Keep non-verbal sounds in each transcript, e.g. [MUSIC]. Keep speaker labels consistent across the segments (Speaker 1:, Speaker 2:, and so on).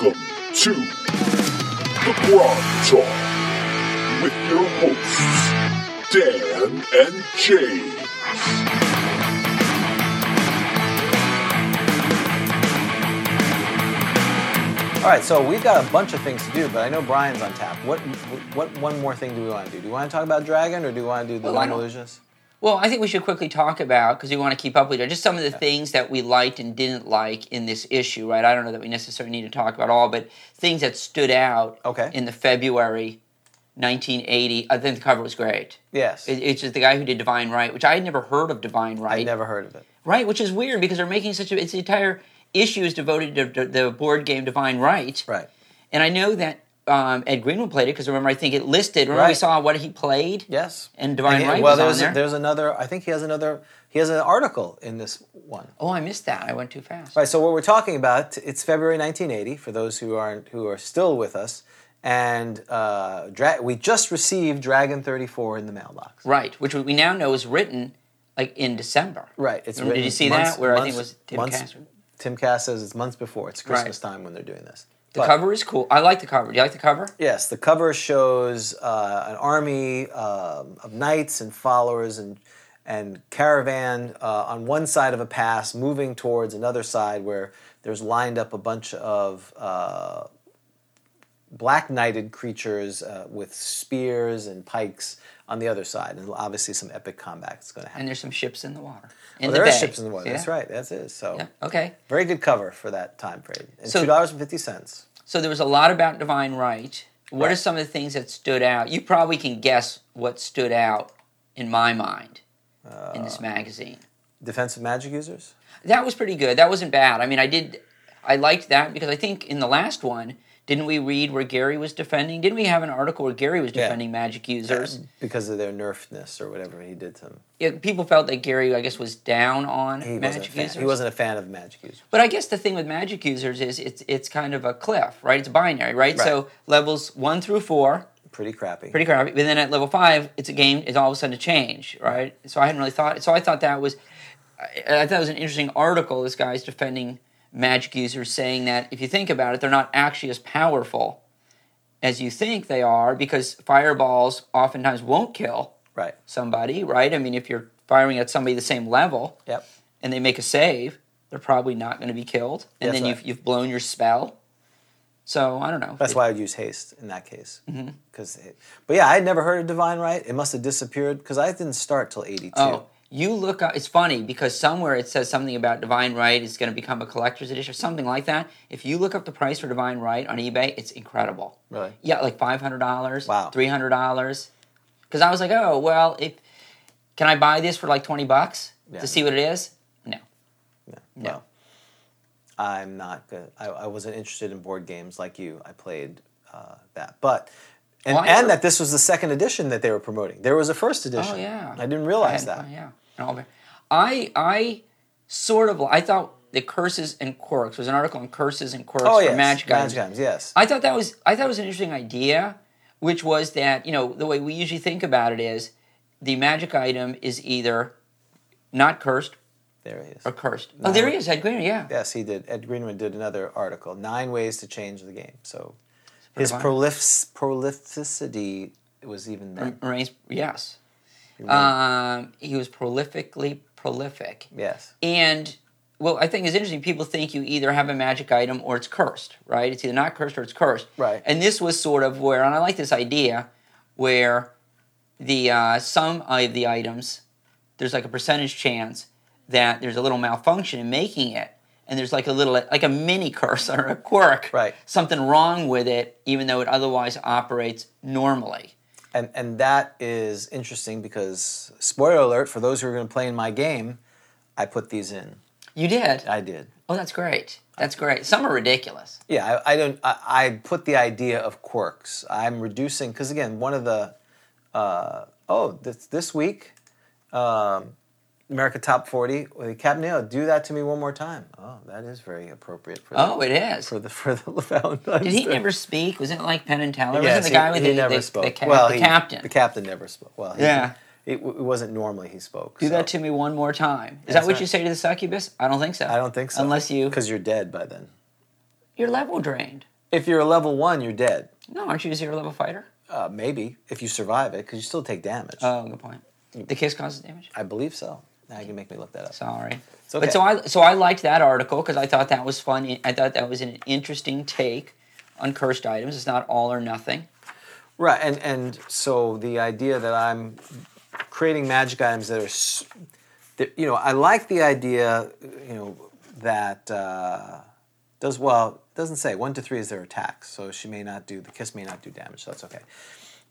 Speaker 1: to The Broad Talk with your hosts, Dan and Jay.
Speaker 2: All right, so we've got a bunch of things to do, but I know Brian's on tap. What what one more thing do we want to do? Do we want to talk about Dragon or do we want to do the
Speaker 3: Oh, why
Speaker 2: Line
Speaker 3: not?
Speaker 2: Illusionist?
Speaker 3: Well, I think we should quickly talk about because we want to keep up with it. Just some of the things that we liked and didn't like in this issue, right? I don't know that we necessarily need to talk about all, but things that stood out
Speaker 2: Okay.
Speaker 3: in the February 1980. I think the cover was great.
Speaker 2: Yes.
Speaker 3: It, it's just the guy who did Divine Right, which I had never heard of Divine Right.
Speaker 2: I've never heard of it.
Speaker 3: Right, which is weird because they're making such a. It's the entire issue is devoted to, to the board game Divine Right.
Speaker 2: Right.
Speaker 3: And I know that um, Ed Greenwood played it because remember I think it listed. Remember we
Speaker 2: Right.
Speaker 3: saw what he played.
Speaker 2: Yes.
Speaker 3: And Divine
Speaker 2: he-
Speaker 3: Right
Speaker 2: Well,
Speaker 3: was on
Speaker 2: there's
Speaker 3: there.
Speaker 2: there's another. I think he has another. He has an article in this one.
Speaker 3: Oh, I missed that. I went too fast.
Speaker 2: Right. So what we're talking about? It's February 1980 for those who aren't who are still with us, and uh, dra- we just received Dragon 34 in the mailbox.
Speaker 3: Right, which we now know is written like in December.
Speaker 2: Right. It's
Speaker 3: Remember,
Speaker 2: written
Speaker 3: Did you see
Speaker 2: months-
Speaker 3: that? Where I think it
Speaker 2: months-
Speaker 3: was Tim
Speaker 2: months-
Speaker 3: Cass.
Speaker 2: Tim Cass says it's months before. It's
Speaker 3: Right.
Speaker 2: Christmas time when they're doing this.
Speaker 3: The
Speaker 2: But-
Speaker 3: cover is cool. I like the cover. Do you like the cover?
Speaker 2: Yes, the cover shows uh, an army um of knights and followers and and caravan uh, on one side of a pass moving towards another side where there's lined up a bunch of uh, black knighted creatures uh, with spears and pikes on the other side, and obviously some epic combat is going to happen.
Speaker 3: And there's some ships in the water.
Speaker 2: Oh,
Speaker 3: In
Speaker 2: there
Speaker 3: the
Speaker 2: are
Speaker 3: bay.
Speaker 2: ships in the water.
Speaker 3: See
Speaker 2: That's
Speaker 3: that?
Speaker 2: right. That's it. So
Speaker 3: Yeah. Okay.
Speaker 2: very good cover for that time period. And
Speaker 3: So-
Speaker 2: two dollars and fifty cents.
Speaker 3: So there was a lot about divine right. What are
Speaker 2: Right.
Speaker 3: some of the things that stood out? You probably can guess what stood out in my mind in
Speaker 2: Uh.
Speaker 3: this magazine.
Speaker 2: Defensive magic users.
Speaker 3: That was pretty good. That wasn't bad. I mean, I did, I liked that because I think in the last one, didn't we read where Gary was defending? Didn't we have an article where Gary was defending magic users?
Speaker 2: because of their nerfness or whatever he did to them.
Speaker 3: Yeah, people felt that Gary, I guess, was down on
Speaker 2: He wasn't a
Speaker 3: magic
Speaker 2: fan.
Speaker 3: users.
Speaker 2: He wasn't a fan of magic users.
Speaker 3: But I guess the thing with magic users is it's it's kind of a cliff, right? It's binary, right?
Speaker 2: Right.
Speaker 3: So levels one through four,
Speaker 2: Pretty crappy.
Speaker 3: pretty crappy. But then at level five, it's a game. It's all of a sudden a change, right? So I hadn't really thought. So I thought that was, I, I thought it was an interesting article. This guy's defending magic users, saying that if you think about it, they're not actually as powerful as you think they are because fireballs oftentimes won't kill
Speaker 2: right.
Speaker 3: somebody, right? I mean, if you're firing at somebody the same level,
Speaker 2: Yep.
Speaker 3: and they make a save, they're probably not going to be killed, and
Speaker 2: That's
Speaker 3: then
Speaker 2: right.
Speaker 3: you've you've blown your spell. So I don't know.
Speaker 2: That's why I would use haste in that case.
Speaker 3: Mm-hmm.
Speaker 2: Because, but yeah, I had never heard of divine right. It must have disappeared because I didn't start till eighty two.
Speaker 3: Oh, you look up. It's funny because somewhere it says something about Divine Right is going to become a collector's edition or something like that. If you look up the price for Divine Right on eBay, it's incredible.
Speaker 2: Really?
Speaker 3: Yeah, like five hundred dollars.
Speaker 2: Wow.
Speaker 3: Three hundred dollars. Because I was like, oh well, if can I buy this for like twenty bucks
Speaker 2: Yeah.
Speaker 3: to see what it is? No.
Speaker 2: Yeah.
Speaker 3: No.
Speaker 2: Well, I'm not good. I, I wasn't interested in board games like you. I played uh, that, but and,
Speaker 3: Well, I never-
Speaker 2: and that this was the second edition that they were promoting. There was a first edition.
Speaker 3: Oh yeah,
Speaker 2: I didn't realize
Speaker 3: I
Speaker 2: that.
Speaker 3: hadn't- yeah, And all that. I I sort of I thought the curses and quirks was an article on curses and quirks
Speaker 2: Oh
Speaker 3: for
Speaker 2: yes,
Speaker 3: magic Uh, items.
Speaker 2: items, Yes.
Speaker 3: I thought that was I thought it was an interesting idea, which was that you know the way we usually think about it is the magic item is either not cursed
Speaker 2: there he is.
Speaker 3: or cursed. Oh, there he is, Ed Greener. Yeah,
Speaker 2: Yes, he did. Ed Greenwood did another article, Nine Ways to Change the Game. So his
Speaker 3: fun.
Speaker 2: prolif- prolificity was even there.
Speaker 3: Marines- Yes, um, he was prolifically prolific.
Speaker 2: Yes.
Speaker 3: And well, I think it's interesting. People think you either have a magic item or it's cursed, right? It's either not cursed or it's cursed.
Speaker 2: Right.
Speaker 3: And this was sort of where, and I like this idea, where the uh, some of the items there's like a percentage chance that there's a little malfunction in making it, and there's like a little like a mini curse or a quirk,
Speaker 2: Right.
Speaker 3: Something wrong with it, even though it otherwise operates normally.
Speaker 2: And and that is interesting because spoiler alert for those who are going to play in my game, I put these in.
Speaker 3: You did.
Speaker 2: I did.
Speaker 3: Oh, that's great. That's great. Some are ridiculous.
Speaker 2: Yeah, I, I don't. I, I put the idea of quirks. I'm reducing because again, one of the uh, oh this this week, um, America Top 40. well, Captain Neil, do that to me one more time. Oh, that is very appropriate for the,
Speaker 3: Oh, it is.
Speaker 2: for the for the [LAUGHS] Valentine's.
Speaker 3: Did he
Speaker 2: Day.
Speaker 3: never speak? Wasn't it like Penn and Teller?
Speaker 2: Yes,
Speaker 3: Wasn't the
Speaker 2: he-
Speaker 3: guy with
Speaker 2: he
Speaker 3: the,
Speaker 2: never
Speaker 3: the,
Speaker 2: spoke.
Speaker 3: the, ca-
Speaker 2: well,
Speaker 3: the
Speaker 2: he-
Speaker 3: captain?
Speaker 2: The captain never spoke. Well, he-
Speaker 3: Yeah.
Speaker 2: it, w- it wasn't normally he spoke.
Speaker 3: Do that to me one more time. Is that
Speaker 2: That's
Speaker 3: what
Speaker 2: right.
Speaker 3: you say to the succubus? I don't think so.
Speaker 2: I don't think so.
Speaker 3: Unless you
Speaker 2: because you're dead by then.
Speaker 3: you're level drained.
Speaker 2: If you're a level one, you're dead.
Speaker 3: No, aren't you a zero level fighter?
Speaker 2: Uh, maybe if you survive it, because you still take damage.
Speaker 3: Oh, good point. The kiss causes damage.
Speaker 2: I believe so. Now you can make me look that up.
Speaker 3: Sorry.
Speaker 2: okay.
Speaker 3: But so I so I liked that article because I thought that was fun. I thought that was an interesting take on cursed items. It's not all or nothing.
Speaker 2: Right, and and so the idea that I'm creating magic items that are, s- that, you know, I like the idea, you know, that uh, does well. it Doesn't say one to three is their attack, so she may not do the kiss may not do damage, so that's okay.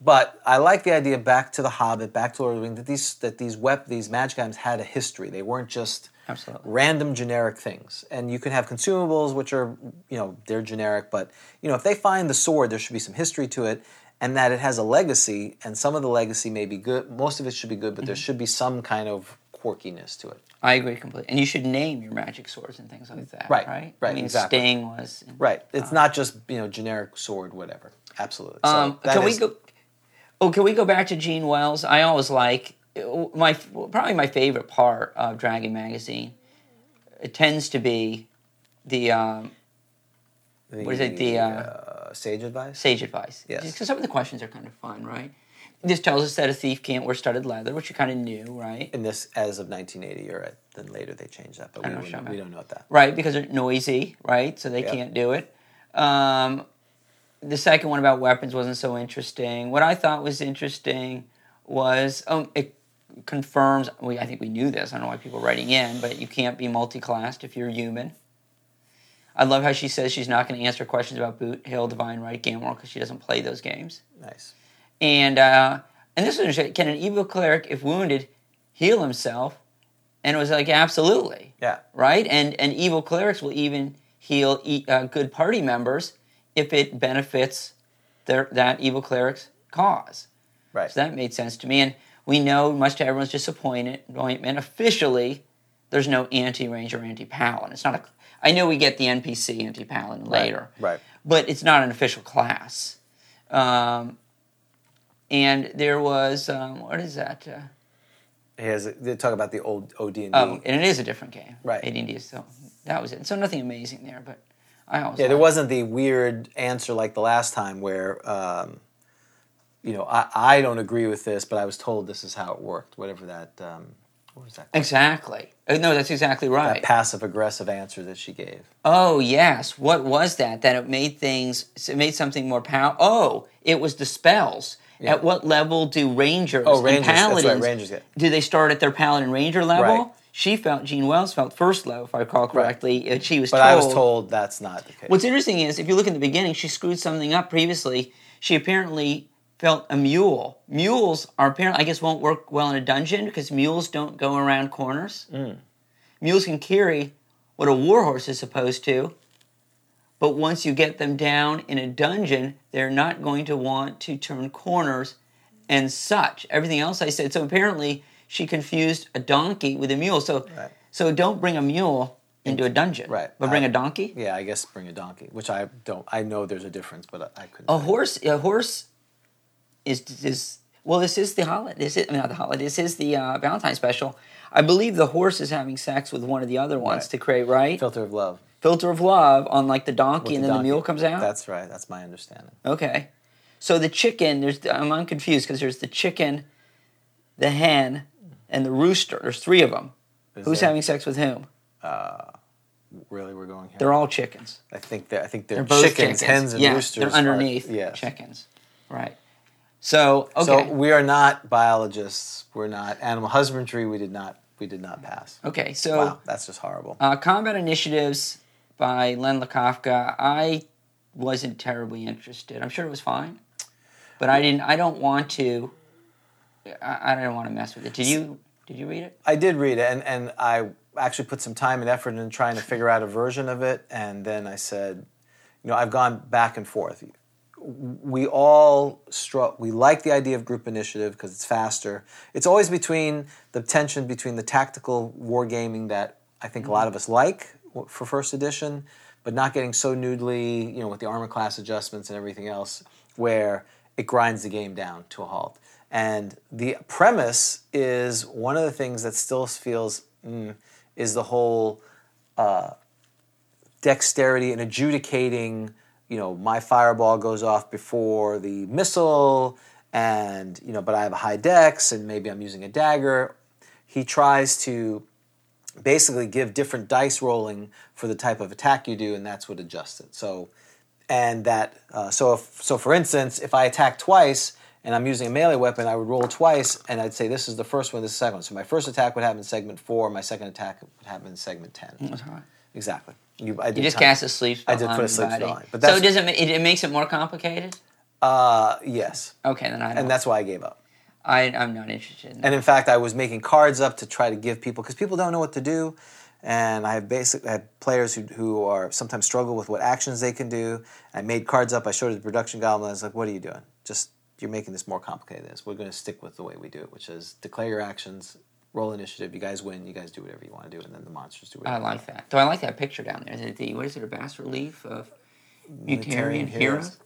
Speaker 2: But I like the idea back to the Hobbit, back to Lord of the Rings, that these that these wep these magic items had a history. They weren't just
Speaker 3: Absolutely.
Speaker 2: random generic things. And you can have consumables, which are you know they're generic, but you know if they find the sword, there should be some history to it, and that it has a legacy. And some of the legacy may be good. Most of it should be good, but there should be some kind of quirkiness to it.
Speaker 3: I agree completely. And you should name your magic swords and things like that.
Speaker 2: Right,
Speaker 3: Right. Right.
Speaker 2: right,
Speaker 3: I mean,
Speaker 2: exactly.
Speaker 3: Sting was.
Speaker 2: Right. It's
Speaker 3: Uh,
Speaker 2: not just you know generic sword, whatever. Absolutely. So
Speaker 3: Um,
Speaker 2: that
Speaker 3: can we
Speaker 2: is-
Speaker 3: go? Oh, can we go back to Gene Wells? I always like my probably my favorite part of Dragon magazine. It tends to be the um,
Speaker 2: The,
Speaker 3: what is it, the, uh,
Speaker 2: uh, sage advice?
Speaker 3: sage advice.
Speaker 2: Yes.
Speaker 3: Because some of the questions are kind of fun, right? This tells us that a thief can't wear studded leather, which you kind of knew, right?
Speaker 2: In this, as of 1980, or at, then later they changed that, but we,
Speaker 3: know,
Speaker 2: wouldn't-
Speaker 3: Shaman.
Speaker 2: we don't know what that.
Speaker 3: Right, because they're noisy, right? So they
Speaker 2: Yeah.
Speaker 3: can't do it. Um, the second one about weapons wasn't so interesting. What I thought was interesting was um, it confirms. We, I think we knew this. I don't know why people are writing in, but you can't be multi-classed if you're human. I love how she says she's not going to answer questions about Boot Hill, Divine Right, Gamorl because she doesn't play those games.
Speaker 2: Nice.
Speaker 3: And uh, and this was interesting. Can an evil cleric, if wounded, heal himself? And it was like absolutely
Speaker 2: Yeah.
Speaker 3: right. And and evil clerics will even heal e- uh, good party members if it benefits their that evil cleric's cause.
Speaker 2: Right.
Speaker 3: So that made sense to me. And we know, much to everyone's disappointment, officially there's no anti-ranger, anti-paladin. It's not a. I know we get the NPC anti-paladin later,
Speaker 2: right.
Speaker 3: But it's not an official class. Um, and there was um, what is that? Uh,
Speaker 2: He has, they talk about the old OD and
Speaker 3: oh, and it is a different game,
Speaker 2: Right.
Speaker 3: AD&D. So that was it. So nothing amazing there, but I always
Speaker 2: Yeah, there
Speaker 3: liked-
Speaker 2: wasn't the weird answer like the last time where, um, you know, I, I don't agree with this, but I was told this is how it worked. Whatever that, um, what was that? called?
Speaker 3: exactly. Uh, No, that's exactly right.
Speaker 2: That passive aggressive answer that she gave.
Speaker 3: Oh yes, what was that? That it made things, it made something more powerful. Oh, it was the spells. At what level do rangers
Speaker 2: Oh, rangers,
Speaker 3: and
Speaker 2: that's right,
Speaker 3: paladins?
Speaker 2: rangers get-
Speaker 3: Do they start at their paladin ranger level?
Speaker 2: Right.
Speaker 3: She felt Gene Wells felt first level, if I recall correctly. and She was,
Speaker 2: But
Speaker 3: told,
Speaker 2: I was told that's not the case.
Speaker 3: What's interesting is if you look in the beginning, she screwed something up previously. She apparently felt a mule. Mules are apparently, I guess, won't work well in a dungeon because mules don't go around corners.
Speaker 2: Mm.
Speaker 3: Mules can carry what a warhorse is supposed to, but once you get them down in a dungeon, they're not going to want to turn corners and such. Everything else I said. So apparently, she confused a donkey with a mule. So,
Speaker 2: Right.
Speaker 3: so don't bring a mule into a dungeon,
Speaker 2: Right.
Speaker 3: But bring
Speaker 2: I-
Speaker 3: a donkey.
Speaker 2: yeah, I guess bring a donkey, which I don't. I know there's a difference, but I, I couldn't.
Speaker 3: a horse a horse is is well this is the holiday this is not the holiday this is the uh, valentine special i believe the horse is having sex with one of the other ones
Speaker 2: Right.
Speaker 3: to create right
Speaker 2: filter of love.
Speaker 3: filter of love on like the donkey
Speaker 2: with
Speaker 3: and then
Speaker 2: donkey.
Speaker 3: the mule comes out
Speaker 2: That's right. That's my understanding.
Speaker 3: okay so the chicken there's i'm, I'm confused because there's the chicken the hen and the rooster there's three of them
Speaker 2: Is
Speaker 3: who's
Speaker 2: there-
Speaker 3: having sex with whom
Speaker 2: Really, we're going here.
Speaker 3: they're all chickens
Speaker 2: I think they're. I think they're,
Speaker 3: they're both
Speaker 2: chickens,
Speaker 3: chickens,
Speaker 2: hens, and
Speaker 3: yeah,
Speaker 2: roosters.
Speaker 3: they're
Speaker 2: are-
Speaker 3: underneath
Speaker 2: yes.
Speaker 3: chickens right so okay
Speaker 2: So we are not biologists. We're not animal husbandry. We did not. We did not pass.
Speaker 3: okay so
Speaker 2: Wow, that's just horrible.
Speaker 3: Uh, Combat Initiatives by Len Lakofka. I wasn't terribly interested. I'm sure it was fine, but I didn't. I don't want to. I, I don't want to mess with it. Did you? Did you read it?
Speaker 2: I did read it, and, and I actually put some time and effort in trying to figure out a version of it. And then I said, you know, I've gone back and forth. We all stru- we like the idea of group initiative because it's faster. It's always between the tension between the tactical wargaming that I think a lot of us like w- for first edition, but not getting so noodly, you know, with the armor class adjustments and everything else, where it grinds the game down to a halt. And the premise is one of the things that still feels mm, is the whole dexterity and adjudicating, you know my fireball goes off before the missile, and you know, but I have a high dex, and maybe I'm using a dagger. He tries to basically give different dice rolling for the type of attack you do, and that's what adjusts it. So, and that uh, so if, so for instance, if I attack twice and I'm using a melee weapon, I would roll twice, and I'd say this is the first one, this is the second one. So my first attack would happen in segment four, my second attack would happen in segment ten. Exactly. You, I did
Speaker 3: You just
Speaker 2: time-
Speaker 3: cast a sleep spell.
Speaker 2: I did
Speaker 3: on
Speaker 2: put a sleep spell
Speaker 3: everybody.
Speaker 2: on it, but
Speaker 3: so
Speaker 2: that's-
Speaker 3: it doesn't. ma- It, it makes it more complicated.
Speaker 2: Uh, yes,
Speaker 3: Okay, then I.
Speaker 2: and that's why I gave up.
Speaker 3: I, I'm not interested. In that.
Speaker 2: And in fact, I was making cards up to try to give people because people don't know what to do, and I have basic I have players who who are sometimes struggle with what actions they can do. I made cards up. I showed it to the production goblin. I was like, "What are you doing? Just you're making this more complicated. than this we're going to stick with the way we do it, which is declare your actions, roll initiative. You guys win. You guys do whatever you want to do, and then the monsters do
Speaker 3: I
Speaker 2: whatever."
Speaker 3: like that. Though I like that picture down there. The, the what is it? A bas relief of Mutarian
Speaker 2: Mutarian
Speaker 3: heroes.
Speaker 2: heroes.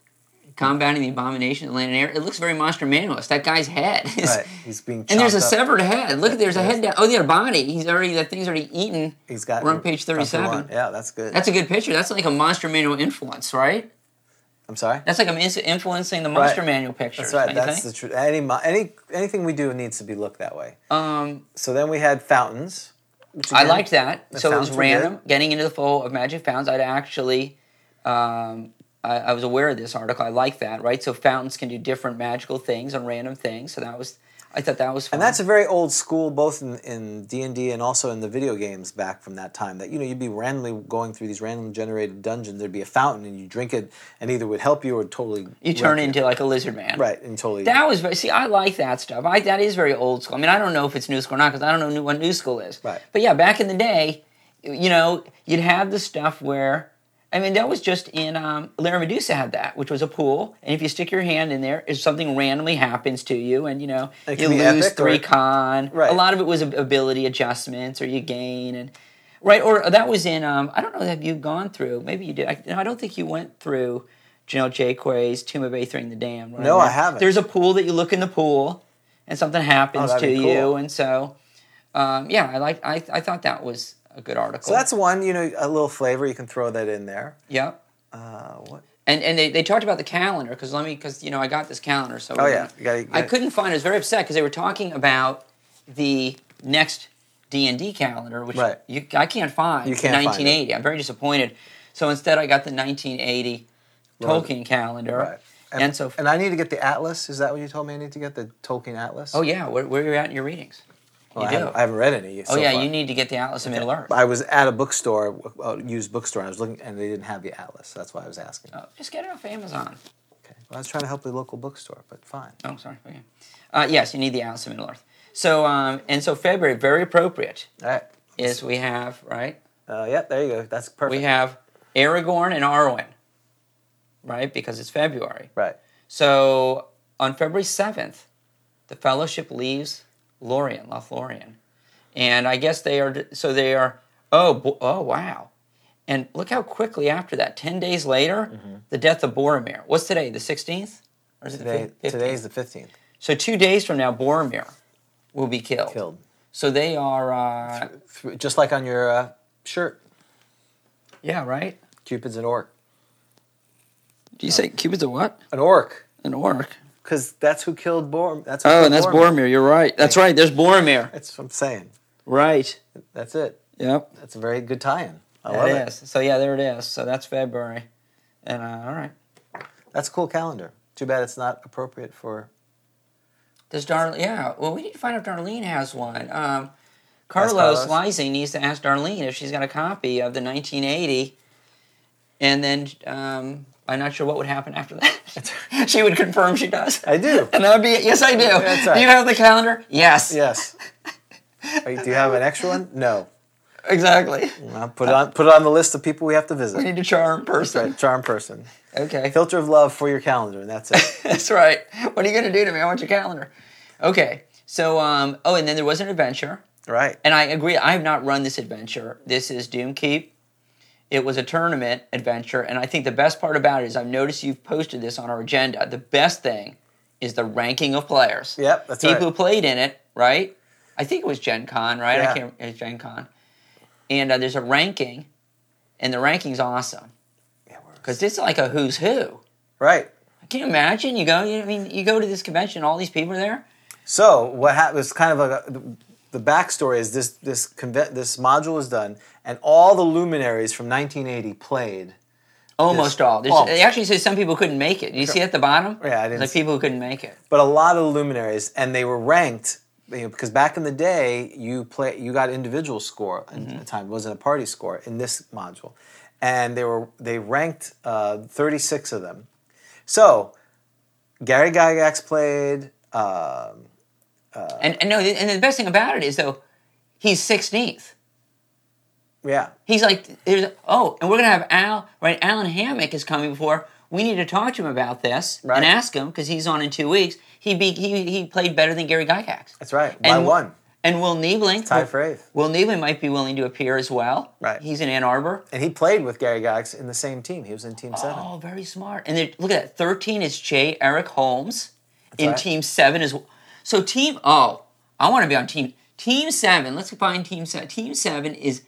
Speaker 3: Combating the abomination of the land and air. It looks very Monster Manualist. That guy's head. [LAUGHS] Is,
Speaker 2: Right, he's being
Speaker 3: and there's a
Speaker 2: chopped up.
Speaker 3: severed head. Look, there's a head down. Oh, the other body. He's already that thing's already eaten.
Speaker 2: He's got
Speaker 3: We're on page
Speaker 2: got the one.
Speaker 3: thirty-seven.
Speaker 2: Yeah, that's good.
Speaker 3: That's a good picture. That's like a Monster Manual influence, right?
Speaker 2: I'm sorry.
Speaker 3: That's like I'm ins- influencing the Monster Manual picture.
Speaker 2: That's right. That's the truth. Any mo- any anything we do needs to be looked that way.
Speaker 3: um,
Speaker 2: So then we had fountains. which
Speaker 3: I
Speaker 2: again-
Speaker 3: liked that.
Speaker 2: the
Speaker 3: so it was
Speaker 2: fountains were good.
Speaker 3: random. Getting into the flow of Magic Fountains, I'd actually, um, I, I was aware of this article. I like that, right? So fountains can do different magical things and random things. So that was, I thought that was fun.
Speaker 2: And that's a very old school, both in- in D and D and also in the video games back from that time. That you know you'd be randomly going through these randomly generated dungeons. There'd be a fountain, and you drink it, and either would help you or totally
Speaker 3: you turn
Speaker 2: wreck
Speaker 3: into like a lizard man,
Speaker 2: right and totally
Speaker 3: That was very, see, I like that stuff. I that is very old school. I mean, I don't know if it's new school or not because I don't know new, what new school is.
Speaker 2: Right.
Speaker 3: But yeah, back in the day, you know, you'd have the stuff where. I mean, that was just in um, Larry Medusa had that, which was a pool, and if you stick your hand in there, if something randomly happens to you, and you know
Speaker 2: It
Speaker 3: you
Speaker 2: can be
Speaker 3: lose
Speaker 2: epic,
Speaker 3: three
Speaker 2: right?
Speaker 3: con,
Speaker 2: Right.
Speaker 3: a lot of it was ab- ability adjustments, or you gain, and right, or that was in. Um, I don't know. Have you gone through? Maybe you did. I, no, I don't think you went through Janelle Jaquay's Tomb of Aethering the Dam. Right
Speaker 2: No, I haven't.
Speaker 3: There's a pool that you look in the pool, and something happens
Speaker 2: Oh,
Speaker 3: to
Speaker 2: that'd be
Speaker 3: you,
Speaker 2: cool.
Speaker 3: and so um, yeah, I like. I I thought that was a good article.
Speaker 2: So that's one, you know, a little flavor you can throw that in there.
Speaker 3: yeah.
Speaker 2: Uh, what?
Speaker 3: And, and they, they talked about the calendar because let me because you know I got this calendar so
Speaker 2: Oh,
Speaker 3: we're
Speaker 2: yeah.
Speaker 3: gonna-
Speaker 2: You gotta- you
Speaker 3: I
Speaker 2: gotta-
Speaker 3: couldn't find I was very upset because they were talking about the next D and D calendar which
Speaker 2: Right.
Speaker 3: you, I can't find
Speaker 2: You can't find it.
Speaker 3: 1980 I'm very disappointed so instead I got the 1980 Tolkien calendar
Speaker 2: Right.
Speaker 3: and, so
Speaker 2: and I need to get the atlas. Is that what you told me? I need to get the Tolkien atlas.
Speaker 3: oh yeah where, where you're at in your readings
Speaker 2: Well,
Speaker 3: you
Speaker 2: I
Speaker 3: do
Speaker 2: haven't, I haven't read any.
Speaker 3: oh yeah you need to get the Atlas of Middle Earth
Speaker 2: I was at a bookstore, a used bookstore, and I was looking, and they didn't have the atlas. That's why I was asking.
Speaker 3: Oh, just get it off Amazon
Speaker 2: Okay. Well, I was trying to help the local bookstore, but fine.
Speaker 3: Oh, sorry. Okay. Uh, yes, you need the Atlas of Middle Earth. So, um, and so February, very appropriate,
Speaker 2: All right.
Speaker 3: is we have, right?
Speaker 2: Uh, yep, there you go. That's perfect.
Speaker 3: We have Aragorn and Arwen, right? Because it's February.
Speaker 2: right.
Speaker 3: So, on February 7th, the Fellowship leaves Lorien, Lothlorien. And I guess they are, so they are, oh, bo- oh, wow. And look how quickly after that, 10 days later,
Speaker 2: Mm-hmm.
Speaker 3: the death of Boromir. What's today, the 16th? Or is it
Speaker 2: Today,
Speaker 3: the 15th?
Speaker 2: today's the fifteenth.
Speaker 3: So two days from now, Boromir will be killed.
Speaker 2: Killed.
Speaker 3: So they are, uh,
Speaker 2: Th- Just like on your uh, shirt,
Speaker 3: yeah, right.
Speaker 2: Cupid's an orc.
Speaker 3: Do you say Cupid's a what?
Speaker 2: An orc,
Speaker 3: An orc.
Speaker 2: because that's who killed Bor. That's who
Speaker 3: Oh,
Speaker 2: killed
Speaker 3: and that's
Speaker 2: Boromir.
Speaker 3: Boromir. You're right. That's right. There's Boromir.
Speaker 2: That's what I'm saying.
Speaker 3: Right.
Speaker 2: That's it.
Speaker 3: Yep.
Speaker 2: That's a very good tie-in. I love it.
Speaker 3: That is. So yeah, there it is. So that's February. And uh, all right.
Speaker 2: That's a cool calendar. Too bad it's not appropriate for.
Speaker 3: Does Darlene? Yeah. Well, we need to find out if Darlene has one. Um,
Speaker 2: Ask
Speaker 3: Carlos,
Speaker 2: Carlos.
Speaker 3: Lysing needs to ask Darlene if she's got a copy of the 1980. And then um, I'm not sure what would happen after that. [LAUGHS] she would confirm she does.
Speaker 2: I do.
Speaker 3: And that'd be it. Yes, I do.
Speaker 2: That's right.
Speaker 3: Do you have the calendar?
Speaker 2: [LAUGHS]
Speaker 3: Yes.
Speaker 2: yes. Are you- do you have an extra one? No.
Speaker 3: Exactly.
Speaker 2: Well, put it on. Put it on the list of people we have to
Speaker 3: We
Speaker 2: visit.
Speaker 3: need a charm person.
Speaker 2: Right, charm person.
Speaker 3: Okay.
Speaker 2: Filter of love for your calendar, and that's it.
Speaker 3: That's right. What are you gonna do to me? I want your calendar. Okay. So um oh and then there was an adventure.
Speaker 2: right.
Speaker 3: And I agree, I have not run this adventure. This is Doomkeep. It was a tournament adventure, and I think the best part about it is I've noticed you've posted this on our agenda. The best thing is the ranking of players.
Speaker 2: Yep, that's
Speaker 3: People
Speaker 2: right.
Speaker 3: who played in it, right? I think it was Gen Con, right? I
Speaker 2: Yeah.
Speaker 3: can't. It was Gen Con, and uh, there's a ranking, and the ranking's awesome
Speaker 2: Yeah, we're-
Speaker 3: because this is like a who's who.
Speaker 2: Right.
Speaker 3: Can you imagine? You go, you, I mean, you go to this convention, all these people are there.
Speaker 2: So what happened was kind of a the backstory is this this conve- this module was done, and all the luminaries from 1980 played.
Speaker 3: Almost all. There's,
Speaker 2: almost.
Speaker 3: They actually say some people couldn't make it. You see at the bottom?
Speaker 2: Yeah, I didn't
Speaker 3: Like
Speaker 2: see-
Speaker 3: people who couldn't make it.
Speaker 2: but a lot of the luminaries, and they were ranked you know, because back in the day you play you got individual score and
Speaker 3: Mm-hmm.
Speaker 2: at the time it wasn't a party score in this module, and they were they ranked uh, 36 of them. So Gary Gygax played. Uh,
Speaker 3: and, and no, and the best thing about it is though, he's 16th.
Speaker 2: yeah,
Speaker 3: He's like, there's- oh, and we're gonna have Al, right? Alan Hammock is coming before. We need to talk to him about this
Speaker 2: Right.
Speaker 3: and ask him because he's on in two weeks. He be, he he played better than Gary Gygax.
Speaker 2: that's right. By
Speaker 3: and,
Speaker 2: one,
Speaker 3: And Will Niebling,
Speaker 2: tied for eighth.
Speaker 3: Will Niebling might be willing to appear as well.
Speaker 2: Right.
Speaker 3: He's in Ann Arbor.
Speaker 2: and he played with Gary Gygax in the same team. He was in Team Seven.
Speaker 3: Oh, very smart. And there, look at that. Thirteen is J. Eric Holmes. in
Speaker 2: right.
Speaker 3: Team Seven is so Team. Oh, I want to be on Team Team Seven. Let's find Team Seven. Team Seven is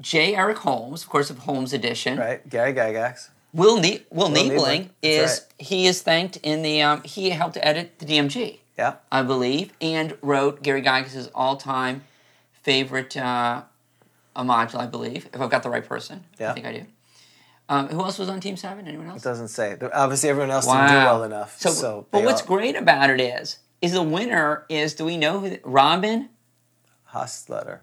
Speaker 3: J. Eric Holmes, of course, of Holmes Edition.
Speaker 2: Right, Gary Gygax.
Speaker 3: Will ne- Will,
Speaker 2: Niebling.
Speaker 3: Niebling
Speaker 2: That's
Speaker 3: is he is thanked in the um, he helped edit the DMG,
Speaker 2: Yeah.
Speaker 3: I believe, and wrote Gary Gygax's all time favorite uh, a module, I believe, if I've got the right person.
Speaker 2: Yeah.
Speaker 3: I think I do. Um, who else was on Team Seven? Anyone else?
Speaker 2: Doesn't say. But Obviously, everyone else didn't do well enough. So,
Speaker 3: but
Speaker 2: they
Speaker 3: what's
Speaker 2: all-
Speaker 3: great about it is, is the winner is. Do we know who the, Robin?
Speaker 2: Hostletter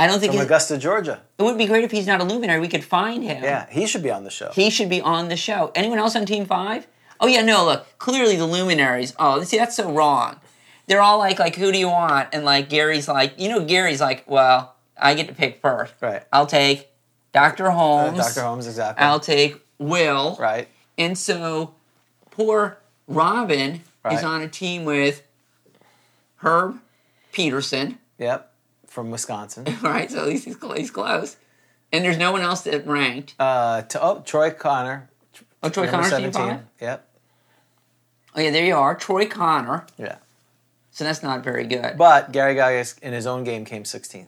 Speaker 3: I don't think
Speaker 2: from
Speaker 3: he's-
Speaker 2: Augusta, Georgia.
Speaker 3: it would be great if he's not a luminary. We could find him.
Speaker 2: Yeah, he should be on the show.
Speaker 3: he should be on the show. Anyone else on Team Five? Oh yeah, no. Look, clearly the luminaries. Oh, see, that's so wrong. They're all like, like, who do you want? And like Gary's like, you know, Gary's like, well, I get to pick first.
Speaker 2: Right.
Speaker 3: I'll take Doctor
Speaker 2: Uh,
Speaker 3: Holmes.
Speaker 2: Dr. Holmes, exactly.
Speaker 3: I'll take Will.
Speaker 2: right.
Speaker 3: And so poor Robin
Speaker 2: Right.
Speaker 3: is on a team with Herb Peterson, [LAUGHS]
Speaker 2: Yep. From Wisconsin.
Speaker 3: right? So at least he's close. He's close. And there's no one else that ranked.
Speaker 2: Uh, to, oh, Troy Connor.
Speaker 3: Oh, Troy
Speaker 2: number
Speaker 3: Connor's team five?
Speaker 2: Yep.
Speaker 3: Oh, yeah, there you are. Troy Connor.
Speaker 2: Yeah.
Speaker 3: So that's not very good.
Speaker 2: But Gary Gygax in his own game came 16th.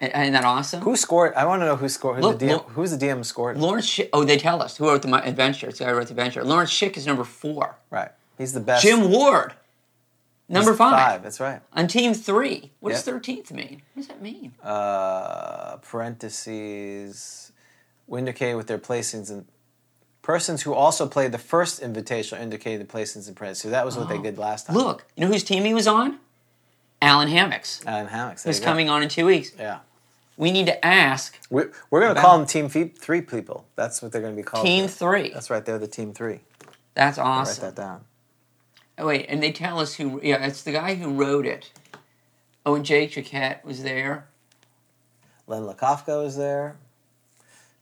Speaker 3: And Isn't that awesome?
Speaker 2: Who scored? I want to know who scored. Who
Speaker 3: Look,
Speaker 2: the DM,
Speaker 3: look.
Speaker 2: who's the DM scored?
Speaker 3: Lawrence Schick. Oh, they tell us who wrote the mo- adventure. It's the guy who wrote the adventure. Lawrence Schick is number four.
Speaker 2: Right. He's the best.
Speaker 3: Jim Ward, number
Speaker 2: He's
Speaker 3: five.
Speaker 2: That's right.
Speaker 3: On team three. What does
Speaker 2: Yep.
Speaker 3: 13th mean? What does that mean?
Speaker 2: Uh, parentheses. will indicate with their placings and persons who also played the first invitational indicated the placings and parentheses. So that was what they did last time.
Speaker 3: Oh. Look, you know whose team he was on? Alan Hammocks.
Speaker 2: Adam Hammocks. there
Speaker 3: Who's
Speaker 2: you go.
Speaker 3: coming on in two weeks.
Speaker 2: Yeah.
Speaker 3: We need to ask
Speaker 2: We're, we're going to call them Team Fe- Three people. That's what they're going to be called.
Speaker 3: Team Three.
Speaker 2: That's right. They're the Team Three.
Speaker 3: That's
Speaker 2: Write
Speaker 3: awesome.
Speaker 2: that down.
Speaker 3: Oh, wait, and they tell us who. Yeah, it's the guy who wrote it. Oh, and Jake Chiquette was there.
Speaker 2: Len Lakofka was there.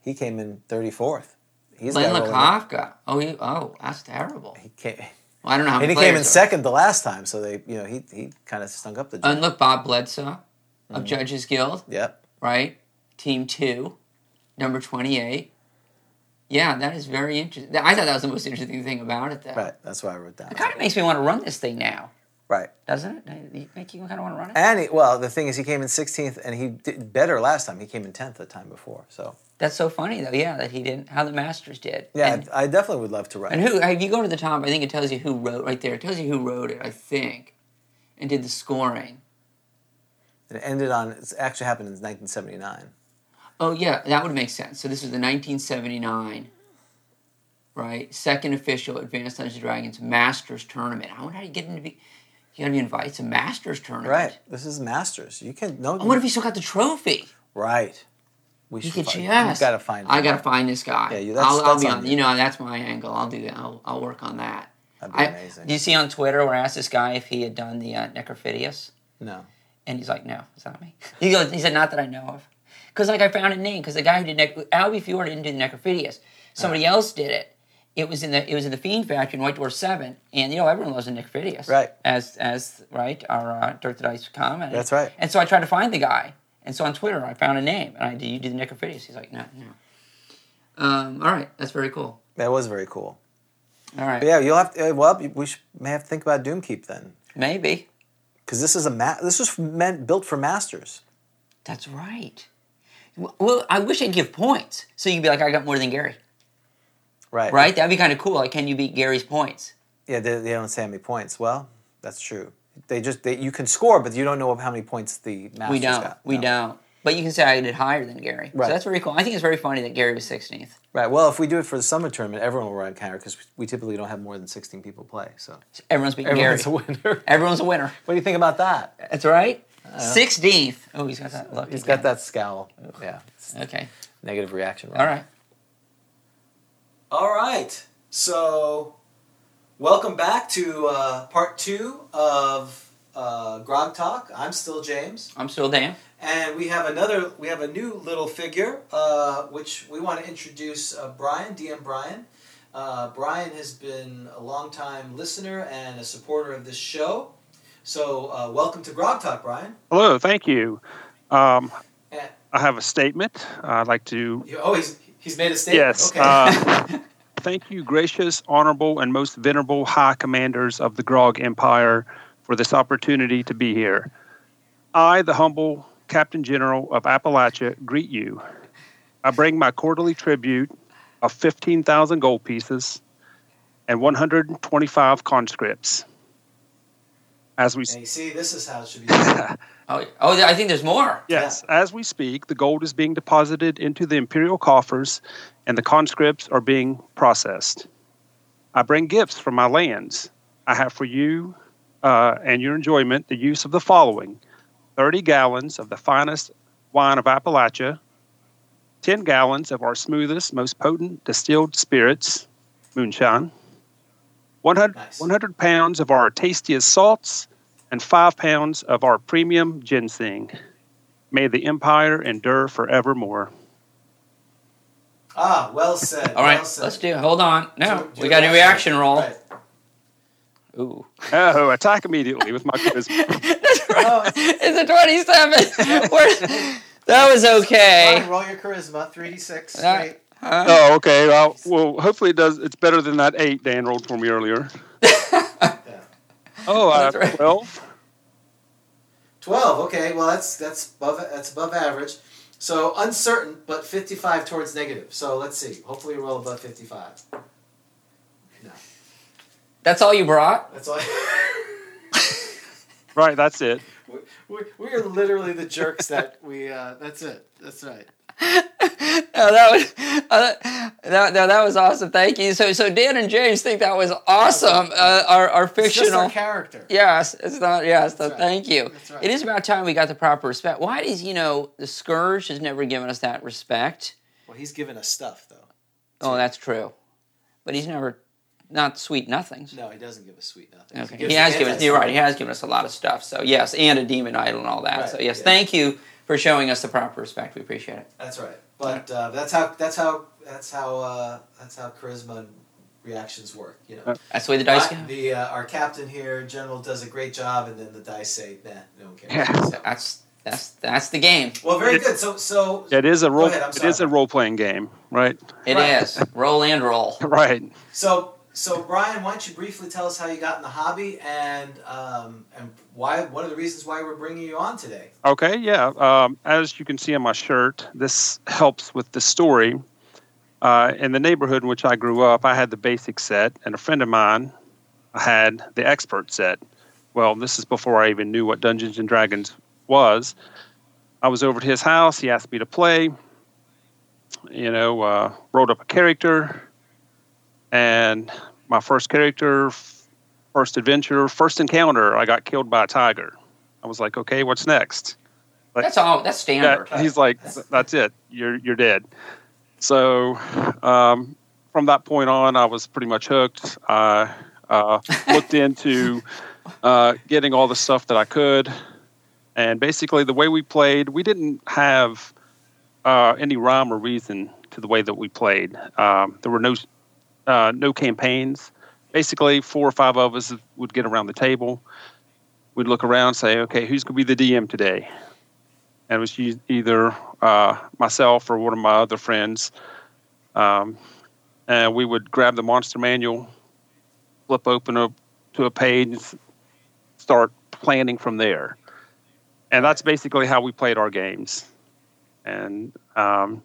Speaker 2: He came in 34th. He's
Speaker 3: Len
Speaker 2: got a rolling-
Speaker 3: Lakofka. Oh, he, oh, that's terrible.
Speaker 2: He came,
Speaker 3: Well, I don't know how
Speaker 2: and
Speaker 3: many
Speaker 2: he came in
Speaker 3: players there
Speaker 2: second the last time, so they, you know, he, he kind of stunk up the
Speaker 3: are.
Speaker 2: joint.
Speaker 3: And look, Bob Bledsoe of
Speaker 2: Mm-hmm.
Speaker 3: Judges Guild,
Speaker 2: yep.
Speaker 3: right? Team two, number 28. Yeah, that is very interesting. I thought that was the most interesting thing about it, though.
Speaker 2: Right. That's why I wrote down.
Speaker 3: It kind of makes me want to run this thing now,
Speaker 2: Right.
Speaker 3: doesn't it? You think you kind of want to run it?
Speaker 2: And he, well, the thing is, he came in 16th, and he did better last time. He came in 10th the time before. So
Speaker 3: That's so funny, though. Yeah, that he didn't. How the Masters did.
Speaker 2: yeah,
Speaker 3: And,
Speaker 2: I, I definitely would love to write.
Speaker 3: and who? If you go to the top, I think it tells you who wrote right there. It tells you who wrote it, I think, and did the scoring.
Speaker 2: it ended on. It actually happened in 1979.
Speaker 3: Oh yeah, that would make sense. So this was the 1979, right? Second official Advanced Dungeons and Dragons Masters Tournament. I wonder how you get into be. You got to be invited to Masters Tournament.
Speaker 2: Right. This is Masters. You can no.
Speaker 3: I wonder if he still got the trophy.
Speaker 2: Right. We
Speaker 3: You could
Speaker 2: find-
Speaker 3: just.
Speaker 2: You gotta find.
Speaker 3: I gotta find this guy.
Speaker 2: Yeah, you- that's-
Speaker 3: I'll, I'll
Speaker 2: that's
Speaker 3: be
Speaker 2: on
Speaker 3: on.
Speaker 2: you.
Speaker 3: You know, that's my angle. I'll do that. I'll, I'll work on that.
Speaker 2: That'd be
Speaker 3: I,
Speaker 2: amazing.
Speaker 3: You see on Twitter where I asked this guy if he had done the uh, Necrophidius,
Speaker 2: no.
Speaker 3: and he's like, "No, it's not me." [LAUGHS] He goes, "He said not that I know of," because like I found a name because the guy who did Nec- Albie Fjord didn't do the Necrophidius. Somebody else did it. It was in the it was in the Fiend Factory in White Dwarf Seven, and you know everyone loves the Necrophidius,
Speaker 2: Right.
Speaker 3: As as right our uh, Dirt the Dice comment.
Speaker 2: That's right.
Speaker 3: And so I tried to find the guy, and so on Twitter I found a name, and I do you do the Necrophidius? He's like, "No, no." Um, all right, that's very cool.
Speaker 2: That was very cool.
Speaker 3: All right,
Speaker 2: But yeah, you'll have to. uh, Well, we should, may have to think about Doomkeep then,
Speaker 3: maybe.
Speaker 2: because this is a ma- this was meant built for masters.
Speaker 3: That's right. Well, I wish I'd give points. So you'd be like, I got more than Gary.
Speaker 2: Right.
Speaker 3: right? That'd be kind of cool. Like, can you beat Gary's points?
Speaker 2: Yeah, they, they don't say how many points. Well, that's true. They just they, you can score, but you don't know how many points the master's
Speaker 3: We don't.
Speaker 2: got.
Speaker 3: We
Speaker 2: No.
Speaker 3: don't. But you can say I did higher than Gary.
Speaker 2: Right.
Speaker 3: So that's very cool. I think it's very funny that Gary was 16th.
Speaker 2: Right. Well, if we do it for the summer tournament, everyone will run counter because we typically don't have more than sixteen people play. So
Speaker 3: Everyone's beating
Speaker 2: everyone's
Speaker 3: Gary.
Speaker 2: a winner. [LAUGHS]
Speaker 3: Everyone's a winner.
Speaker 2: what do you think about that?
Speaker 3: That's right. 16th. Oh, he's got that look.
Speaker 2: Uh, He's got that scowl. Yeah. It's
Speaker 3: Okay.
Speaker 2: negative reaction.
Speaker 3: All right.
Speaker 2: All right. So, welcome back to uh, part two of uh, Grog Talk. I'm still James,
Speaker 3: I'm still Dan.
Speaker 2: and we have another. We have a new little figure, uh, which we want to introduce. Uh, Brian DM Brian. Uh, Brian has been a longtime listener and a supporter of this show. So, uh, welcome to Grog Talk, Brian.
Speaker 4: Hello, thank you. Um,
Speaker 2: And,
Speaker 4: I have a statement. I'd like to.
Speaker 2: oh, he's he's made a statement.
Speaker 4: Yes.
Speaker 2: Okay. [LAUGHS]
Speaker 4: Uh, thank you, gracious, honorable, and most venerable high commanders of the Grog Empire, for this opportunity to be here. I, the humble Captain General of Appalachia, greet you. I bring my quarterly tribute of 15,000 gold pieces and 125 conscripts. As we
Speaker 2: and you see, this is how it should be. done.
Speaker 3: Oh, oh, I think there's more.
Speaker 4: Yes, as we speak, the gold is being deposited into the imperial coffers and the conscripts are being processed. I bring gifts from my lands. I have for you uh, and your enjoyment the use of the following 30 gallons of the finest wine of Appalachia, 10 gallons of our smoothest, most potent distilled spirits, moonshine, 100,
Speaker 2: Nice.
Speaker 4: 100 pounds of our tastiest salts, and 5 pounds of our premium ginseng. May the empire endure forevermore.
Speaker 2: ah, well said.
Speaker 3: All right.
Speaker 2: well said.
Speaker 3: Let's do it. Hold on. No,
Speaker 2: Do- do
Speaker 3: we got a reaction roll.
Speaker 2: Right.
Speaker 3: Ooh.
Speaker 4: Oh, attack
Speaker 3: [LAUGHS]
Speaker 4: immediately with my quiz.
Speaker 2: Oh,
Speaker 3: It's a
Speaker 2: [LAUGHS]
Speaker 3: 27. We're- that was
Speaker 2: Fine,
Speaker 3: okay.
Speaker 2: roll your charisma, 3d6.
Speaker 3: Yeah.
Speaker 2: Great.
Speaker 4: Oh, okay. Well, well, hopefully it does. It's better than that eight Dan rolled for me earlier. Oh, uh,
Speaker 3: That's right.
Speaker 4: 12.
Speaker 2: 12. Okay, well that's that's above that's above average. So uncertain, but 55 towards negative. So let's see. Hopefully you roll above 55. No,
Speaker 3: That's all you [LAUGHS] brought?
Speaker 2: that's all.
Speaker 4: Right, that's it.
Speaker 2: we, [LAUGHS] we, we are literally the jerks that we. Uh, that's it. That's right.
Speaker 3: Oh, that was uh, that, no, that was awesome. Thank you. So, so Dan and James think that was awesome. Uh, our, our
Speaker 2: It's just
Speaker 3: fictional.
Speaker 2: our character.
Speaker 3: Yes, it's not. Yes, so
Speaker 2: right.
Speaker 3: thank you.
Speaker 2: That's right.
Speaker 3: It is about time we got the proper respect. Why does you know the scourge has never given us that respect?
Speaker 2: Well, he's giving us stuff though.
Speaker 3: Oh, that's true. But he's never not sweet nothings.
Speaker 2: No, he doesn't give us sweet nothing.
Speaker 3: Okay. He has given us. You're right. He has given us a lot of stuff. So yes, and a demon idol and all that.
Speaker 2: Right,
Speaker 3: So yes,
Speaker 2: yeah.
Speaker 3: thank you for showing us the proper respect. We appreciate it.
Speaker 2: That's right. But uh, that's how that's how that's how uh, that's how charisma and reactions work. You know.
Speaker 3: That's the way the dice
Speaker 2: Uh,
Speaker 3: go.
Speaker 2: the uh, our captain here, general, does a great job, and then the dice say, "Nah, no one cares."
Speaker 4: Yeah.
Speaker 2: So-
Speaker 3: That's that's that's the game.
Speaker 2: well, very
Speaker 4: It-
Speaker 2: good. So, so
Speaker 4: It is a role.
Speaker 2: ahead, I'm
Speaker 4: it is
Speaker 2: sorry.
Speaker 4: a role playing game, right? [LAUGHS]
Speaker 3: It is
Speaker 2: Right.
Speaker 3: roll and roll.
Speaker 4: Right.
Speaker 2: so so, Brian, why don't you briefly tell us how you got in the hobby and um, and why one of the reasons why we're bringing you on today?
Speaker 4: Okay, yeah. Um, as you can see on my shirt, this helps with the story. Uh, in the neighborhood in which I grew up, I had the basic set, and a friend of mine had the expert set. Well, this is before I even knew what Dungeons and Dragons was. I was over at his house. He asked me to play. You know, uh, rolled up a character, and my first character, f- first adventure, first encounter, I got killed by a tiger. I was like, okay, what's next?
Speaker 3: That's all. That's standard.
Speaker 4: That- he's like, that's it. You're you're dead. So, um, from that point on, I was pretty much hooked. I uh, looked into uh, getting all the stuff that I could, and basically the way we played, we didn't have uh, any rhyme or reason to the way that we played. Um, there were no uh, no campaigns. Basically, four or five of us would get around the table. We'd look around, say, "Okay, who's going to be the DM today?" and it was u- either uh, myself or one of my other friends. Um, and we would grab the monster manual, flip open up to a page, and s- start planning from there. And that's basically how we played our games. And um,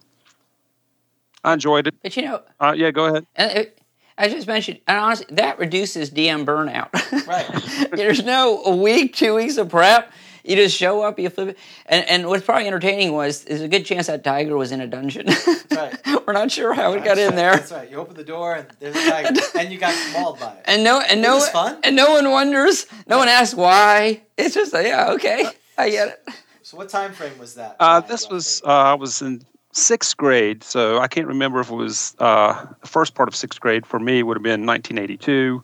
Speaker 4: I enjoyed it.
Speaker 3: But you know,
Speaker 4: Uh, yeah, go ahead.
Speaker 3: and it, I just mentioned, and honestly, that reduces DM burnout. [LAUGHS]
Speaker 2: Right.
Speaker 3: There's no a week, two weeks of prep. You just show up, you flip it. And, and what's probably entertaining was there's a good chance that tiger was in a dungeon. [LAUGHS]
Speaker 2: Right.
Speaker 3: We're not sure how it got in there.
Speaker 2: That's right. You open the door and there's a
Speaker 3: [LAUGHS]
Speaker 2: tiger, and you got mauled by it.
Speaker 3: And no, and no,
Speaker 2: was fun.
Speaker 3: and no one wonders. No one asks why. It's just like, yeah, okay, I get it.
Speaker 2: So what time frame was that?
Speaker 4: Uh,
Speaker 2: Ryan,
Speaker 4: this
Speaker 2: roughly?
Speaker 4: was uh, I was in sixth grade, so I can't remember if it was uh, the first part of sixth grade for me would have been 1982,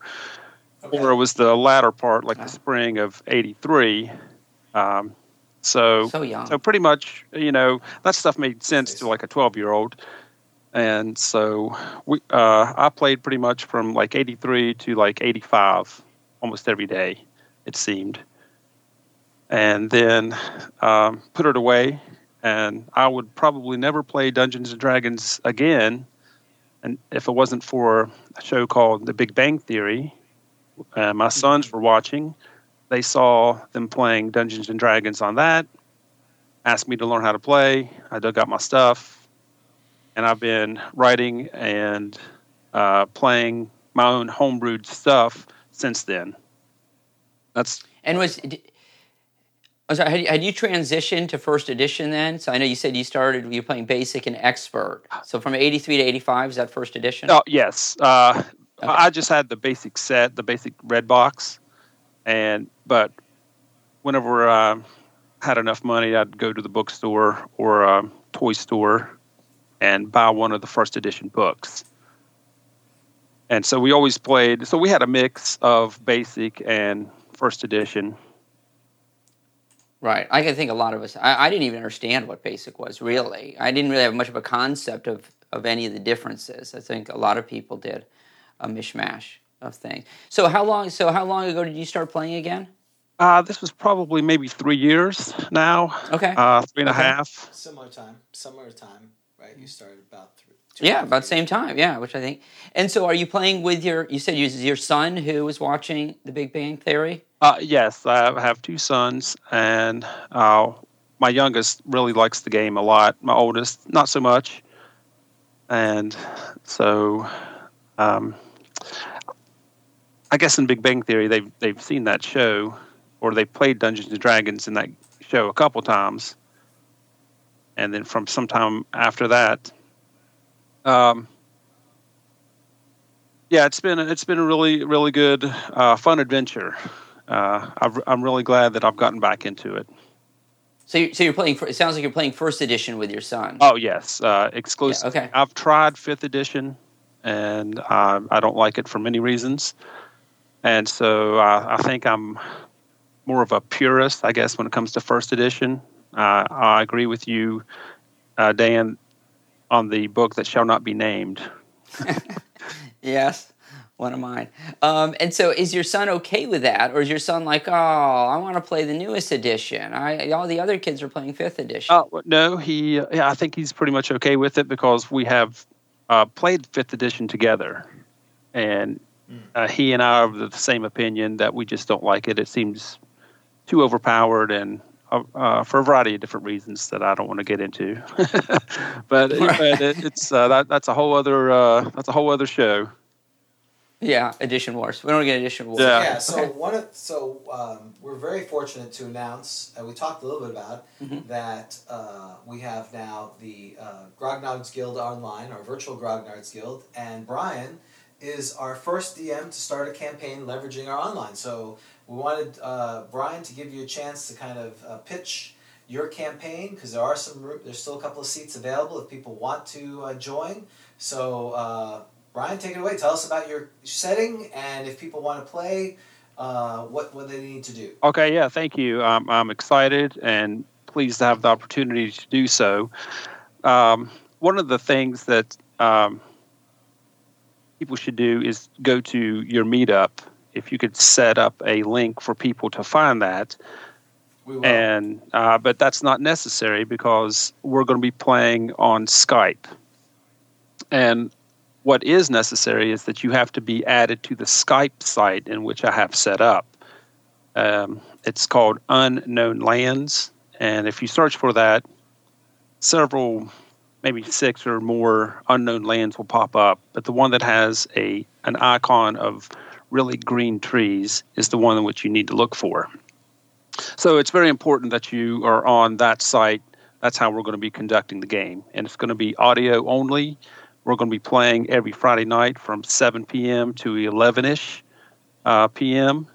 Speaker 4: or it was the latter part, like the spring of '83. Um, so,
Speaker 3: So young.
Speaker 4: so pretty much, you know, that stuff made sense to like a 12 year old. And so we, uh, I played pretty much from like 83 to like 85 almost every day, it seemed. And then um, put it away. And I would probably never play Dungeons and Dragons again. And if it wasn't for a show called The Big Bang Theory, uh, my sons were watching. They saw them playing Dungeons and Dragons on that, asked me to learn how to play. I dug out my stuff, and I've been writing and uh, playing my own homebrewed stuff since then. That's
Speaker 3: And was, I'm sorry, had you, had you transitioned to first edition then? So I know you said you started, you were playing basic and expert. So from 83 to 85, is that first edition?
Speaker 4: Oh yes, uh, I I just had the basic set, the basic red box, and but whenever I had enough money, I'd go to the bookstore or a toy store and buy one of the first edition books. And so we always played. So we had a mix of basic and first edition.
Speaker 3: Right. I can think a lot of us, I, I didn't even understand what basic was really. I didn't really have much of a concept of, of any of the differences. I think a lot of people did a mishmash of things. So how long, so how long ago did you start playing again?
Speaker 4: Uh, this was probably maybe three years now.
Speaker 3: Okay.
Speaker 4: Uh, three and a
Speaker 3: Okay.
Speaker 4: half.
Speaker 2: similar time, similar time, right? You started about three. two
Speaker 3: Yeah,
Speaker 2: or
Speaker 3: about
Speaker 2: three.
Speaker 3: same time. Yeah, which I think. And so, are you playing with your? You said you your son who was watching The Big Bang Theory.
Speaker 4: Uh, yes, I have two sons, and uh, my youngest really likes the game a lot. My oldest, not so much. And so, um, I guess in Big Bang Theory, they've they've seen that show, or they played Dungeons and Dragons in that show a couple times. And then from sometime after that, um, yeah, it's been it's been a really really good uh, fun adventure. Uh, I've, I'm really glad that I've gotten back into it.
Speaker 3: So, you, so you're playing. fir- It sounds like you're playing first edition with your son.
Speaker 4: Oh yes, uh, exclusive.
Speaker 3: Yeah, okay.
Speaker 4: I've tried fifth edition, and uh, I don't like it for many reasons. And so uh, I, I think I'm more of a purist, I guess, when it comes to first edition. Uh, I agree with you, uh, Dan, on the book that shall not be named.
Speaker 3: Yes, one of mine. Um, and so, is your son okay with that, or is your son like, oh, I want to play the newest edition? I all the other kids are playing fifth edition.
Speaker 4: Uh, well, no, he. Yeah, I think he's pretty much okay with it because we have uh, played fifth edition together, and uh, he and I are of the same opinion that we just don't like it. It seems too overpowered, and uh, uh, for a variety of different reasons that I don't want to get into. [LAUGHS] but but it, it's uh, that, that's a whole other uh, that's a whole other show.
Speaker 3: Yeah, edition wars. We don't get edition wars.
Speaker 4: Yeah.
Speaker 2: Yeah, so one of so um, we're very fortunate to announce, and we talked a little bit about that uh, we have now the uh, Grognards Guild online, our virtual Grognards Guild, and Brian is our first DM to start a campaign leveraging our online. So we wanted uh, Brian to give you a chance to kind of uh, pitch your campaign because there are some roo- there's still a couple of seats available if people want to uh, join. So. Uh, Brian, take it away. Tell us about your setting and if people want to play, uh, what what they need to do.
Speaker 4: Okay, yeah, thank you. Um, I'm excited and pleased to have the opportunity to do so. Um, one of the things that um, people should do is go to your meetup. If you could set up a link for people to find that,
Speaker 2: We will.
Speaker 4: and uh, but that's not necessary because we're going to be playing on Skype. And what is necessary is that you have to be added to the Skype site in which I have set up. Um, it's called Unknown Lands, and if you search for that, several maybe six or more unknown lands will pop up. But the one that has a an icon of really green trees is the one in which you need to look for. So it's very important that you are on that site. That's how we're going to be conducting the game, and it's going to be audio only. We're going to be playing every Friday night from 7 p.m. to 11 ish uh, p.m.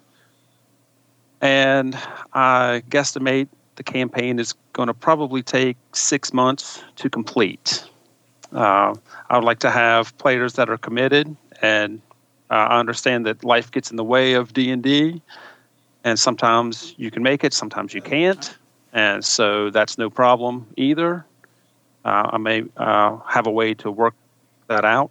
Speaker 4: And I guesstimate the campaign is going to probably take six months to complete. Uh, I would like to have players that are committed, and uh, I understand that life gets in the way of D and D, and sometimes you can make it, sometimes you can't, and so that's no problem either. Uh, I may have a way to work that out.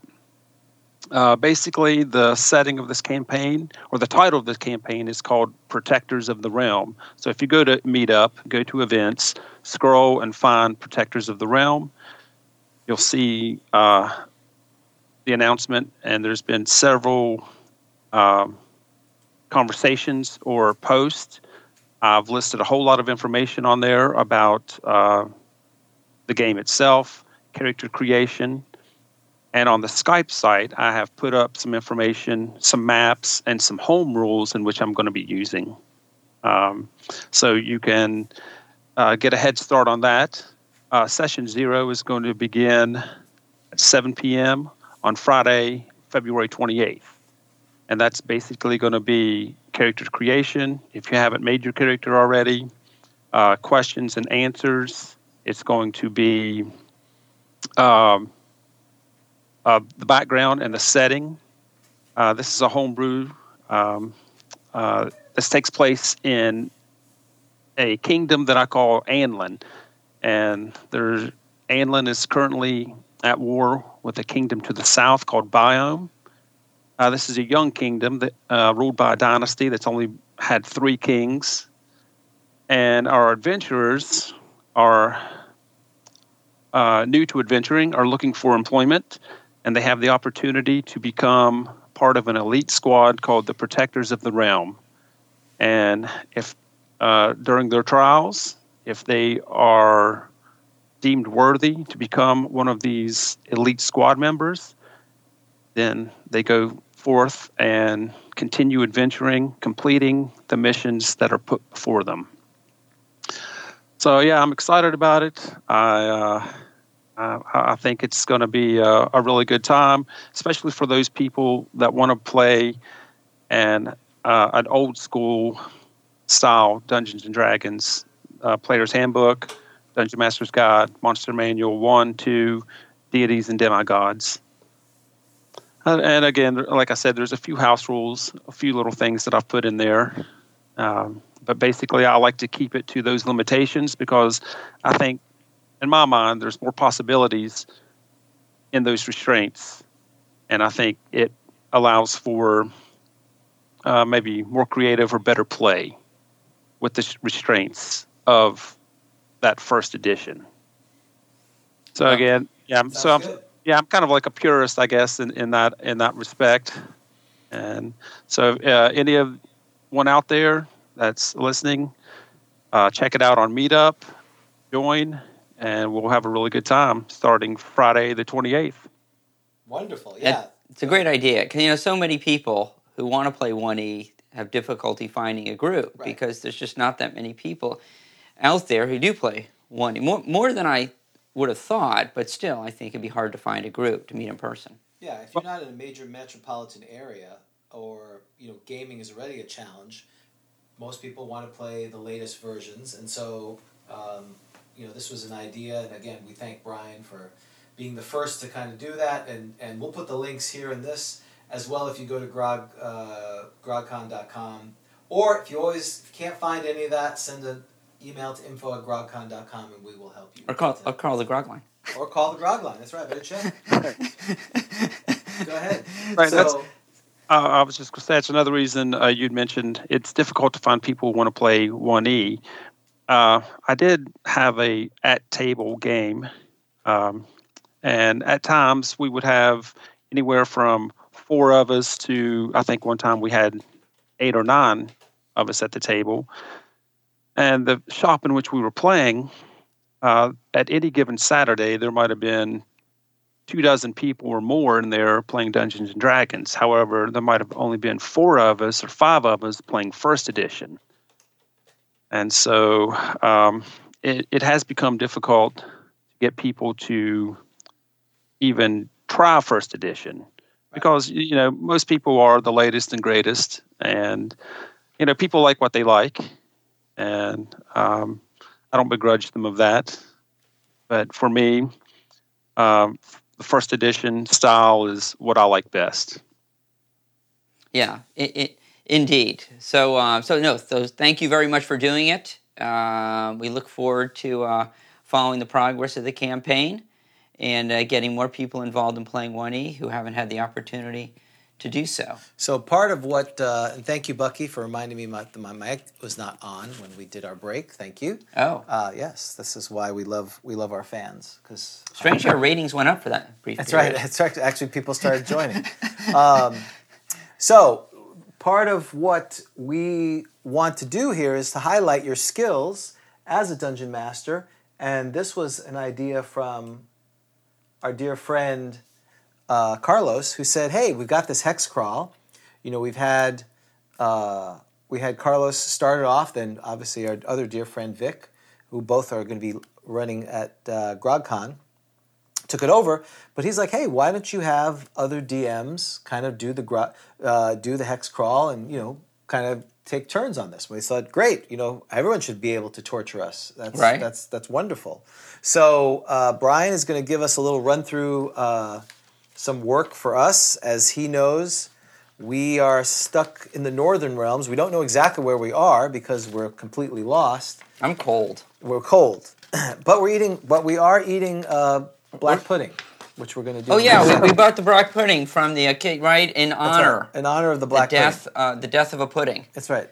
Speaker 4: Uh, basically, the setting of this campaign, or the title of this campaign, is called Protectors of the Realm. So if you go to Meetup, go to events, scroll and find Protectors of the Realm. You'll see uh, the announcement, and there's been several um, conversations or posts. I've listed a whole lot of information on there about uh, the game itself, character creation. And on the Skype site, I have put up some information, some maps, and some home rules in which I'm going to be using. Um, so you can uh, get a head start on that. Uh, session zero is going to begin at 7 p.m. on Friday, February 28th. And that's basically going to be character creation. If you haven't made your character already, uh, questions and answers. It's going to be um, uh, the background and the setting. Uh, this is a homebrew. Um, uh, this takes place in a kingdom that I call Anlin. And there's Anlin is currently at war with a kingdom to the south called Biome. Uh, this is a young kingdom that uh, ruled by a dynasty that's only had three kings. And our adventurers are uh, new to adventuring, are looking for employment, and they have the opportunity to become part of an elite squad called the Protectors of the Realm. And if uh, during their trials, if they are deemed worthy to become one of these elite squad members, then they go forth and continue adventuring, completing the missions that are put before them. So yeah, I'm excited about it. I uh, I, I think it's going to be a, a really good time, especially for those people that want to play and uh, an old school style Dungeons and Dragons uh, Player's Handbook, Dungeon Master's Guide, Monster Manual One, Two, Deities and Demigods. Uh, and again, like I said, there's a few house rules, a few little things that I've put in there. Um, but basically, I like to keep it to those limitations because I think, in my mind, there's more possibilities in those restraints. And I think it allows for uh, maybe more creative or better play with the s- restraints of that first edition. So
Speaker 2: Yeah.
Speaker 4: again, yeah, I'm- so I'm
Speaker 2: Sounds good.
Speaker 4: yeah, I'm kind of like a purist, I guess, in, in that in that respect. And so, uh, any of one out there that's listening, uh, check it out on Meetup, join, and we'll have a really good time starting Friday the 28th.
Speaker 2: Wonderful. Yeah.
Speaker 3: That- It's a great idea. 'Cause, you know, so many people who want to play 1E have difficulty finding a group
Speaker 2: Right.
Speaker 3: because there's just not that many people out there who do play 1E. More, more than I would have thought, but still, I think it'd be hard to find a group to meet in person.
Speaker 2: Yeah, if you're not in a major metropolitan area, or you know, gaming is already a challenge. Most people want to play the latest versions, and so um, you know, this was an idea. And again, we thank Brian for being the first to kind of do that. And and we'll put the links here in this as well. If you go to grog uh, grogcon.com, or if you always if you can't find any of that, send an email to info at grogcon.com, and we will help you.
Speaker 3: Or call, uh,
Speaker 2: with
Speaker 3: or
Speaker 2: it.
Speaker 3: call the Grog Line.
Speaker 2: or call the grog line. That's right. Better check. Go ahead.
Speaker 4: Right,
Speaker 2: so,
Speaker 4: that's- Uh, I was just going to say, that's another reason uh, you'd mentioned it's difficult to find people who want to play 1E. Uh, I did have a at table game, um, and at times we would have anywhere from four of us to I think one time we had eight or nine of us at the table. And the shop in which we were playing uh, at any given Saturday, there might have been two dozen people or more in there playing Dungeons and Dragons. However, there might have only been four of us or five of us playing First Edition, and so um, it, it has become difficult to get people to even try First Edition because you know most people are the latest and greatest, and you know people like what they like, and um, I don't begrudge them of that. But for me, um, the first edition style is what I like best.
Speaker 3: Yeah, it, it, indeed. So, uh, so no, so thank you very much for doing it. Uh, we look forward to uh, following the progress of the campaign and uh, getting more people involved in playing 1E who haven't had the opportunity to do so.
Speaker 2: So part of what, uh, and thank you, Bucky, for reminding me my, my mic was not on when we did our break. Thank you.
Speaker 3: Oh,
Speaker 2: Uh, yes, this is why we love we love our fans because
Speaker 3: strange our ratings went up for that brief
Speaker 2: That's right. [LAUGHS]
Speaker 3: period.
Speaker 2: That's right. Actually, people started joining. um, so, part of what we want to do here is to highlight your skills as a dungeon master. And this was an idea from our dear friend uh, Carlos, who said, "Hey, we've got this hex crawl. You know, we've had uh, we had Carlos started off, then obviously our other dear friend Vic, who both are going to be running at uh, GrogCon." took it over. But he's like, hey, why don't you have other DMs kind of do the gro- uh, do the hex crawl and you know kind of take turns on this? We thought, great, you know, everyone should be able to torture us. That's
Speaker 3: Right.
Speaker 2: That's that's wonderful. So uh, Brian is going to give us a little run through uh, some work for us, as he knows. We are stuck in the northern realms. We don't know exactly where we are because we're completely lost.
Speaker 3: I'm cold.
Speaker 2: We're cold, [CLEARS THROAT] but we're eating. But we are eating uh, black pudding, which we're going to do.
Speaker 3: Oh yeah,
Speaker 2: in-
Speaker 3: we, we bought the Brock pudding from the uh, kid, right? In honor,
Speaker 2: in honor of the
Speaker 3: the
Speaker 2: black
Speaker 3: death,
Speaker 2: pudding.
Speaker 3: uh, the death of a pudding.
Speaker 2: That's right.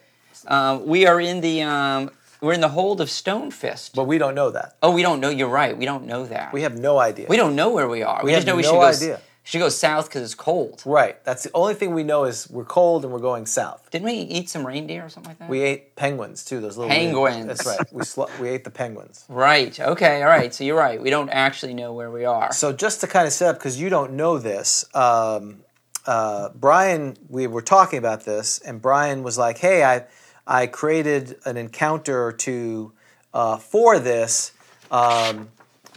Speaker 3: Uh, we are in the um, we're in the hold of Stonefist.
Speaker 2: But we don't know that.
Speaker 3: oh, we don't know. You're right. We don't know that.
Speaker 2: We have no idea.
Speaker 3: we don't know where we are. We,
Speaker 2: have
Speaker 3: just know we
Speaker 2: no
Speaker 3: should go. s-
Speaker 2: idea.
Speaker 3: Should go south because it's cold.
Speaker 2: right. That's the only thing we know is we're cold and we're going south.
Speaker 3: Didn't we eat some reindeer or something like that?
Speaker 2: We ate penguins too. Those little weird-
Speaker 3: Penguins.
Speaker 2: That's right. We sl- we ate the penguins.
Speaker 3: Right. Okay. All right. So you're right. We don't actually know where we are.
Speaker 2: So just to kind of set up, because you don't know this, um, uh, Brian, we were talking about this, and Brian was like, "Hey, I, I created an encounter or two uh, for this, um,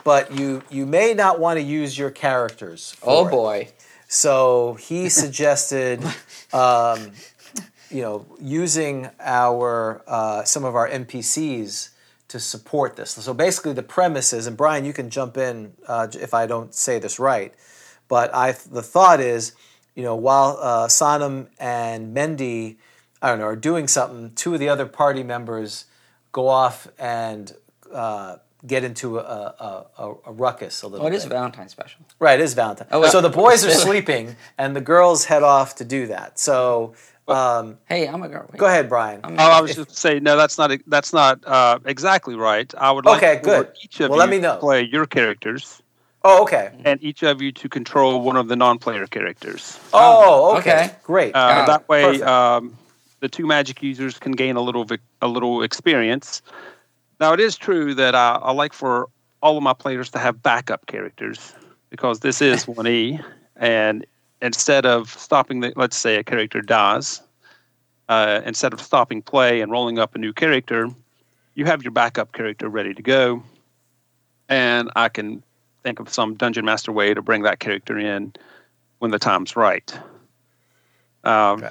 Speaker 2: but you you may not want to use your characters." For
Speaker 3: oh
Speaker 2: it."
Speaker 3: boy.
Speaker 2: So
Speaker 3: [LAUGHS]
Speaker 2: he suggested, um, you know, using our uh, some of our NPCs to support this. So basically, the premise is, and Brian, you can jump in uh, j- if I don't say this right, but I the thought is, you know, while uh, Sonam and Mendy, I don't know, are doing something, two of the other party members go off and. Uh, Get into a, a, a, a ruckus a little.
Speaker 3: Oh, it
Speaker 2: bit.
Speaker 3: is a Valentine's special.
Speaker 2: Right, it is Valentine.
Speaker 3: Oh, wow.
Speaker 2: So the boys are
Speaker 3: [LAUGHS]
Speaker 2: sleeping, and the girls head off to do that. So um,
Speaker 3: Hey, I'm a girl. Wait.
Speaker 2: go ahead, Brian.
Speaker 3: Um,
Speaker 4: Oh, I was just saying, no, that's not that's not uh, exactly right. I would like
Speaker 2: Okay,
Speaker 4: for
Speaker 2: good.
Speaker 4: each of
Speaker 2: Well,
Speaker 4: you
Speaker 2: let me know.
Speaker 4: to play your characters,
Speaker 2: Oh, okay.
Speaker 3: um,
Speaker 4: and each of you to control one of the non-player characters.
Speaker 2: Oh, okay.
Speaker 3: okay.
Speaker 2: Great.
Speaker 3: Got
Speaker 4: Uh, that
Speaker 3: it.
Speaker 4: way,
Speaker 2: Perfect.
Speaker 4: um, the two magic users can gain a little vic- a little experience. Now, it is true that I, I like for all of my players to have backup characters because this is one E, and instead of stopping the, let's say a character dies, uh, instead of stopping play and rolling up a new character, you have your backup character ready to go, and I can think of some dungeon master way to bring that character in when the time's right. Um,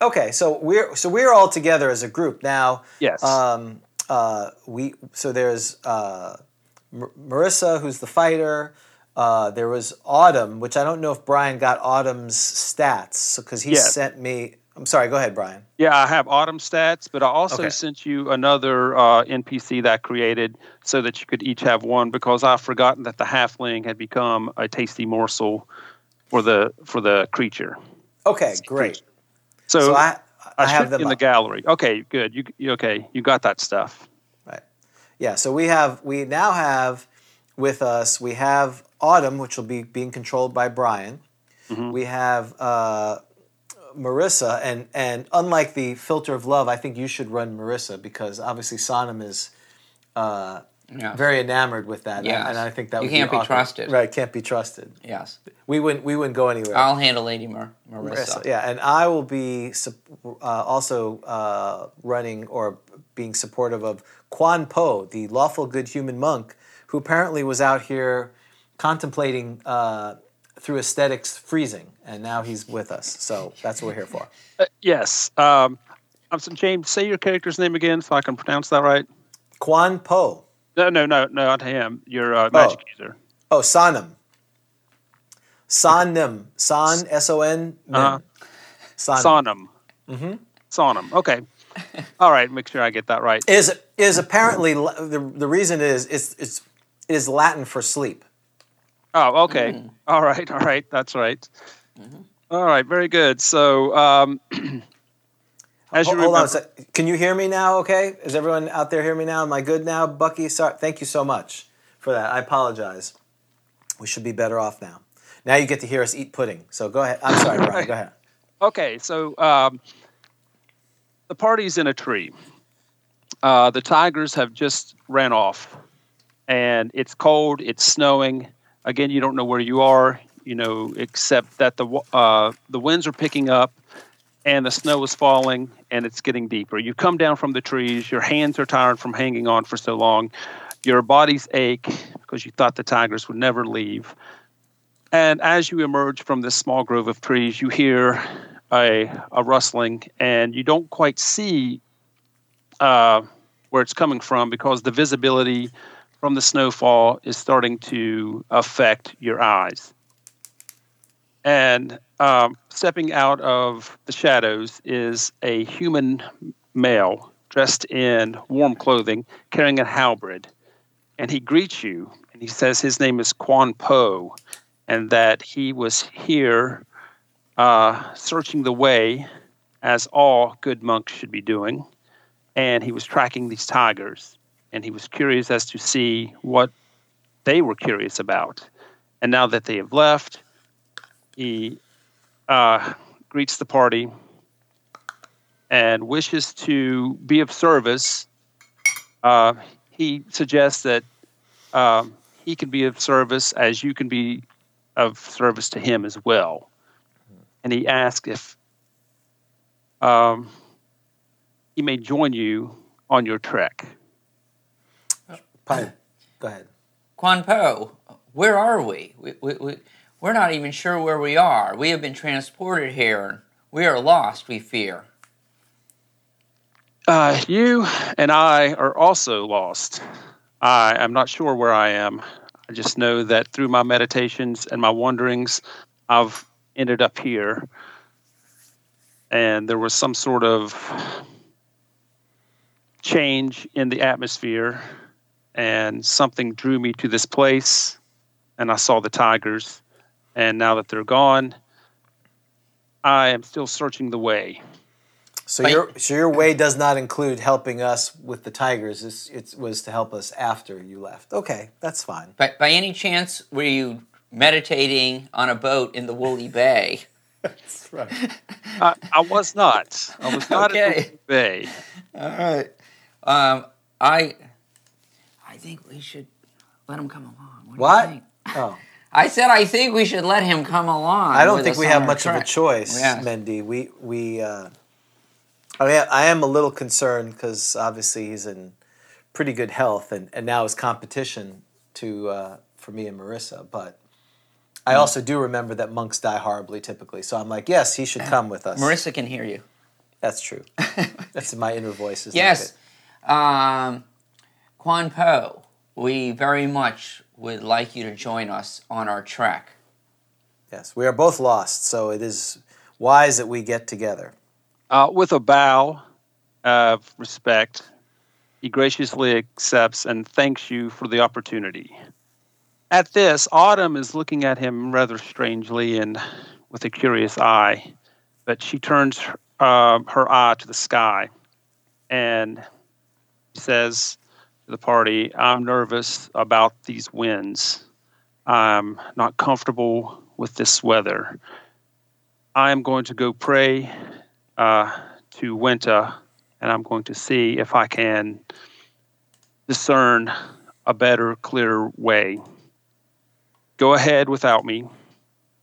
Speaker 2: okay. So we're so we're all together as a group now.
Speaker 4: Yes.
Speaker 2: Um, uh, we so there's uh, Mar- Marissa, who's the fighter. Uh, there was Autumn, which I don't know if Brian got Autumn's stats because he
Speaker 4: Yeah.
Speaker 2: sent me. I'm sorry. Go ahead, Brian.
Speaker 4: yeah, I have autumn stats, but I also
Speaker 2: Okay.
Speaker 4: sent you another uh, NPC that I created so that you could each have one because I've forgotten that the halfling had become a tasty morsel for the for the creature.
Speaker 2: Okay, great.
Speaker 4: So,
Speaker 2: So I I,
Speaker 4: should
Speaker 2: have
Speaker 4: be
Speaker 2: them
Speaker 4: in the
Speaker 2: up.
Speaker 4: gallery. Okay, good. You, you okay? You got that stuff.
Speaker 2: Right. Yeah. So we have we now have with us we have Autumn, which will be being controlled by Brian.
Speaker 3: Mm-hmm.
Speaker 2: We have uh, Marissa, and and unlike the filter of love, I think you should run Marissa because obviously Sonam is uh,
Speaker 3: Yeah.
Speaker 2: very enamored with that.
Speaker 3: Yes.
Speaker 2: And I think that
Speaker 3: You
Speaker 2: would
Speaker 3: can't be
Speaker 2: awkward.
Speaker 3: trusted. Oh,
Speaker 2: Right, can't be trusted.
Speaker 3: yes.
Speaker 2: We wouldn't we wouldn't go anywhere.
Speaker 3: I'll handle Lady Mar- Marissa.
Speaker 2: Marissa, Yeah, and I will be sup- uh, also uh, running or being supportive of Quan Po, the lawful good human monk, who apparently was out here contemplating uh, through aesthetics freezing, and now he's with us. So that's what we're here for.
Speaker 4: Uh, yes. Um, I'm so- James, say your character's name again so I can pronounce that right.
Speaker 2: Quan Po.
Speaker 4: No, no, no, no, not him. Your uh, magic user.
Speaker 2: Oh, Sonam. Sonam. Son, S O N.
Speaker 4: Uh-huh.
Speaker 2: Sonam.
Speaker 4: Sonam. Mm-hmm. Sonam.
Speaker 2: [LAUGHS]
Speaker 4: Okay. All right. Make sure I get that right.
Speaker 2: Is, is apparently, la- the, the reason is, it's, it's, it is Latin for sleep.
Speaker 4: Oh, okay. All right. All right. That's right. All right. Very good. So, um, [CLEARS THROAT]
Speaker 2: Hold,
Speaker 4: as you
Speaker 2: hold on
Speaker 4: remember,
Speaker 2: a sec. Can you hear me now? Okay, is everyone out there hear me now? Am I good now, Bucky? Sorry. Thank you so much for that. I apologize. We should be better off now. Now you get to hear us eat pudding. So go ahead. I'm sorry, Brian. Go ahead.
Speaker 4: Okay, so um, the party's in a tree. Uh, the tigers have just ran off, and it's cold. It's snowing. Again, you don't know where you are. You know, except that the wa- uh, the winds are picking up, and the snow is falling, and it's getting deeper. You come down from the trees. Your hands are tired from hanging on for so long. Your bodies ache because you thought the tigers would never leave. And as you emerge from this small grove of trees, you hear a, a rustling, and you don't quite see uh, where it's coming from because the visibility from the snowfall is starting to affect your eyes. And um, stepping out of the shadows is a human male dressed in warm clothing carrying a halberd. And he greets you, and he says his name is Quan Po and that he was here uh, searching the way, as all good monks should be doing. And he was tracking these tigers, and he was curious as to see what they were curious about. And now that they have left, he uh, greets the party and wishes to be of service. Uh, he suggests that um, he can be of service as you can be of service to him as well. And he asked if um, he may join you on your trek.
Speaker 2: Pine, go ahead.
Speaker 3: Quan Po, where are we? We, we, we? We're not even sure where we are. We have been transported here. We are lost, we fear.
Speaker 4: Uh, you and I are also lost. I am not sure where I am. I just know that through my meditations and my wanderings, I've ended up here. And there was some sort of change in the atmosphere, and something drew me to this place. And I saw the tigers. And now that they're gone, I am still searching the way.
Speaker 2: So
Speaker 3: But-
Speaker 2: your so your way does not include helping us with the tigers. It's, it was to help us after you left. Okay, that's fine.
Speaker 3: But by any chance, were you meditating on a boat in the Woolly Bay?
Speaker 2: That's right.
Speaker 4: I, I was not. I was not
Speaker 3: Okay.
Speaker 4: at the Bay.
Speaker 3: All right. Um, I, I think we should let him come along. do you
Speaker 2: What?
Speaker 3: think?
Speaker 2: Oh,
Speaker 3: I said I think we should let him come along.
Speaker 2: I don't
Speaker 3: with
Speaker 2: think
Speaker 3: us
Speaker 2: we
Speaker 3: on
Speaker 2: have
Speaker 3: our
Speaker 2: much of a
Speaker 3: trek.
Speaker 2: choice,
Speaker 3: Yes.
Speaker 2: Mendy. We we uh, I mean, I am a little concerned because obviously he's in pretty good health, and, and now is competition to uh, for me and Marissa. But
Speaker 3: Mm.
Speaker 2: I also do remember that monks die horribly typically, so I'm like, yes, he should come with us.
Speaker 3: Marissa can hear you.
Speaker 2: That's
Speaker 3: [LAUGHS]
Speaker 2: true. That's my inner voice. Is
Speaker 3: Yes. Um, Quan Po, we very much would like you to join us on our trek.
Speaker 2: Yes, we are both lost, so it is wise that we get together.
Speaker 4: Uh, with a bow of respect, he graciously accepts and thanks you for the opportunity. At this, Autumn is looking at him rather strangely and with a curious eye, but she turns uh, her eye to the sky and says to the party, I'm nervous about these winds. I'm not comfortable with this weather. I am going to go pray uh, to Winter, and I'm going to see if I can discern a better, clearer way. Go ahead without me.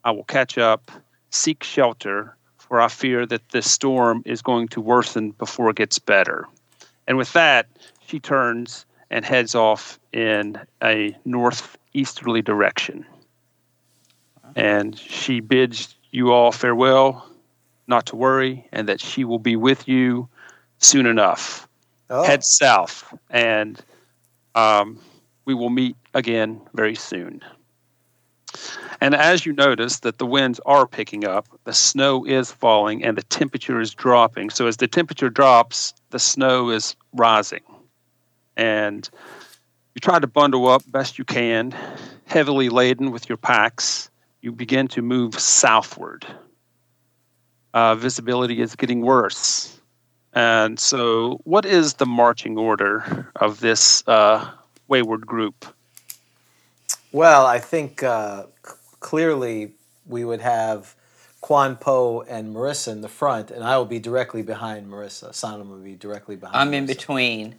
Speaker 4: I will catch up. Seek shelter, for I fear that this storm is going to worsen before it gets better. And with that, she turns and heads off in a northeasterly direction. And she bids you all farewell, not to worry, and that she will be with you soon enough.
Speaker 2: Oh,
Speaker 4: Head south, and um, we will meet again very soon. And as you notice that the winds are picking up, the snow is falling, and the temperature is dropping. So as the temperature drops, the snow is rising. And you try to bundle up best you can, heavily laden with your packs. You begin to move southward. Uh, visibility is getting worse. And so, what is the marching order of this uh, wayward group?
Speaker 2: Well, I think uh, c- clearly we would have Quan Po and Marissa in the front, and I will be directly behind Marissa. Sonam will be directly behind.
Speaker 3: I'm in
Speaker 2: Marissa.
Speaker 3: between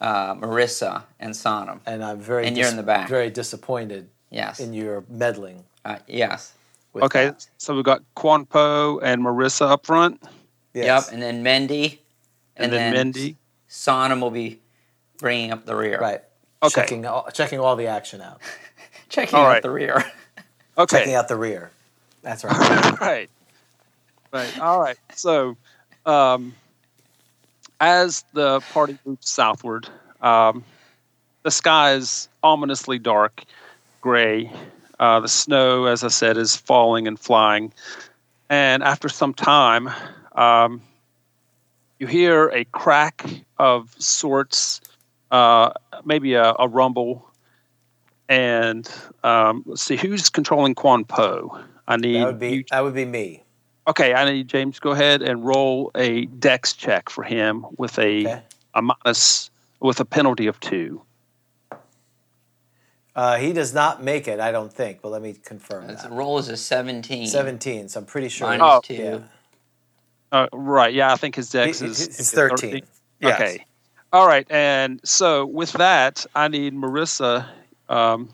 Speaker 3: uh, Marissa and Sonam.
Speaker 2: and I'm very
Speaker 3: and you're in the back.
Speaker 2: Very disappointed
Speaker 3: Yes.
Speaker 2: in your meddling.
Speaker 3: Uh, yes.
Speaker 2: With
Speaker 4: Okay,
Speaker 2: that.
Speaker 4: so we've got Quan Po and Marissa up front,
Speaker 2: Yes.
Speaker 3: Yep. And then Mendy.
Speaker 4: and, then, Mindy.
Speaker 3: Sonam will be bringing up the rear.
Speaker 2: Right.
Speaker 4: Okay.
Speaker 2: Checking all, checking all the action out.
Speaker 3: Checking
Speaker 4: All
Speaker 3: out
Speaker 4: right.
Speaker 3: the rear.
Speaker 4: Okay,
Speaker 2: Checking out the rear. That's right.
Speaker 4: [LAUGHS] right. Right. All right. So, um, as the party moves southward, um, the sky is ominously dark, gray. Uh, the snow, as I said, is falling and flying. And after some time, um, you hear a crack of sorts, uh, maybe a, a rumble. And um, let's see, who's controlling Quan Po? I need
Speaker 2: That would
Speaker 4: you
Speaker 2: be that would be me.
Speaker 4: Okay, I need James. Go ahead and roll a dex check for him with a
Speaker 2: Okay.
Speaker 4: a minus with a penalty of two.
Speaker 2: Uh, he does not make it, I don't think, but let me confirm
Speaker 3: That's-
Speaker 2: that.
Speaker 3: roll is a 17.
Speaker 2: 17, so I'm pretty sure.
Speaker 3: Minus
Speaker 4: Oh.
Speaker 3: two.
Speaker 2: Yeah.
Speaker 4: Uh, right? Yeah, I think his
Speaker 2: He-
Speaker 4: dex
Speaker 2: he-
Speaker 4: is
Speaker 2: It's 13. Yes.
Speaker 4: Okay. All right, and so with that, I need Marissa. Um,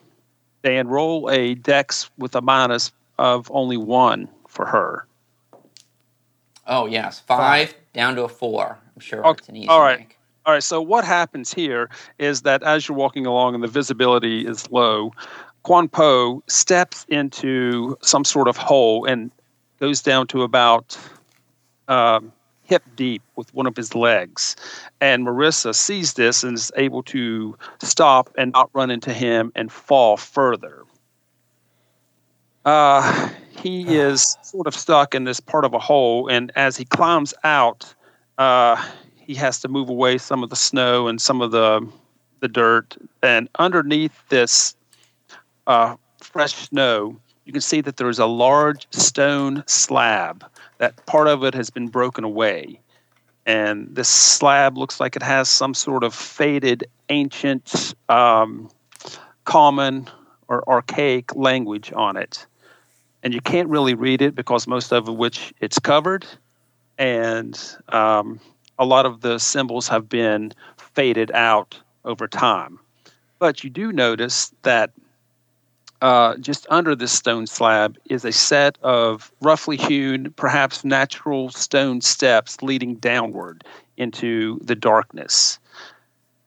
Speaker 4: Dan, roll a dex with a minus of only one for her.
Speaker 3: Oh, yes. Five, down to a four. I'm sure
Speaker 4: Okay,
Speaker 3: it's an easy
Speaker 4: all right.
Speaker 3: make.
Speaker 4: All right, so what happens here is that as you're walking along and the visibility is low, Quan Po steps into some sort of hole and goes down to about um, hip deep with one of his legs. And Marissa sees this and is able to stop and not run into him and fall further. Uh, he is sort of stuck in this part of a hole, and as he climbs out, uh, he has to move away some of the snow and some of the the dirt. And underneath this uh, fresh snow, you can see that there is a large stone slab. That part of it has been broken away, and this slab looks like it has some sort of faded, ancient, um, common, or archaic language on it. And you can't really read it because most of which it's covered, and um, a lot of the symbols have been faded out over time. But you do notice that uh, just under this stone slab is a set of roughly hewn, perhaps natural stone steps leading downward into the darkness.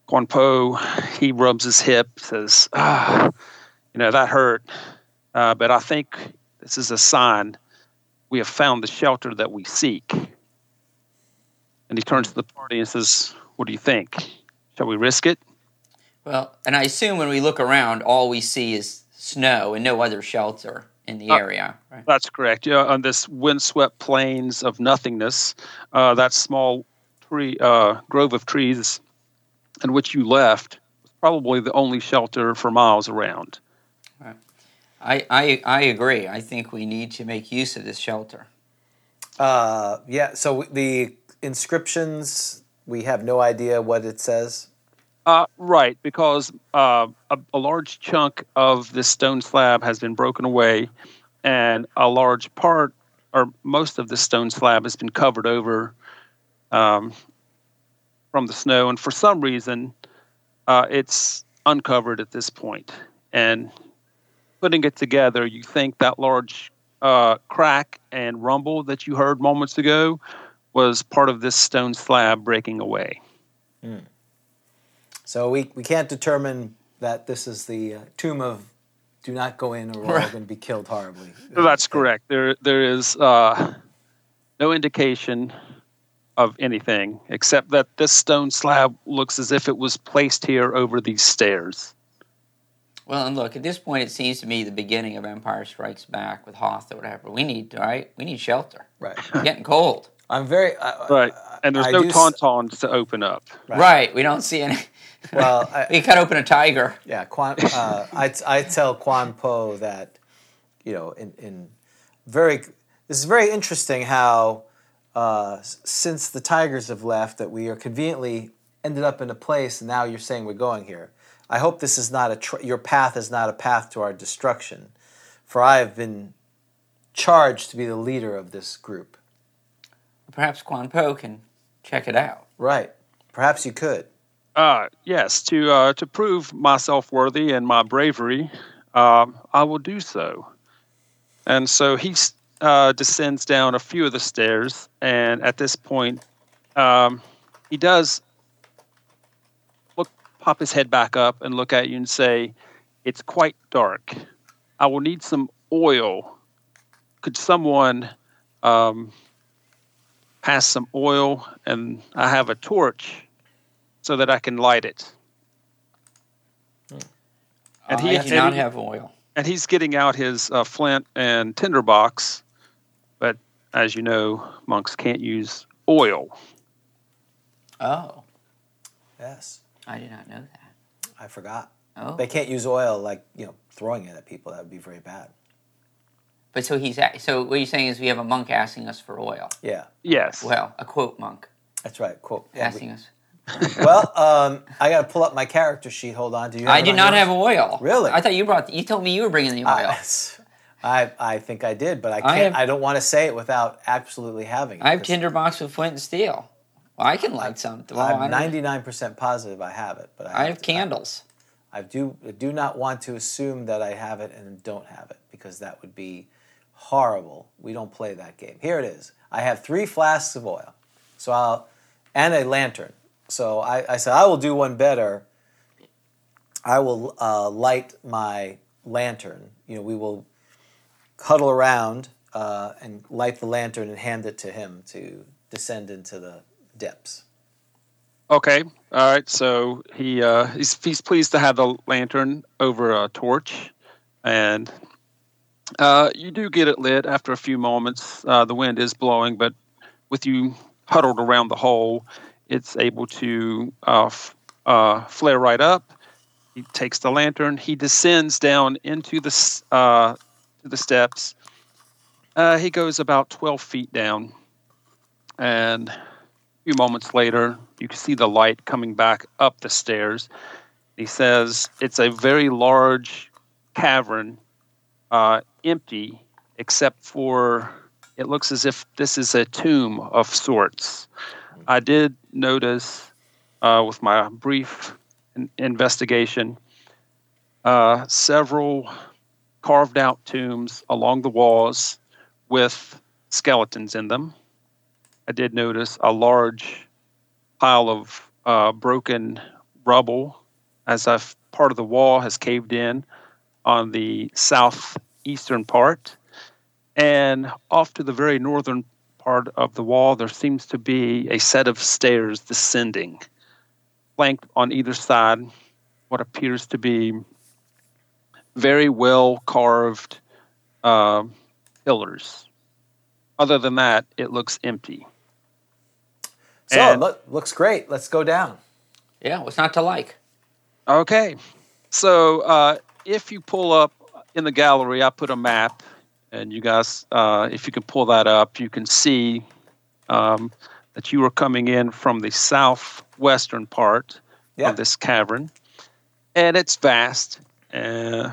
Speaker 4: Quan Po, he rubs his hip, says, ah, you know, that hurt. Uh, but I think this is a sign we have found the shelter that we seek. And he turns to the party and says, What do you think? Shall we risk it?
Speaker 3: Well, and I assume when we look around, all we see is snow and no other shelter in the
Speaker 4: Uh,
Speaker 3: area. Right?
Speaker 4: That's correct. Yeah, on this windswept plains of nothingness, uh, that small tree uh, grove of trees in which you left was probably the only shelter for miles around.
Speaker 3: I, I, I agree. I think we need to make use of this shelter.
Speaker 2: Uh, yeah, so w- the inscriptions, we have no idea what it says.
Speaker 4: Uh, right, because uh, a, a large chunk of this stone slab has been broken away, and a large part, or most of the stone slab, has been covered over um, from the snow. And for some reason, uh, it's uncovered at this point. And putting it together, you think that large uh, crack and rumble that you heard moments ago was part of this stone slab breaking away.
Speaker 2: So we, we can't determine that this is the uh, tomb of do not go in or we're all
Speaker 3: Right.
Speaker 2: going to be killed horribly.
Speaker 4: So that's correct. There, there is uh, no indication of anything except that this stone slab looks as if it was placed here over these stairs.
Speaker 3: Well, and look, at this point, it seems to me the beginning of Empire Strikes Back with Hoth or whatever. We need, right? We need shelter.
Speaker 2: Right.
Speaker 3: We're getting cold.
Speaker 2: I'm very. I, I-
Speaker 4: Right, and there's
Speaker 2: I
Speaker 4: no
Speaker 2: do s-
Speaker 4: tauntauns to open up.
Speaker 2: Right.
Speaker 3: Right. We don't see any.
Speaker 2: Well, I,
Speaker 3: [LAUGHS] We cut open a tiger.
Speaker 2: Yeah, Quan, uh, I, I tell Quan Po that, you know, in, in very, this is very interesting how uh, s- since the Tigers have left that we are conveniently ended up in a place and now you're saying we're going here. I hope this is not a, tr- your path is not a path to our destruction, for I have been charged to be the leader of this group.
Speaker 3: Perhaps Quan Po can check it out.
Speaker 2: Right. Perhaps you could.
Speaker 4: Uh, yes, to uh, to prove myself worthy and my bravery, um, I will do so. And so he s- uh, descends down a few of the stairs, and at this point, um, he does look, pop his head back up, and look at you and say, "It's quite dark. I will need some oil. Could someone um, pass some oil? And I have a torch." so that I can light it. And, he,
Speaker 3: Hmm. Uh, Oh, I do not
Speaker 4: and,
Speaker 3: have oil.
Speaker 4: and he's getting out his uh, flint and tinderbox, but as you know, monks can't use oil.
Speaker 3: Oh,
Speaker 2: Yes,
Speaker 3: I did not know that.
Speaker 2: I forgot.
Speaker 3: Oh,
Speaker 2: They can't use oil like, you know, throwing it at people. That would be very bad.
Speaker 3: but so he's a- so what you're saying is we have a monk asking us for oil.
Speaker 2: Yeah.
Speaker 4: Yes.
Speaker 3: Well, a quote monk
Speaker 2: That's right. Quote. Yeah, we-
Speaker 3: asking us.
Speaker 2: well, um, I got to pull up my character sheet. Hold on. Do you?
Speaker 3: I
Speaker 2: it
Speaker 3: did
Speaker 2: on
Speaker 3: not
Speaker 2: yours?
Speaker 3: have oil.
Speaker 2: Really?
Speaker 3: I thought you brought. You told me you were bringing the oil.
Speaker 2: I, [LAUGHS] I, I think I did, but I can't. I,
Speaker 3: have-
Speaker 2: don't want to say it without absolutely having it.
Speaker 3: I have
Speaker 2: 'cause
Speaker 3: tinderbox with flint and steel. Well, I can light something. Well, I
Speaker 2: I'm
Speaker 3: don't-
Speaker 2: 99% positive I have it, but I,
Speaker 3: I have
Speaker 2: to-
Speaker 3: candles.
Speaker 2: I do I do not want to assume that I have it and don't have it because that would be horrible. We don't play that game. Here it is. I have three flasks of oil, so I'll and a lantern. So I, I said I will do one better. I will uh, light my lantern. You know, we will huddle around uh, and light the lantern and hand it to him to descend into the depths.
Speaker 4: Okay. All right. So he uh, he's he's pleased to have the lantern over a torch, and uh, you do get it lit after a few moments. Uh, the wind is blowing, but with you huddled around the hole, it's able to uh, f- uh, flare right up. He takes the lantern. He descends down into the s- uh, to the steps. Uh, he goes about twelve feet down, and few moments later, you can see the light coming back up the stairs. He says it's a very large cavern, uh, empty, except for it looks as if this is a tomb of sorts. I did notice uh, with my brief in- investigation uh, several carved out tombs along the walls with skeletons in them. I did notice a large pile of uh, broken rubble as a f- part of the wall has caved in on the southeastern part. And off to the very northern part of the wall, there seems to be a set of stairs descending, flanked on either side, what appears to be very well carved uh, pillars. Other than that, it looks empty.
Speaker 2: So
Speaker 4: And-
Speaker 2: look, looks great. Let's go down.
Speaker 3: Yeah, what's not to like?
Speaker 4: Okay. So uh, if you pull up in the gallery, I put a map, and you guys, uh, if you can pull that up, you can see um, that you are coming in from the southwestern part
Speaker 2: Yeah.
Speaker 4: of this cavern. And it's vast, uh,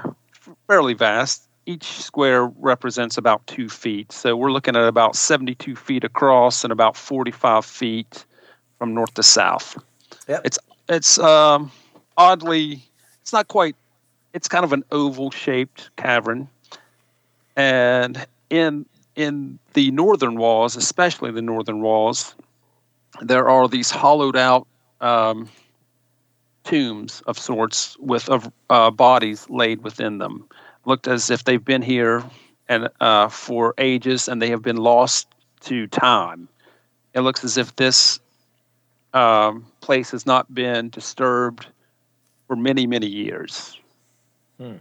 Speaker 4: fairly vast. Each square represents about two feet. So we're looking at about 72 feet across and about 45 feet from north to south
Speaker 2: Yep.
Speaker 4: it's it's um, oddly it's not quite. It's kind of an oval shaped cavern, and in in the northern walls, especially the northern walls, there are these hollowed out um, tombs of sorts with of, uh, bodies laid within them. Looked as if they've been here and uh, for ages, and they have been lost to time. It looks as if this um, place has not been disturbed for many, many years.
Speaker 2: Hmm.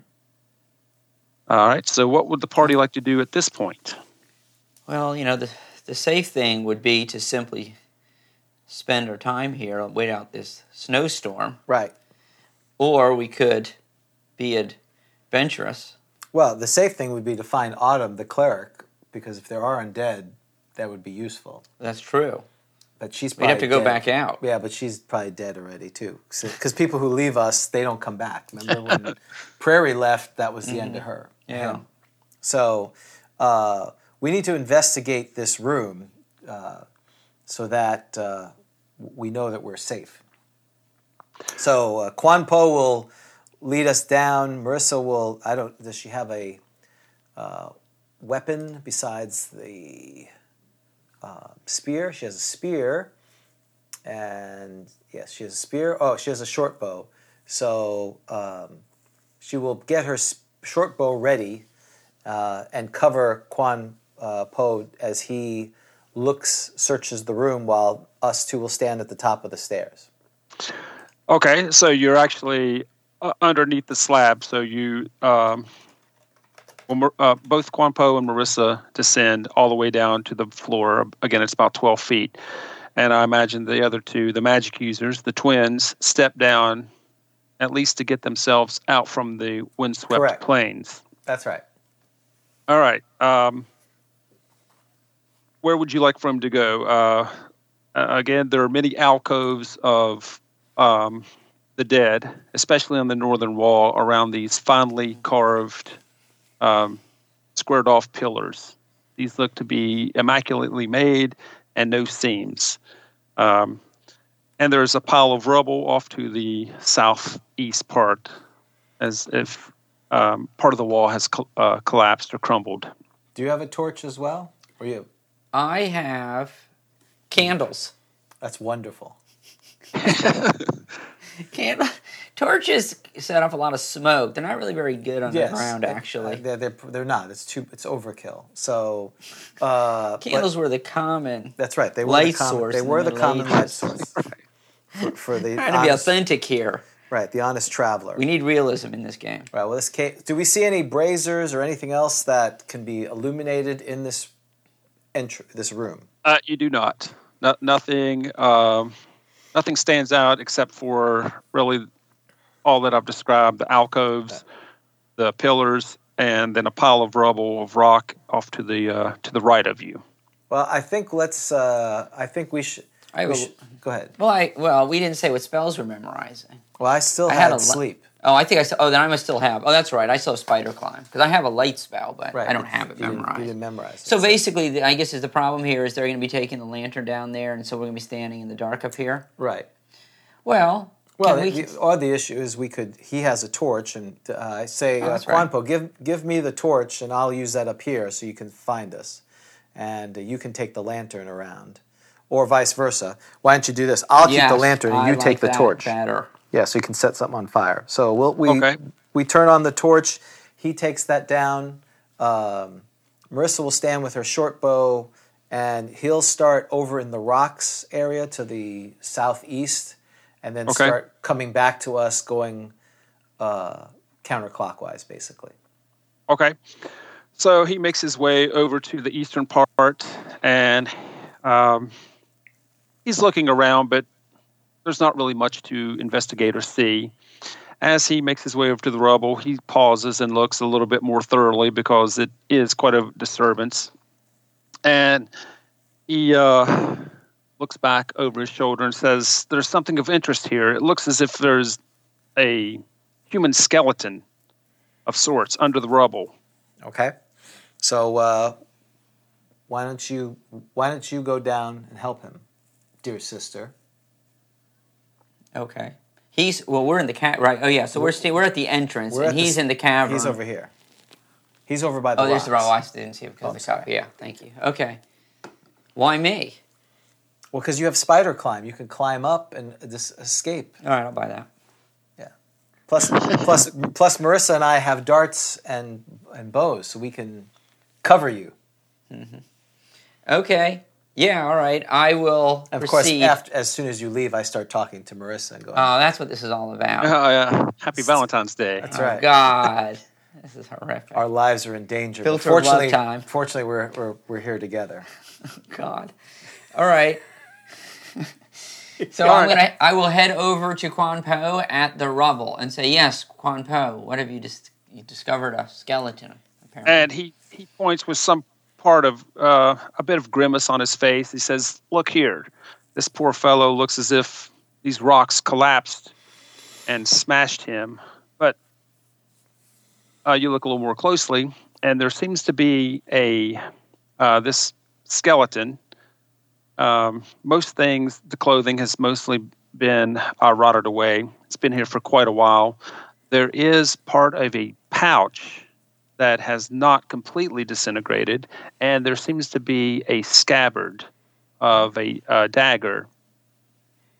Speaker 4: All right. So, what would the party like to do at this point?
Speaker 3: Well, you know, the the safe thing would be to simply spend our time here and wait out this snowstorm,
Speaker 2: Right.
Speaker 3: or we could be adventurous.
Speaker 2: Well, the safe thing would be to find Autumn, the cleric, because if there are undead, that would be useful.
Speaker 3: That's true.
Speaker 2: But she's
Speaker 3: We'd
Speaker 2: probably
Speaker 3: have to go
Speaker 2: dead.
Speaker 3: back out.
Speaker 2: Yeah, but she's probably dead already too. Because people who leave us, they don't come back. Remember when Prairie left? That was the end of her.
Speaker 3: Yeah.
Speaker 2: him. So uh, we need to investigate this room uh, so that uh, we know that we're safe. So uh, Quan Po will lead us down. Marissa will. I don't. Does she have a uh, weapon besides the uh, spear? She has a spear, and yes, she has a spear. Oh, she has a short bow. So um, she will get her s- short bow ready uh, and cover Quan uh, Po as he looks, searches the room, while us two will stand at the top of the stairs.
Speaker 4: Okay. So you're actually uh, underneath the slab. So you, um, well, Mar- uh, both Quanpo and Marissa descend all the way down to the floor. Again, it's about 12 feet. And I imagine the other two, the magic users, the twins, step down at least to get themselves out from the windswept
Speaker 2: Correct.
Speaker 4: plains.
Speaker 2: That's right.
Speaker 4: All right. Um, where would you like for him to go? Uh, uh, again, there are many alcoves of um, the dead, especially on the northern wall, around these finely carved, um, squared off pillars. These look to be immaculately made and no seams. Um, and there's a pile of rubble off to the southeast part, as if um, part of the wall has col- uh, collapsed or crumbled.
Speaker 2: Do you have a torch as well? Or you?
Speaker 3: I have candles.
Speaker 2: That's wonderful.
Speaker 3: Candle [LAUGHS] torches set off a lot of smoke. They're not really very good on the ground,
Speaker 2: they-
Speaker 3: actually.
Speaker 2: they're, they're, they're not. It's too. It's overkill. So uh, but-
Speaker 3: Candles were the common.
Speaker 2: That's right. They were
Speaker 3: Light
Speaker 2: the common,
Speaker 3: source
Speaker 2: They
Speaker 3: in
Speaker 2: were
Speaker 3: the
Speaker 2: the common
Speaker 3: Middle
Speaker 2: light
Speaker 3: Ages.
Speaker 2: source [LAUGHS] for, for the
Speaker 3: Trying to be
Speaker 2: honest,
Speaker 3: authentic here.
Speaker 2: right. The honest traveler.
Speaker 3: We need realism in this game.
Speaker 2: right. Well, this case, do we see any braziers or anything else that can be illuminated in this entry, this room?
Speaker 4: Uh, you do not. No, nothing. Um, nothing stands out except for really all that I've described: the alcoves, the pillars, and then a pile of rubble of rock off to the uh, to the right of you.
Speaker 2: Well, I think let's. Uh, I think we should.
Speaker 3: I
Speaker 2: we
Speaker 3: will-
Speaker 2: should- go ahead.
Speaker 3: Well, I well, we didn't say what spells we're memorizing.
Speaker 2: Well, I still
Speaker 3: I had
Speaker 2: had,
Speaker 3: a li-
Speaker 2: sleep.
Speaker 3: Oh, I think I. Still, oh, then I must still have. Oh, that's right. I still have spider climb because I have a light spell, but
Speaker 2: Right.
Speaker 3: I don't have it
Speaker 2: You didn't-
Speaker 3: memorized.
Speaker 2: You didn't memorize. it.
Speaker 3: So basically, the, I guess is the problem here is they're going to be taking the lantern down there, and so we're going to be standing in the dark up here.
Speaker 2: right.
Speaker 3: Well,
Speaker 2: Well,
Speaker 3: can we,
Speaker 2: the, or the issue is we could. He has a torch, and uh, I say, uh,
Speaker 3: Oh, that's right.
Speaker 2: Quanpo, give give me the torch, and I'll use that up here so you can find us, and uh, you can take the lantern around, or vice versa. Why don't you do this? I'll
Speaker 3: Yes,
Speaker 2: keep the lantern, and
Speaker 3: I
Speaker 2: you
Speaker 3: like
Speaker 2: take the
Speaker 3: that
Speaker 2: torch.
Speaker 3: Better.
Speaker 2: Yeah, so you can set something on fire. So we'll, we
Speaker 4: Okay.
Speaker 2: we turn on the torch. He takes that down. Um, Marissa will stand with her short bow, and he'll start over in the rocks area to the southeast, and then
Speaker 4: Okay.
Speaker 2: start coming back to us, going uh, counterclockwise, basically.
Speaker 4: Okay. So he makes his way over to the eastern part, and um, he's looking around, but there's not really much to investigate or see. As he makes his way over to the rubble, he pauses and looks a little bit more thoroughly because it is quite a disturbance. And he uh, looks back over his shoulder and says, There's something of interest here. It looks as if there's a human skeleton of sorts under the rubble.
Speaker 2: Okay. So uh, why don't you why don't you go down and help him, dear sister?
Speaker 3: Okay. He's well. We're in the cat right. Oh yeah. So we're sta- we're at the entrance,
Speaker 2: We're at
Speaker 3: and
Speaker 2: the
Speaker 3: he's
Speaker 2: s-
Speaker 3: in the cavern.
Speaker 2: He's over here. He's over by the
Speaker 3: Oh, there's the
Speaker 2: rocks.
Speaker 3: raw ice. Didn't see it because
Speaker 2: Oh,
Speaker 3: of the
Speaker 2: sorry.
Speaker 3: copy. Yeah. Thank you. Okay. Why me?
Speaker 2: Well, because you have spider climb, you can climb up and just escape.
Speaker 3: All right. I'll buy that.
Speaker 2: Plus, plus, plus, Marissa and I have darts and and bows, so we can cover you.
Speaker 3: Okay. Yeah. All right. I will
Speaker 2: And of course,
Speaker 3: proceed.
Speaker 2: after, as soon as you leave, I start talking to Marissa and going,
Speaker 3: oh, that's what this is all about.
Speaker 4: Oh, yeah. Happy Valentine's Day.
Speaker 2: "That's
Speaker 3: Oh,
Speaker 2: right.
Speaker 3: God. [LAUGHS] This is horrific.
Speaker 2: Our lives are in danger.
Speaker 3: Filter of love
Speaker 2: fortunately,
Speaker 3: time.
Speaker 2: fortunately, we're, we're we're here together.
Speaker 3: God. All right. so I'm gonna, I will head over to Quan Po at the rubble and say, "Yes, Quan Po, what have you dis- you discovered a skeleton?" Apparently,
Speaker 4: and he, he points with some part of uh, a bit of grimace on his face. He says, "Look here, this poor fellow looks as if these rocks collapsed and smashed him." But uh, you look a little more closely, and there seems to be a uh, this skeleton. Um, most things, the clothing has mostly been uh, rotted away. It's been here for quite a while. There is part of a pouch that has not completely disintegrated, and there seems to be a scabbard of a uh, dagger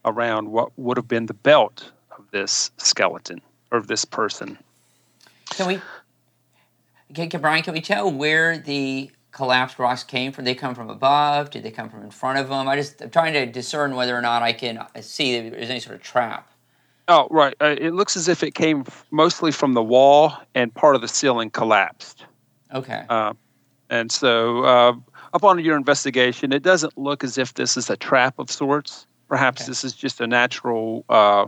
Speaker 4: around what would have been the belt of this skeleton or of this person.
Speaker 3: can we, can, can- Brian, can we tell where the collapsed rocks came from? Did they come from above? Did they come from in front of them? I just I'm trying to discern whether or not I can uh, see if there's any sort of trap.
Speaker 4: Oh, right. Uh, it looks as if it came f- mostly from the wall, and part of the ceiling collapsed.
Speaker 3: Okay.
Speaker 4: Uh, and so, uh, upon your investigation, it doesn't look as if this is a trap of sorts. Perhaps
Speaker 3: Okay.
Speaker 4: this is just a natural uh,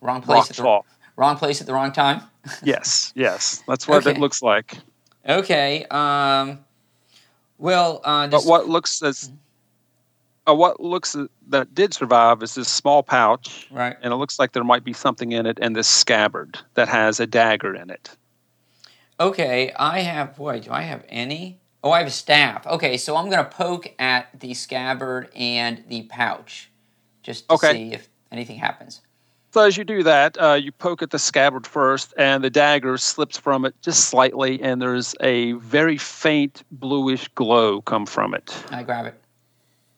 Speaker 3: wrong place
Speaker 4: rock
Speaker 3: at the [LAUGHS]
Speaker 4: fall.
Speaker 3: wrong place at the wrong time.
Speaker 4: Yes, yes, that's what
Speaker 3: Okay.
Speaker 4: it looks like.
Speaker 3: Okay. Um, well, uh,
Speaker 4: But
Speaker 3: just,
Speaker 4: what looks as uh, what looks that did survive is this small pouch,
Speaker 3: Right.
Speaker 4: And it looks like there might be something in it, and this scabbard that has a dagger in it.
Speaker 3: Okay, I have. Boy, do I have any? Oh, I have a staff. Okay, so I'm gonna poke at the scabbard and the pouch, just to
Speaker 4: Okay.
Speaker 3: see if anything happens.
Speaker 4: So as you do that, uh, you poke at the scabbard first, and the dagger slips from it just slightly, and there's a very faint bluish glow come from it.
Speaker 3: I grab it.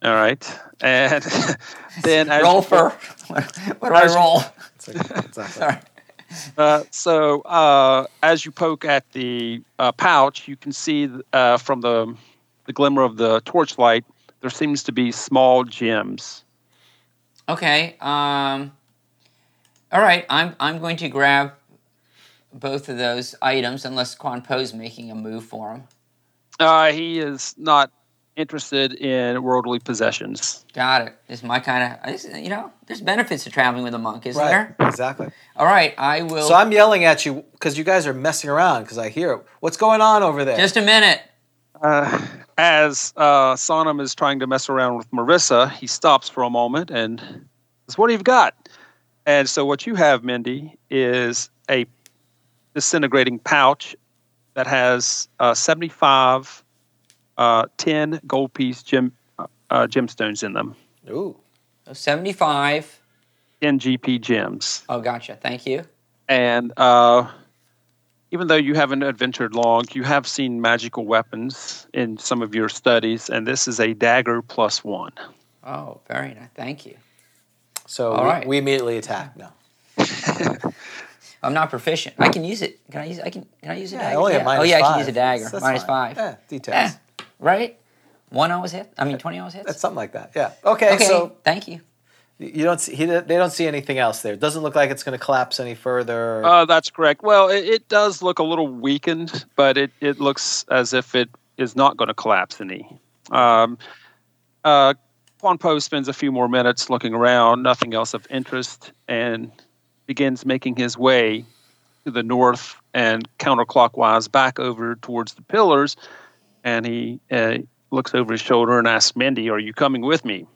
Speaker 4: All right, and [LAUGHS] then as
Speaker 3: roll for. [LAUGHS] what do I
Speaker 4: As-
Speaker 3: roll?
Speaker 2: It's
Speaker 3: [LAUGHS]
Speaker 2: like, it's like-
Speaker 3: Sorry.
Speaker 4: Uh, so uh, as you poke at the uh, pouch, you can see uh, from the the glimmer of the torchlight there seems to be small gems.
Speaker 3: Okay. Um. All right. I'm I'm going to grab both of those items unless Quan Po's making a move for him.
Speaker 4: Uh, he is not interested in worldly possessions.
Speaker 3: Got it. This is my kind of. This, you know, there's benefits to traveling with a monk, isn't
Speaker 2: right,
Speaker 3: there?
Speaker 2: exactly.
Speaker 3: All right. I will.
Speaker 2: So I'm yelling at you because you guys are messing around because I hear it. what's going on over there.
Speaker 3: just a minute.
Speaker 4: Uh, as uh, Sonam is trying to mess around with Marissa, he stops for a moment and says, "What do you've got?" And so what you have, Mindy, is a disintegrating pouch that has uh, 75, uh, 10 gold piece gem, uh, uh, gemstones in them,
Speaker 2: Ooh,
Speaker 3: So 75.
Speaker 4: 10 GP gems.
Speaker 3: Oh, gotcha. Thank you.
Speaker 4: And uh, even though you haven't adventured long, you have seen magical weapons in some of your studies, and this is a dagger plus one.
Speaker 3: Oh, very nice. Thank you.
Speaker 2: so
Speaker 3: All
Speaker 2: we,
Speaker 3: right.
Speaker 2: we immediately attack. No,
Speaker 3: I'm not proficient. I can use it. Can I use? I can. Can I use a
Speaker 2: yeah, I
Speaker 3: dagger?
Speaker 2: only have
Speaker 3: oh
Speaker 2: minus
Speaker 3: yeah, I
Speaker 2: five.
Speaker 3: can use a dagger.
Speaker 2: That's
Speaker 3: Minus
Speaker 2: fine.
Speaker 3: five.
Speaker 2: Yeah, details.
Speaker 3: Eh, right. One always hit. I mean, twenty always hits.
Speaker 2: That's something like that. Yeah. Okay.
Speaker 3: okay.
Speaker 2: So
Speaker 3: thank you.
Speaker 2: you don't see he, they don't see anything else there. It doesn't look like it's going to collapse any further.
Speaker 4: Uh, that's correct. Well, it, it does look a little weakened, but it, it looks as if it is not going to collapse any. Um, uh, Quan Po spends a few more minutes looking around, nothing else of interest, and begins making his way to the north and counterclockwise back over towards the pillars. And he uh, looks over his shoulder and asks Mindy, Are you coming with me?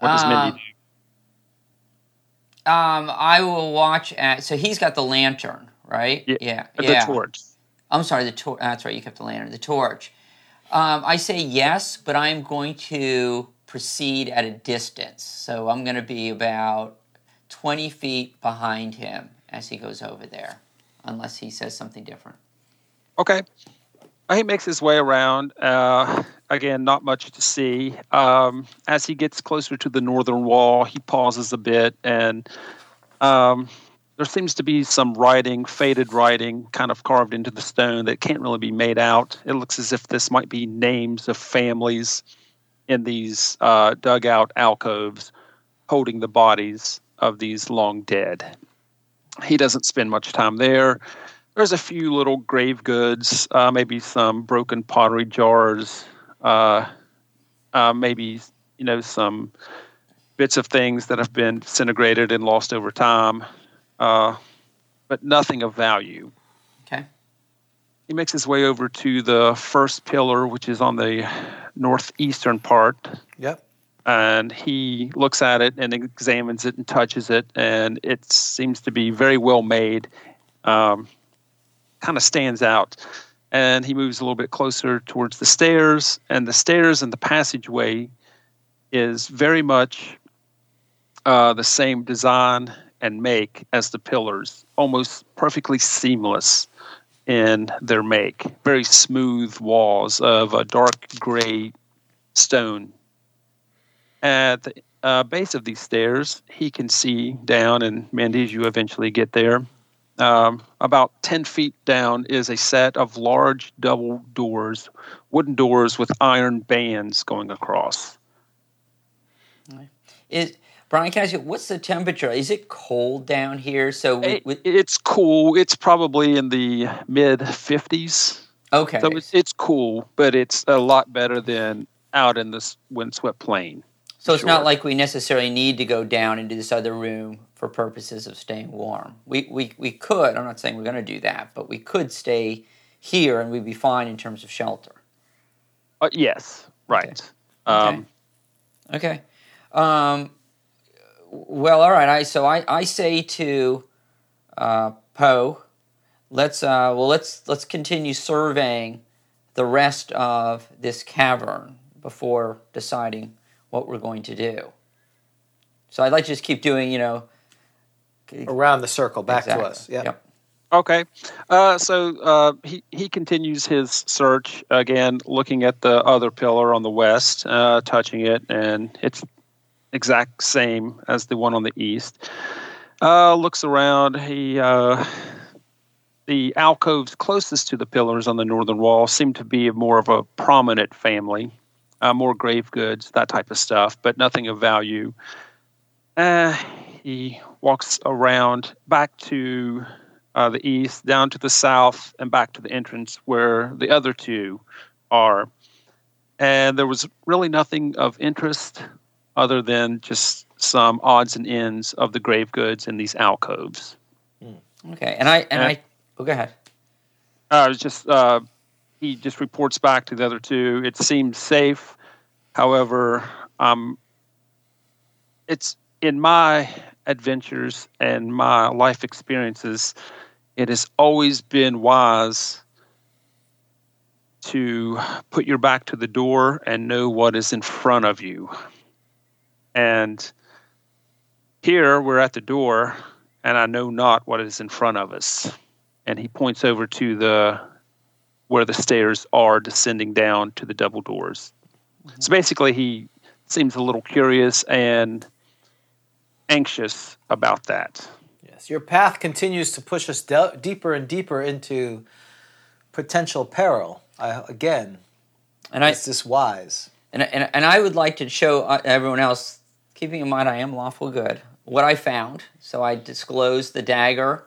Speaker 4: What does
Speaker 3: Um,
Speaker 4: Mindy do?
Speaker 3: Um, I will watch at. So he's got the lantern, right?
Speaker 4: Yeah,
Speaker 3: Yeah.
Speaker 4: The
Speaker 3: yeah.
Speaker 4: torch.
Speaker 3: I'm sorry. The torch. That's right. You kept the lantern. The torch. Um, I say yes, but I'm going to proceed at a distance. So I'm going to be about 20 feet behind him as he goes over there, unless he says something different.
Speaker 4: Okay. Uh, He makes his way around. Uh, again, not much to see. Um, as he gets closer to the northern wall, he pauses a bit, and um, there seems to be some writing, faded writing, kind of carved into the stone that can't really be made out. It looks as if this might be names of families in these uh, dugout alcoves holding the bodies of these long dead. He doesn't spend much time there there's a few little grave goods, uh, maybe some broken pottery jars, uh, uh, maybe you know some bits of things that have been disintegrated and lost over time, uh, but nothing of value.
Speaker 3: Okay.
Speaker 4: He makes his way over to the first pillar, which is on the northeastern part,
Speaker 2: Yep.
Speaker 4: and he looks at it and examines it and touches it, and it seems to be very well made. Um, kind of stands out. And he moves a little bit closer towards the stairs, and the stairs and the passageway is very much uh, the same design and make as the pillars, almost perfectly seamless in their make. Very smooth walls of a dark gray stone. At the uh, base of these stairs, he can see down, and Mandy, you eventually get there. Um, about 10 feet down is a set of large double doors, wooden doors with iron bands going across.
Speaker 3: Is Brian? Can I ask you what's the temperature? Is it cold down here? So we,
Speaker 4: It,
Speaker 3: we,
Speaker 4: it's cool. It's probably in the mid 50s.
Speaker 3: okay.
Speaker 4: So it's, it's cool, but it's a lot better than out in this windswept plain.
Speaker 3: So it's
Speaker 4: Sure.
Speaker 3: not like we necessarily need to go down into this other room for purposes of staying warm. We we we could. I'm not saying we're going to do that, but we could stay here and we'd be fine in terms of shelter.
Speaker 4: Uh, yes, right. Um,
Speaker 3: Okay. Okay. Um, well, all right. I so I, I say to uh, Poe, let's uh, well let's let's continue surveying the rest of this cavern before deciding what we're going to do. So I'd like to just keep doing, you know,
Speaker 2: Around the circle, back
Speaker 3: exactly.
Speaker 2: to us. Yep.
Speaker 4: Okay. Uh, so uh, he, he continues his search again, looking at the other pillar on the west, uh, touching it, and it's exact same as the one on the east. Uh, looks around. He uh, the alcoves closest to the pillars on the northern wall seem to be more of a prominent family, uh, more grave goods, that type of stuff, but nothing of value. Uh, he walks around back to uh, the east, down to the south, and back to the entrance where the other two are. And there was really nothing of interest other than just some odds and ends of the grave goods in these alcoves.
Speaker 3: Okay. And I and
Speaker 4: Yeah.
Speaker 3: I oh go ahead.
Speaker 4: Uh, it's just uh, he just reports back to the other two. It seems safe. However, um, it's in my adventures and my life experiences, it has always been wise to put your back to the door and know what is in front of you. And here we're at the door, and I know not what is in front of us and he points over to the where the stairs are descending down to the double doors. So basically, he seems a little curious and anxious about that.
Speaker 2: Yes. Your path continues to push us del deeper and deeper into potential peril. I, again,
Speaker 3: And I
Speaker 2: is this wise?
Speaker 3: and and, and I would like to show uh, everyone else, keeping in mind I am lawful good, what I found. So I disclose the dagger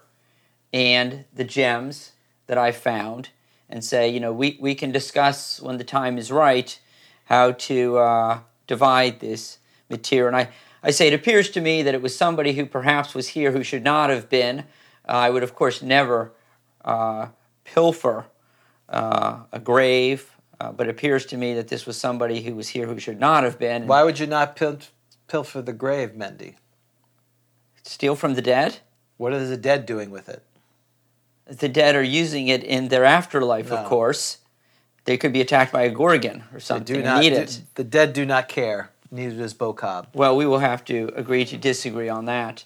Speaker 3: and the gems that I found, and say, you know, we we can discuss when the time is right how to uh, divide this material. And I I say it appears to me that it was somebody who perhaps was here who should not have been. Uh, I would of course never uh, pilfer uh, a grave, uh, but it appears to me that this was somebody who was here who should not have been.
Speaker 2: Why would you not pil- pilfer the grave, Mendy?
Speaker 3: Steal from the dead?
Speaker 2: What is the dead doing with it?
Speaker 3: The dead are using it in their afterlife, of
Speaker 2: No.
Speaker 3: course. They could be attacked by a gorgon or
Speaker 2: They
Speaker 3: something.
Speaker 2: do
Speaker 3: and
Speaker 2: not.
Speaker 3: need
Speaker 2: do-
Speaker 3: it.
Speaker 2: The dead do not care. Neither does Bocob.
Speaker 3: Well, we will have to agree to disagree on that.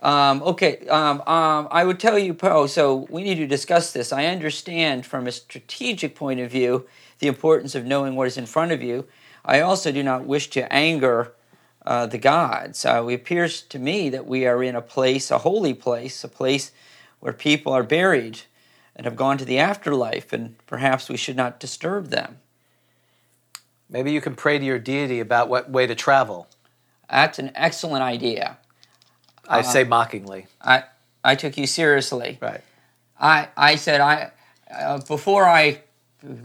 Speaker 3: Um, okay, um, um, I would tell you, Poe, so we need to discuss this. I understand from a strategic point of view the importance of knowing what is in front of you. I also do not wish to anger uh, the gods. Uh, it appears to me that we are in a place, a holy place, a place where people are buried and have gone to the afterlife, and perhaps we should not disturb them.
Speaker 2: Maybe you can pray to your deity about what way to travel.
Speaker 3: That's an excellent idea.
Speaker 2: I say mockingly.
Speaker 3: I, I took you seriously.
Speaker 2: Uh-huh. Right.
Speaker 3: I, I said, I, uh, before I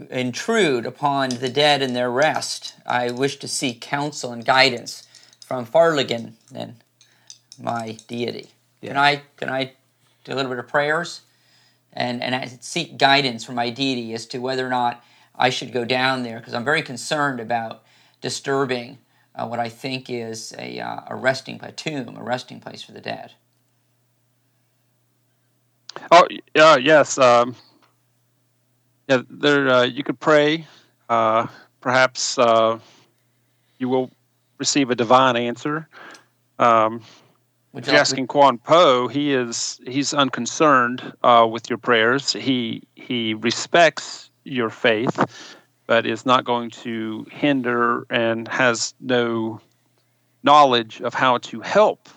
Speaker 3: intrude upon the dead in their rest, I wish to seek counsel and guidance from Farligan, then my deity. Can
Speaker 2: Yeah.
Speaker 3: I can I do a little bit of prayers and and I seek guidance from my deity as to whether or not I should go down there because I'm very concerned about disturbing uh, what I think is a uh, a resting a tomb, a resting place for the dead.
Speaker 4: Oh, yeah, yes. Um, yeah, there. Uh, you could pray. Uh, perhaps uh, you will receive a divine answer. Um,
Speaker 3: Would
Speaker 4: if you're
Speaker 3: like-
Speaker 4: asking Quan Po, he is he's unconcerned uh, with your prayers. He he respects your faith, but is not going to hinder and has no knowledge of how to help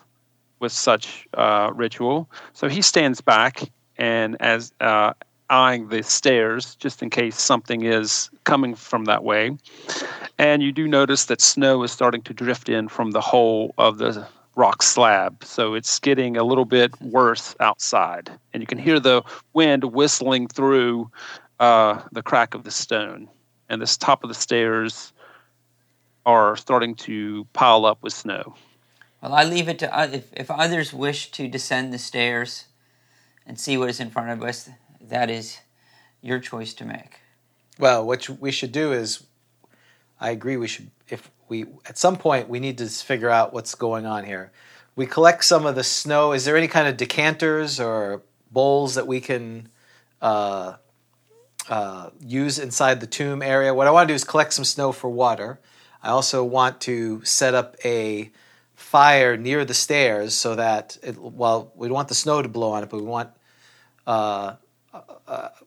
Speaker 4: with such uh, ritual. So he stands back and as uh, eyeing the stairs just in case something is coming from that way. And you do notice that snow is starting to drift in from the hole of the rock slab. So it's getting a little bit worse outside. And you can hear the wind whistling through uh, the crack of the stone. And this top of the stairs are starting to pile up with snow.
Speaker 3: Well, I leave it to oth- if, if others wish to descend the stairs and see what is in front of us. That is your choice to make.
Speaker 2: Well, what we should do is, I agree. We should, if we at some point, we need to s- figure out what's going on here. We collect some of the snow. Is there any kind of decanters or bowls that we can uh, uh, use inside the tomb area? What I want to do is collect some snow for water. I also want to set up a fire near the stairs so that it, well, we don't want the snow to blow on it, but we want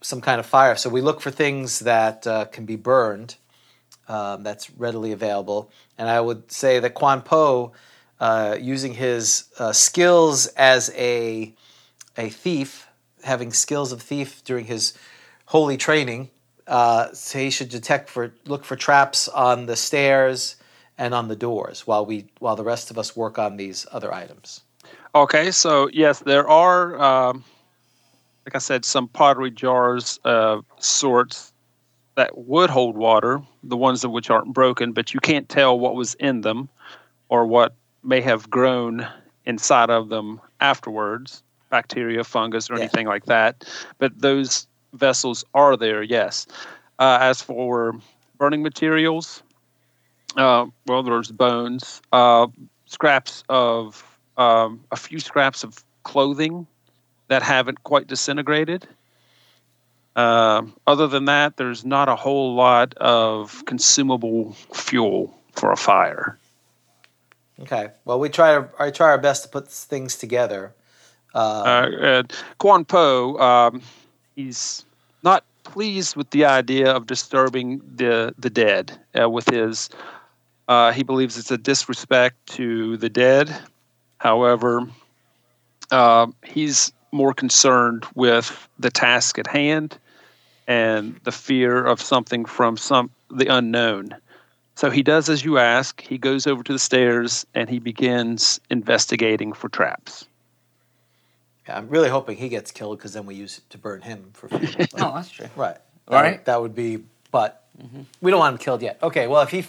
Speaker 2: some kind of fire. So we look for things that uh, can be burned, um, that's readily available. And I would say that Quan Po, uh, using his uh, skills as a a thief, having skills of thief during his holy training, uh, so he should detect for look for traps on the stairs and on the doors while we while the rest of us work on these other items.
Speaker 4: Okay, so yes, there are, um, like I said, some pottery jars of sorts that would hold water, the ones of which aren't broken, but you can't tell what was in them or what may have grown inside of them afterwards bacteria, fungus, or
Speaker 2: Yeah.
Speaker 4: anything like that. But those vessels are there, yes. Uh, as for burning materials, uh, well, there's bones, uh, scraps of um, a few scraps of clothing that haven't quite disintegrated. Um, other than that, there's not a whole lot of consumable fuel for a fire.
Speaker 2: Okay. Well, we try to I try our best to put things together.
Speaker 4: uh, uh, Quan Po, um, he's not pleased with the idea of disturbing the the dead uh, with his. Uh, he believes it's a disrespect to the dead. However, um he's more concerned with the task at hand and the fear of something from some the unknown. So he does as you ask. He goes over to the stairs and he begins investigating for traps.
Speaker 2: Yeah, I'm really hoping he gets killed because then we use it to burn him for food. Like,
Speaker 3: [COUGHS] Oh, that's true.
Speaker 2: Right. That
Speaker 3: Right.
Speaker 2: Would, that would be, but we don't want him killed yet. Okay. Well, if he,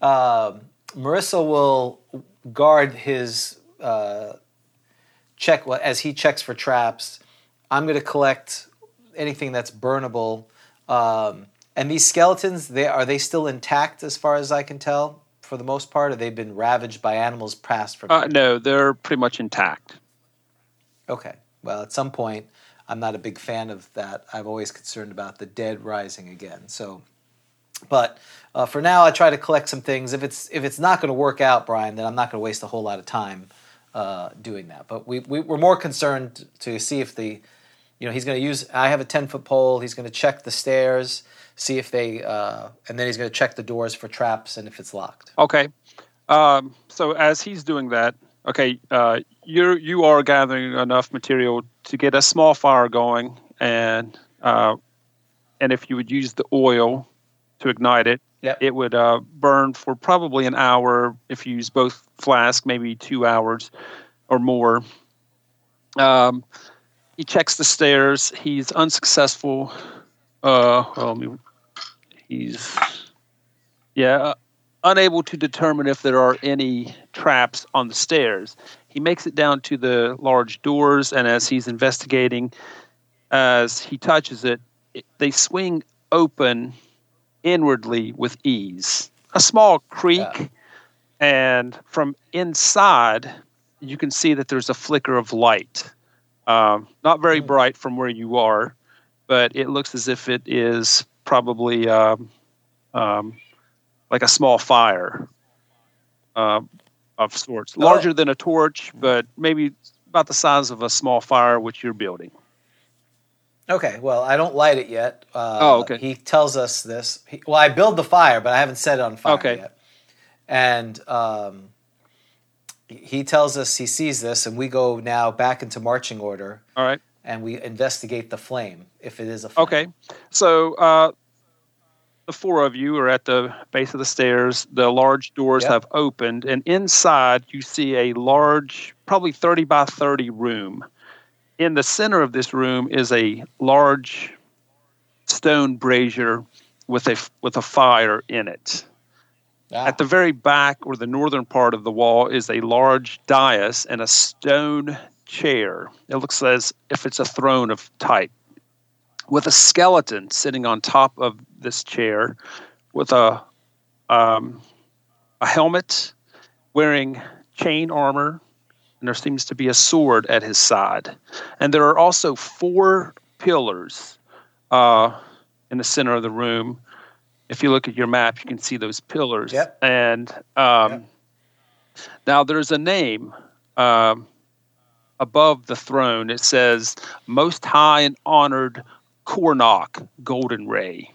Speaker 2: um Marissa will guard his uh, check well, as he checks for traps. I'm going to collect anything that's burnable. Um, and these skeletons, they are they still intact as far as I can tell, for the most part, or they've been ravaged by animals passed from.
Speaker 4: Uh, no, they're pretty much intact.
Speaker 2: Okay. Well, at some point, I'm not a big fan of that. I'm always concerned about the dead rising again. So, but uh, for now, I try to collect some things. If it's if it's not going to work out, Brian, then I'm not going to waste a whole lot of time uh, doing that. But we, we we're more concerned to see if the you know he's going to use. I have a ten foot pole. He's going to check the stairs, see if they, uh, and then he's going to check the doors for traps and if it's locked.
Speaker 4: Okay. Um, so as he's doing that, okay, uh, you you are gathering enough material to get a small fire going, and uh, and if you would use the oil to ignite it,
Speaker 2: Yep.
Speaker 4: it would uh, burn for probably an hour. If you use both flask, maybe two hours or more. Um, he checks the stairs. He's unsuccessful. Uh, well, let me- he's yeah, uh, unable to determine if there are any traps on the stairs. He makes it down to the large doors, and as he's investigating, as he touches it, it they swing open inwardly with ease. A small creak,
Speaker 2: Yeah.
Speaker 4: and from inside, you can see that there's a flicker of light. Um, not very bright from where you are, but it looks as if it is probably um, um, like a small fire uh, of sorts, larger than a torch, but maybe about the size of a small fire which you're building.
Speaker 2: Okay, well, I don't light it yet. Uh,
Speaker 4: Oh, okay.
Speaker 2: He tells us this. He, well, I build the fire, but I haven't set it on fire
Speaker 4: Okay.
Speaker 2: yet. And um, he tells us he sees this, and we go now back into marching order
Speaker 4: All right.
Speaker 2: and we investigate the flame if it is a flame.
Speaker 4: Okay. So uh, the four of you are at the base of the stairs. The large doors
Speaker 2: Yep.
Speaker 4: have opened, and inside you see a large, probably 30 by 30 room. In the center of this room is a large stone brazier with a f- with a fire in it.
Speaker 2: Ah,
Speaker 4: At the very back or the northern part of the wall is a large dais and a stone chair. It looks as if it's a throne of type, with a skeleton sitting on top of this chair, with a um, a helmet, wearing chain armor, and there seems to be a sword at his side. And there are also four pillars uh, in the center of the room. If you look at your map, you can see those pillars.
Speaker 2: Yep.
Speaker 4: And um,
Speaker 2: Yep.
Speaker 4: now there's a name um, above the throne. It says Most High and Honored Cornock Golden Ray.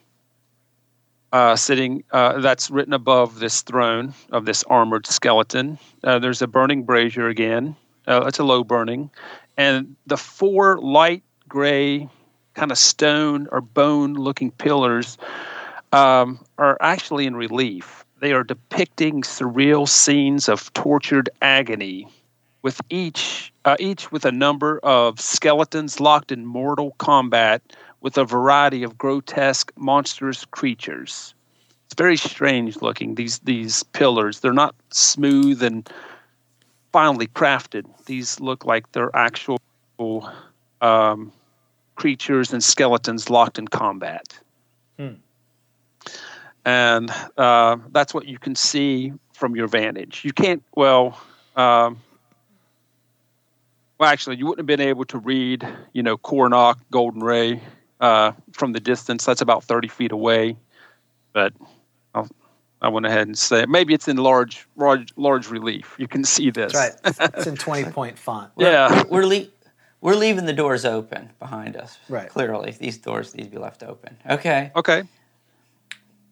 Speaker 4: Uh, sitting, uh, that's written above this throne of this armored skeleton. Uh, there's a burning brazier again. Uh, it's a low burning, and the four light gray, kind of stone or bone-looking pillars um, are actually in relief. They are depicting surreal scenes of tortured agony, with each uh, each with a number of skeletons locked in mortal combat with a variety of grotesque, monstrous creatures. It's very strange looking. These these pillars they're not smooth and finely crafted. These look like they're actual um, creatures and skeletons locked in combat and uh, that's what you can see from your vantage. You can't, well, um, well, actually, you wouldn't have been able to read, you know, Cornock, Golden Ray uh, from the distance. That's about 30 feet away, but I'll, I went ahead and said maybe it's in large, large, large relief. You can see this.
Speaker 2: That's right. it's in 20 point font.
Speaker 4: [LAUGHS] Yeah.
Speaker 3: We're le- we're leaving the doors open behind us.
Speaker 2: Right.
Speaker 3: Clearly, these doors need to be left open. Okay.
Speaker 4: Okay.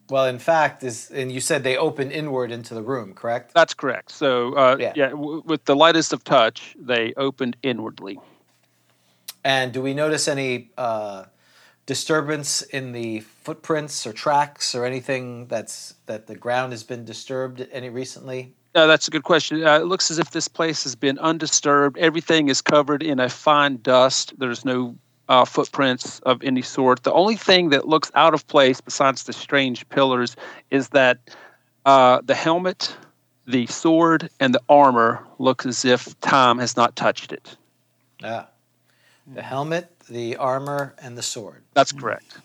Speaker 2: Well, in fact, is and you said they open inward into the room, correct?
Speaker 4: That's correct. So, uh,
Speaker 2: Yeah.
Speaker 4: yeah, w- with the lightest of touch, they opened inwardly.
Speaker 2: And do we notice any uh, disturbance in the footprints or tracks or anything that's that the ground has been disturbed any recently?
Speaker 4: No, that's a good question. Uh, it looks as if this place has been undisturbed. Everything is covered in a fine dust. There's no uh, footprints of any sort. The only thing that looks out of place, besides the strange pillars, is that uh, the helmet, the sword, and the armor look as if time has not touched it.
Speaker 2: Yeah. The
Speaker 3: Mm.
Speaker 2: helmet, the armor, and the sword.
Speaker 3: Hmm.
Speaker 4: That's correct.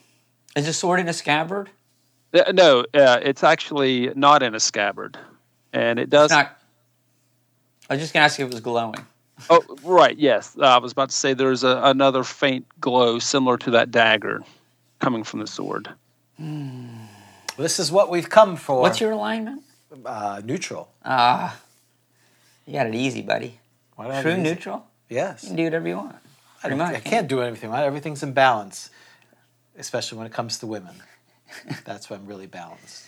Speaker 3: Is a sword in a scabbard?
Speaker 4: Uh, No, uh, it's actually not in a scabbard, and it
Speaker 3: It's
Speaker 4: does.
Speaker 3: not. I was just gonna ask if it was glowing.
Speaker 4: Oh, right. Yes, uh, I was about to say there's a, another faint glow similar to that dagger coming from the sword.
Speaker 2: This is what we've come for.
Speaker 3: What's your alignment?
Speaker 2: uh, neutral?
Speaker 3: Ah, you got it easy, buddy.
Speaker 2: Why do I have to
Speaker 3: True
Speaker 2: use it?
Speaker 3: neutral. You
Speaker 2: Yes.
Speaker 3: can do whatever you want.
Speaker 2: I,
Speaker 3: Pretty
Speaker 2: don't-
Speaker 3: much.
Speaker 2: I can't do anything. Right? Everything's in balance, especially when it comes to women. That's when I'm really balanced.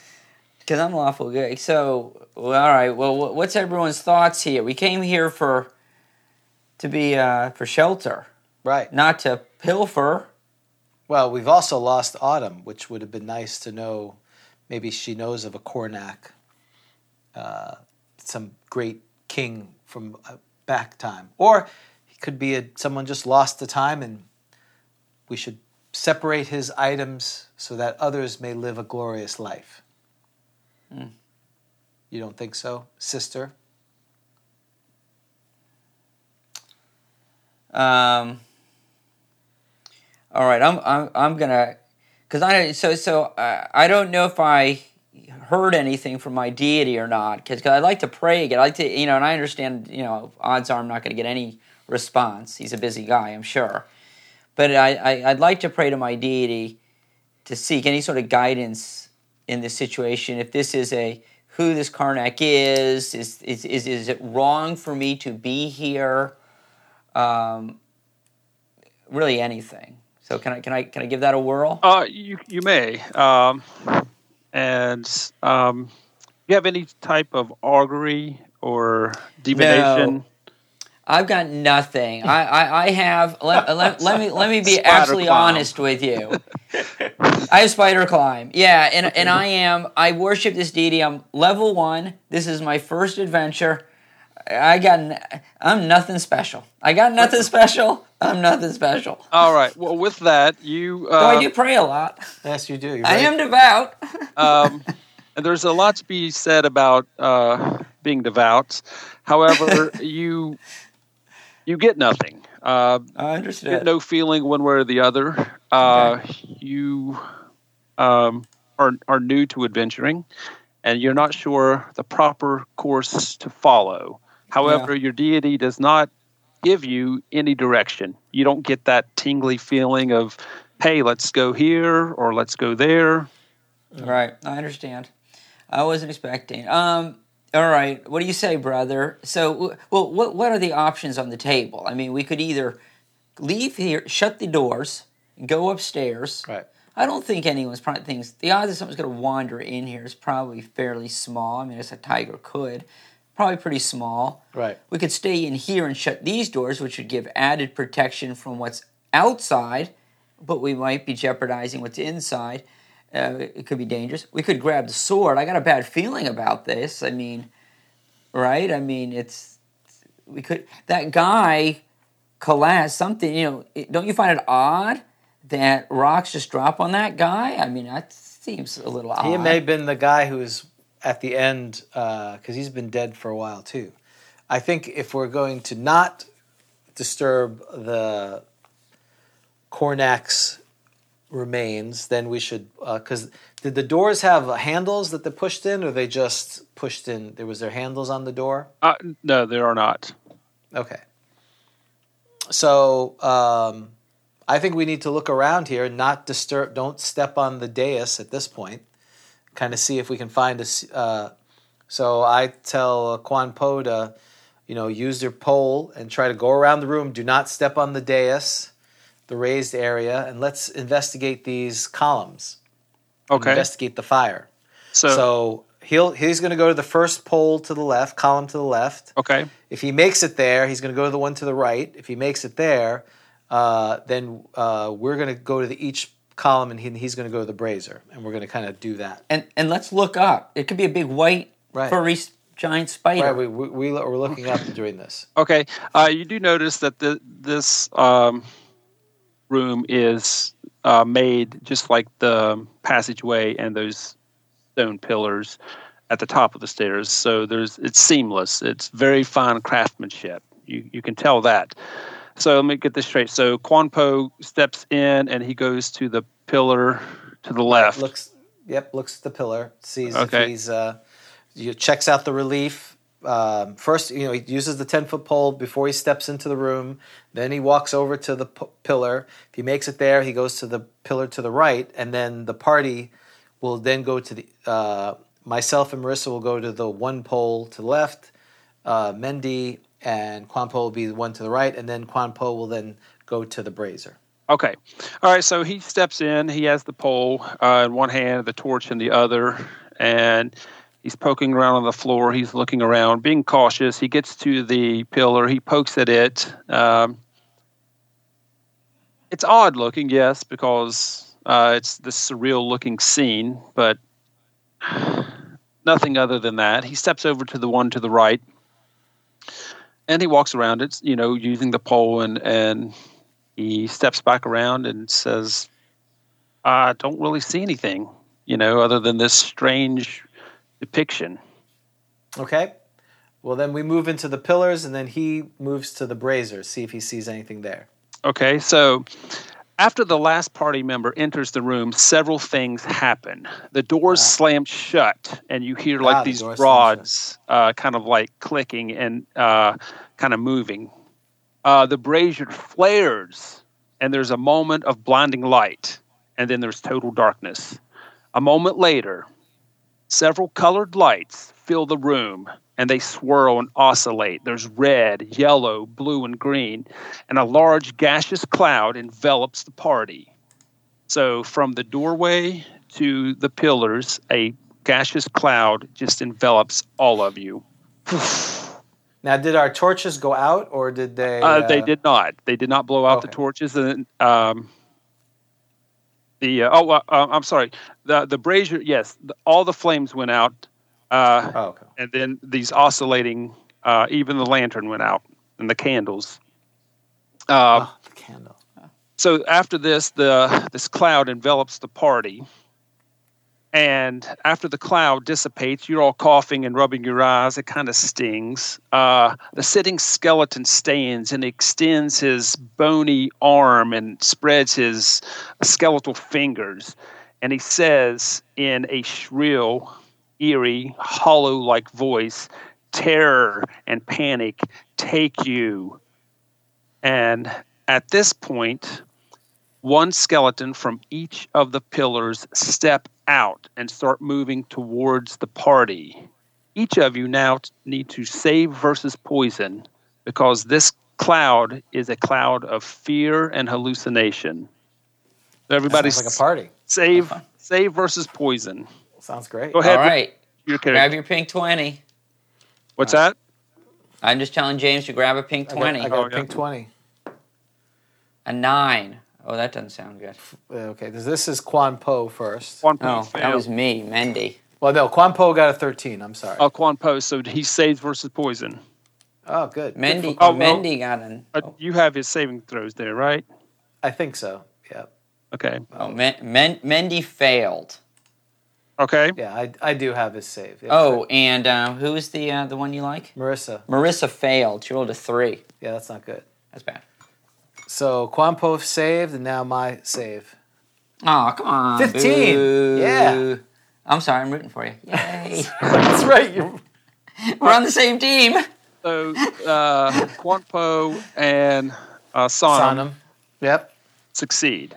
Speaker 3: Because I'm lawful good. So, well, all right. Well, wh- what's everyone's thoughts here? We came here for to be uh, for shelter,
Speaker 2: Right.
Speaker 3: not to pilfer.
Speaker 2: Well, we've also lost Autumn, which would have been nice to know. Maybe she knows of a Cornac, uh, some great king from uh, back time, or he could be a, someone just lost the time, and we should separate his items so that others may live a glorious life. You don't think so, sister?
Speaker 3: Um, all right, I'm I'm I'm gonna because I so so uh, I don't know if I heard anything from my deity or not because I like to pray again. I like to you know, and I understand you know odds are I'm not going to get any response. He's a busy guy, I'm sure, but I, I I'd like to pray to my deity to seek any sort of guidance in this situation. If this is a who this Karnak is, is is is, is it wrong for me to be here? um, really anything. So can I can I can I give that a whirl?
Speaker 4: Uh, you you may. Um, and um, you have any type of augury or divination?
Speaker 3: I've got nothing. I I, I have. Let, let, let me let me be
Speaker 4: [LAUGHS] Spider
Speaker 3: absolutely
Speaker 4: climb.
Speaker 3: honest with you. I have spider climb. Yeah, and and I am. I worship this deity. I'm level one. This is my first adventure. I got. n- I'm nothing special. I got nothing special. I'm nothing special.
Speaker 4: All right. Well, with that, you
Speaker 3: Though I
Speaker 4: uh,
Speaker 3: do pray a lot.
Speaker 2: Yes, you do. You're
Speaker 3: I
Speaker 2: very-
Speaker 3: am devout.
Speaker 4: um, and there's a lot to be said about uh, being devout. However, you you get nothing. Uh,
Speaker 3: I
Speaker 4: you get
Speaker 3: understood.
Speaker 4: no feeling one way or the other. Uh, You um, are are new to adventuring, and you're not sure the proper course to follow. However, your deity does not give you any direction. You don't get that tingly feeling of, "Hey, let's go here" or "Let's go there."
Speaker 3: Right, I understand. I wasn't expecting. Um, all right, what do you say, brother? So, w- well, what what are the options on the table? I mean, we could either leave here, shut the doors, go upstairs.
Speaker 2: Right.
Speaker 3: I don't think anyone's probably thinks the odds of someone's going to wander in here is probably fairly small. I mean, as a tiger could, probably pretty small.
Speaker 2: Right.
Speaker 3: We could stay in here and shut these doors, which would give added protection from what's outside, but we might be jeopardizing what's inside. Uh, it could be dangerous. We could grab the sword. I got a bad feeling about this. I mean, right? I mean, it's we could that guy collapse something. You know, it- don't you find it odd that rocks just drop on that guy? I mean, that seems a little odd.
Speaker 2: He may have been the guy who's at the end because he's been dead for a while too. I think if we're going to not disturb the Cornac's remains, then we should because did the doors have handles that they pushed in, or they just pushed in? There was their handles on the door.
Speaker 4: Uh, no, there are not.
Speaker 2: Okay. So um, I think we need to look around here, not disturb, don't step on the dais at this point. Kind of see if we can find a. s- Uh, so I tell Quan Po to, you know, use your pole and try to go around the room. Do not step on the dais, the raised area, and let's investigate these columns. and
Speaker 4: Okay,
Speaker 2: Investigate the fire.
Speaker 4: so,
Speaker 2: so he'll he's going to go to the first pole to the left, column to the left.
Speaker 4: okay,
Speaker 2: If he makes it there, he's going to go to the one to the right. If he makes it there, uh, then uh, we're going to go to the each column, and he, he's going to go to the brazier, and we're going to kind of do that.
Speaker 3: and and let's look up. It could be a big white
Speaker 2: Right.
Speaker 3: furry s- giant spider.
Speaker 2: Right? We, we, we we're looking up during this.
Speaker 4: okay. Uh, you do notice that the, this um, room is uh, made just like the passageway and those stone pillars at the top of the stairs. So there's it's seamless. It's very fine craftsmanship. You you can tell that. So let me get this straight. So Quan Po steps in and he goes to the pillar to the left.
Speaker 2: Looks, yep, looks at the pillar, sees
Speaker 4: Okay.
Speaker 2: if he's, uh, you checks out the relief. Um, first, you know, he uses the ten foot pole before he steps into the room. Then he walks over to the p- pillar. If he makes it there, he goes to the pillar to the right, and then the party will then go to the. Uh, myself and Marissa will go to the one pole to the left. Uh, Mendy and Quan Po will be the one to the right, and then Quan Po will then go to the brazier.
Speaker 4: Okay. All right. So he steps in. He has the pole uh, in one hand, the torch in the other, and he's poking around on the floor. He's looking around, being cautious. He gets to the pillar. He pokes at it. Um, it's odd looking, yes, because uh, it's this surreal looking scene, but nothing other than that. He steps over to the one to the right and he walks around it, you know, using the pole and, and he steps back around and says, I don't really see anything, you know, other than this strange depiction.
Speaker 2: Okay. Well, then we move into the pillars, and then he moves to the brazier, see if he sees anything there.
Speaker 4: Okay, so after the last party member enters the room, several things happen. The doors slam shut, and you hear like
Speaker 2: Ah, the
Speaker 4: these
Speaker 2: doors slam
Speaker 4: rods uh, kind of like clicking and uh, kind of moving. Uh, the brazier flares, and there's a moment of blinding light, and then there's total darkness. A moment later, several colored lights fill the room. And they swirl and oscillate. There's red, yellow, blue, and green and a large gaseous cloud envelops the party. So, from the doorway to the pillars, a gaseous cloud just envelops all of you.
Speaker 2: Now, did our torches go out, or did they?
Speaker 4: Uh, They did not. They did not blow out the
Speaker 2: Okay.
Speaker 4: torches. And um, the uh, oh, uh, uh, I'm sorry. The the brazier. Yes, the, all the flames went out, uh,
Speaker 2: Oh, okay.
Speaker 4: and then these oscillating. Uh, even the lantern went out, and the candles. Uh,
Speaker 2: Oh, the candle.
Speaker 4: so after this the this cloud envelops the party and after the cloud dissipates you're all coughing and rubbing your eyes it kind of stings uh, the sitting skeleton stands and extends his bony arm and spreads his skeletal fingers and he says in a shrill eerie hollow like voice terror and panic take you and at this point, one skeleton from each of the pillars step out and start moving towards the party. Each of you now t- need to save versus poison because this cloud is a cloud of fear and hallucination. So everybody
Speaker 2: Sounds like a party.
Speaker 4: save save versus poison.
Speaker 2: Sounds great.
Speaker 4: Go
Speaker 3: All
Speaker 4: ahead. with
Speaker 3: right,
Speaker 4: Your
Speaker 3: grab
Speaker 4: character.
Speaker 3: your pink twenty.
Speaker 4: What's that?
Speaker 3: I'm just telling James to grab a pink
Speaker 2: I got,
Speaker 3: twenty.
Speaker 2: I got
Speaker 4: Oh,
Speaker 2: a
Speaker 4: yeah.
Speaker 2: pink twenty.
Speaker 3: A nine. Oh, that doesn't sound good.
Speaker 2: Uh, Okay, this- this is Quan Po first.
Speaker 4: Quan Po
Speaker 3: Oh, that
Speaker 4: failed.
Speaker 3: was me, Mendy.
Speaker 2: Well, no, Quan Po got a thirteen. I'm sorry.
Speaker 4: Oh, Quan Po. So he saves versus poison.
Speaker 2: Oh, good. Good
Speaker 3: Mendy,
Speaker 2: for-
Speaker 4: Oh, well-
Speaker 3: Mendy got an. oh,
Speaker 4: Uh, You have his saving throws there, right?
Speaker 2: I think so. Yeah,
Speaker 4: Okay.
Speaker 3: Oh, Men, Men, Mendy failed.
Speaker 4: Okay.
Speaker 2: yeah. I, I do have his save. Yeah,
Speaker 3: Oh, and uh, who was the uh, the one you like?
Speaker 2: Marissa.
Speaker 3: Marissa failed. She rolled a three.
Speaker 2: Yeah, that's not good.
Speaker 3: That's bad.
Speaker 2: So Quan Po saved, and now my save.
Speaker 3: Oh, come on.
Speaker 2: 15.
Speaker 3: boo.
Speaker 2: Yeah.
Speaker 3: I'm sorry. I'm rooting for you. Yay. [LAUGHS]
Speaker 2: That's right. You
Speaker 3: We're on the same team.
Speaker 4: So uh, Quan Po and uh, Sonam
Speaker 2: Sonam. Yep.
Speaker 4: succeed.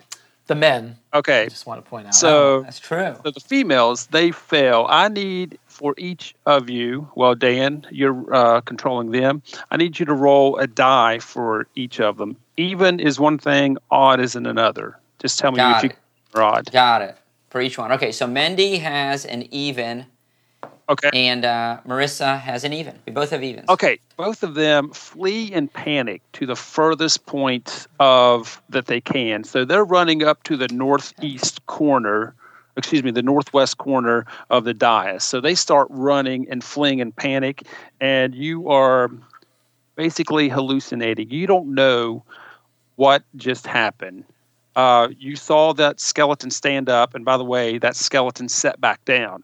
Speaker 2: The men.
Speaker 4: Okay,
Speaker 2: Just want to point out.
Speaker 4: so
Speaker 3: That's true.
Speaker 4: so the females they fail. I need for each of you. Well, Dan, you're uh, controlling them. I need you to roll a die for each of them. Even is one thing, odd is in another. Just tell me
Speaker 3: Got
Speaker 4: if you
Speaker 3: it.
Speaker 4: are odd.
Speaker 3: Got it. For each one. Okay, so Mendy has an even,
Speaker 4: Okay.
Speaker 3: and uh, Marissa has an even. We both have evens.
Speaker 4: Okay, both of them flee in panic to the furthest point of that they can. So they're running up to the northeast corner, excuse me, the northwest corner of the dais. So they start running and fleeing in panic, and you are basically hallucinating. You don't know what just happened. Uh, you saw that skeleton stand up, and by the way, that skeleton set back down.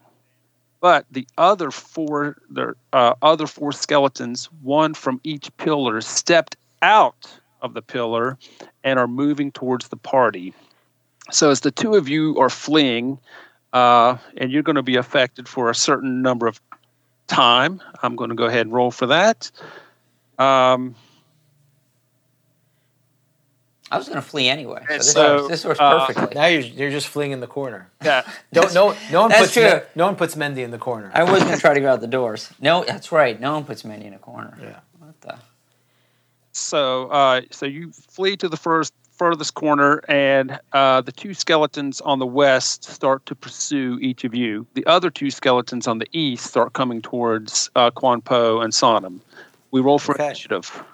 Speaker 4: But the other four, the uh, other four skeletons, one from each pillar, stepped out of the pillar and are moving towards the party. So as the two of you are fleeing, uh, and you're going to be affected for a certain number of time. I'm going to go ahead and roll for that. Um,
Speaker 3: I was going to flee anyway. So
Speaker 4: And
Speaker 3: this,
Speaker 4: so,
Speaker 3: works, this works
Speaker 4: uh,
Speaker 3: perfectly.
Speaker 2: now you're, you're just fleeing in the corner.
Speaker 4: yeah.
Speaker 2: Don't,
Speaker 3: [LAUGHS]
Speaker 2: no, no one
Speaker 3: That's
Speaker 2: puts
Speaker 3: true.
Speaker 2: Men- no one puts Mendy in the corner.
Speaker 3: I was going to try to go out the doors. No, that's right. No one puts Mendy in a corner.
Speaker 2: yeah.
Speaker 3: What the
Speaker 4: So, uh, so you flee to the first furthest corner, and uh, the two skeletons on the west start to pursue each of you. The other two skeletons on the east start coming towards uh, Quan Po and Sonam. We roll for
Speaker 2: Okay.
Speaker 4: initiative.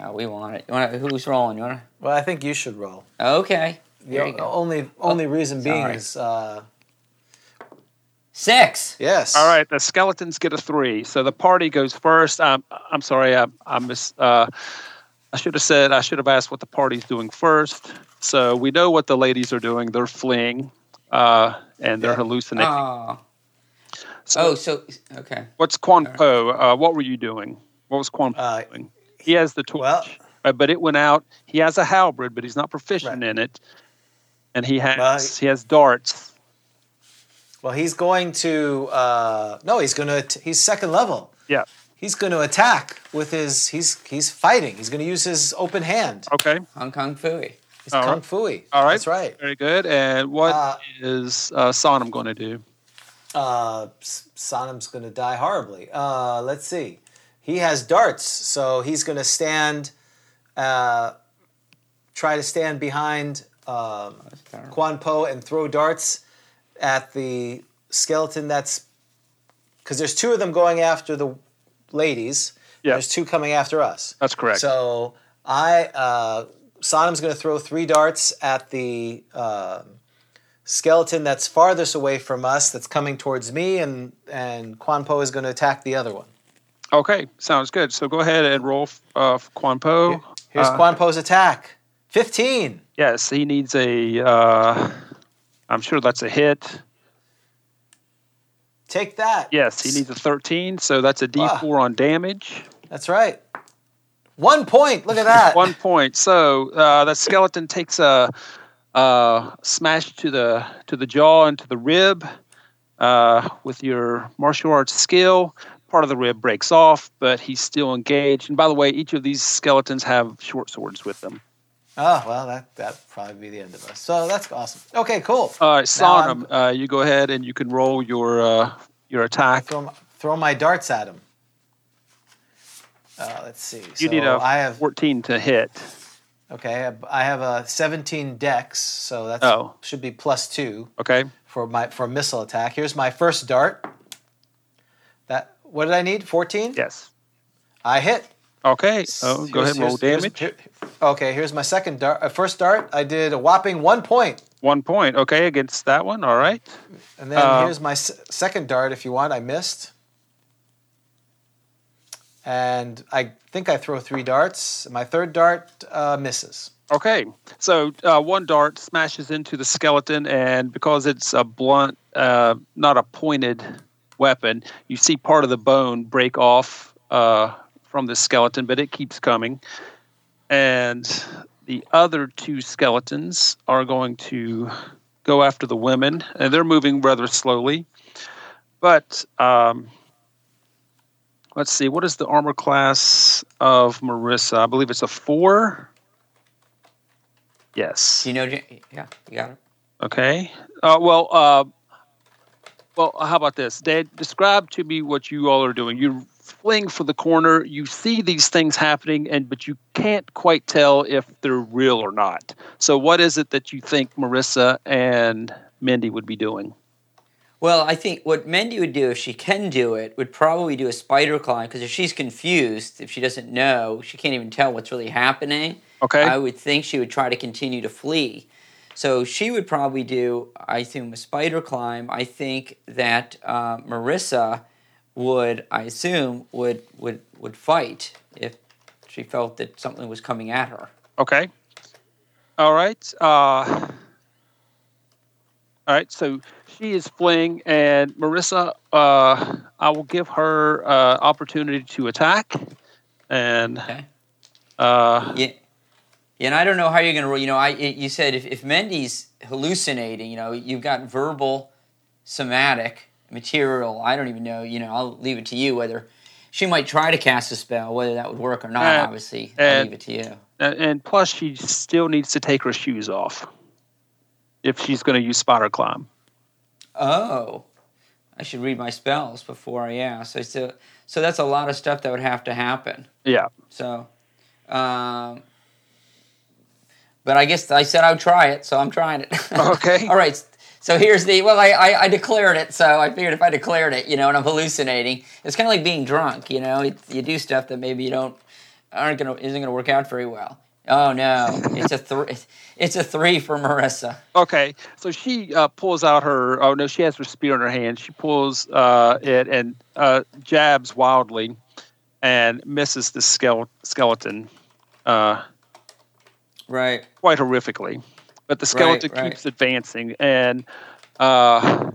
Speaker 3: uh, we want it. You wanna, who's rolling? You want
Speaker 2: Well, I think you should roll.
Speaker 3: to? Okay.
Speaker 2: The
Speaker 3: There you
Speaker 2: o-
Speaker 3: go. Oh,
Speaker 2: only only reason being
Speaker 3: sorry.
Speaker 2: is uh,
Speaker 3: Six.
Speaker 2: yes.
Speaker 4: All right, the skeletons get a three, so the party goes first. I'm, I'm sorry, I, I miss. Uh, I should have said. I should have asked what the party's doing first. So we know what the ladies are doing. They're fleeing, uh, and they're
Speaker 2: Yeah.
Speaker 4: hallucinating.
Speaker 3: Oh.
Speaker 4: So-
Speaker 3: oh, so okay.
Speaker 4: What's Quan Po? Uh, what were you doing? What was Quan Po
Speaker 2: Uh,
Speaker 4: doing? He has the torch,
Speaker 2: well-
Speaker 4: uh, but it went out. He has a halberd, but he's not proficient
Speaker 2: Right.
Speaker 4: in it, and he has
Speaker 2: Well,
Speaker 4: he has darts.
Speaker 2: Well, he's going to uh, no. He's going to. He's second level.
Speaker 4: Yeah.
Speaker 2: He's going to attack with his. He's he's fighting. He's going to use his open hand.
Speaker 4: Okay.
Speaker 3: Hong Kong Fooey.
Speaker 2: His
Speaker 4: all right.
Speaker 2: kung fu.
Speaker 4: All right.
Speaker 2: That's right.
Speaker 4: Very good. And what
Speaker 2: Uh,
Speaker 4: is uh, Sonam going to do?
Speaker 2: Uh, S- Sonam's going to die horribly. Uh, let's see. He has darts, so he's going to stand. Uh, try to stand behind um, Quan Po and throw darts at the skeleton that's because there's two of them going after the ladies.
Speaker 4: Yeah.
Speaker 2: There's two coming after us.
Speaker 4: That's correct.
Speaker 2: So I uh, Sonam's going to throw three darts at the um skeleton that's farthest away from us, that's coming towards me, and and Quan Po is going to attack the other one.
Speaker 4: Okay, sounds good. So go ahead and roll uh, for Quan Po.
Speaker 2: Here's
Speaker 4: Uh,
Speaker 2: Quan Po's attack. Fifteen.
Speaker 4: Yes, he needs a. Uh, I'm sure that's a hit.
Speaker 2: Take that.
Speaker 4: Yes, he needs a 13, so that's a D4 on damage.
Speaker 2: That's right. One point. Look at that.
Speaker 4: [LAUGHS] One point. So uh, that skeleton takes a, uh smash to the to the jaw and to the rib. Uh, with your martial arts skill, part of the rib breaks off, but he's still engaged. And by the way, each of these skeletons have short swords with them.
Speaker 2: Oh well, that that probably be the end of us. So that's awesome. Okay, cool.
Speaker 4: All right,
Speaker 2: Now I'm-
Speaker 4: Sonam, uh, you go ahead and you can roll your uh, your attack.
Speaker 2: throw, my, throw my darts at him. Uh, let's see.
Speaker 4: You
Speaker 2: so
Speaker 4: need a
Speaker 2: I have
Speaker 4: 14 to hit.
Speaker 2: okay. I- I have a 17 dex, so that's
Speaker 4: Oh.
Speaker 2: should be plus two
Speaker 4: Okay,
Speaker 2: for my for missile attack. Here's my first dart. That what did I need? 14.
Speaker 4: yes.
Speaker 2: I hit.
Speaker 4: Okay, oh, go
Speaker 2: Here's-
Speaker 4: ahead and roll
Speaker 2: here's- here's-
Speaker 4: damage.
Speaker 2: here- okay, here's my second dart. Uh, first dart, I did a whopping one point,
Speaker 4: One point, okay, against that one. All right.
Speaker 2: and then
Speaker 4: Uh,
Speaker 2: here's my s- second dart. If you want, I missed. And I think I throw three darts. My third dart uh, misses.
Speaker 4: Okay, so uh, one dart smashes into the skeleton, and because it's a blunt, uh, not a pointed weapon, you see part of the bone break off uh, from the skeleton, but it keeps coming. And the other two skeletons are going to go after the women, and they're moving rather slowly. But um, let's see, what is the armor class of Marissa? I believe it's a four. Yes.
Speaker 3: Do you know? Jan- Yeah, you got it.
Speaker 4: Okay. Uh, well, uh, well, how about this? Dad, describe to me what you all are doing. You're fleeing for the corner. You see these things happening, and but you can't quite tell if they're real or not. So, what is it that you think Marissa and Mindy would be doing?
Speaker 3: Well, I think what Mendy would do if she can do it would probably do a spider climb because if she's confused, if she doesn't know, she can't even tell what's really happening.
Speaker 4: Okay.
Speaker 3: I would think she would try to continue to flee. So she would probably do, I assume, a spider climb. I think that uh, Marissa would, I assume, would would would fight if she felt that something was coming at her.
Speaker 4: Okay. All right. Uh, all right. So she is fleeing, and Marissa, uh, I will give her uh, opportunity to attack, and
Speaker 3: Okay.
Speaker 4: uh,
Speaker 3: Yeah. Yeah, and I don't know how you're going to roll. You know, I you said if, if Mendy's hallucinating, you know, you've got verbal, somatic material. I don't even know. You know, I'll leave it to you whether she might try to cast a spell, whether that would work or not.
Speaker 4: Uh,
Speaker 3: obviously,
Speaker 4: uh,
Speaker 3: I'll leave it to you.
Speaker 4: and- and plus she still needs to take her shoes off if she's going to use spider climb.
Speaker 3: Oh, I should read my spells before I ask. So, so, so that's a lot of stuff that would have to happen.
Speaker 4: Yeah.
Speaker 3: So, um, but I guess I said I would try it, so I'm trying it. [LAUGHS]
Speaker 4: Okay.
Speaker 3: All right. So here's the well, I, I I declared it, so I figured if I declared it, you know, and I'm hallucinating, it's kind of like being drunk, you know. It, you do stuff that maybe you don't aren't gonna isn't gonna work out very well. Oh no, [LAUGHS] it's a three. It's a three for Marissa.
Speaker 4: Okay, so she uh, pulls out her. Oh no, she has her spear in her hand. She pulls uh, it and uh, jabs wildly, and misses the skele- skeleton uh,
Speaker 3: Right.
Speaker 4: quite horrifically. But the skeleton
Speaker 3: Right, right.
Speaker 4: keeps advancing, and uh,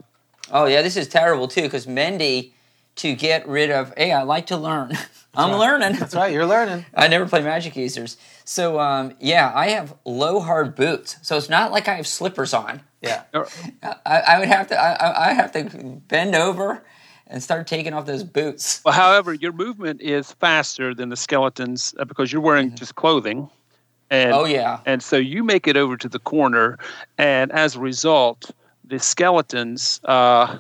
Speaker 3: Oh yeah, this is terrible too because Mendy to get rid of. Hey, I like to learn. [LAUGHS] I'm learning.
Speaker 2: That's right. You're learning.
Speaker 3: I never play magic users. So um, yeah, I have low hard boots. So it's not like I have slippers on.
Speaker 2: Yeah.
Speaker 4: uh,
Speaker 3: I, I would have to. I- I, I have to bend over and start taking off those boots.
Speaker 4: well, however, your movement is faster than the skeleton's uh, because you're wearing just clothing. And,
Speaker 3: Mm-hmm. Oh, yeah.
Speaker 4: and so you make it over to the corner, and as a result, the skeletons. Uh,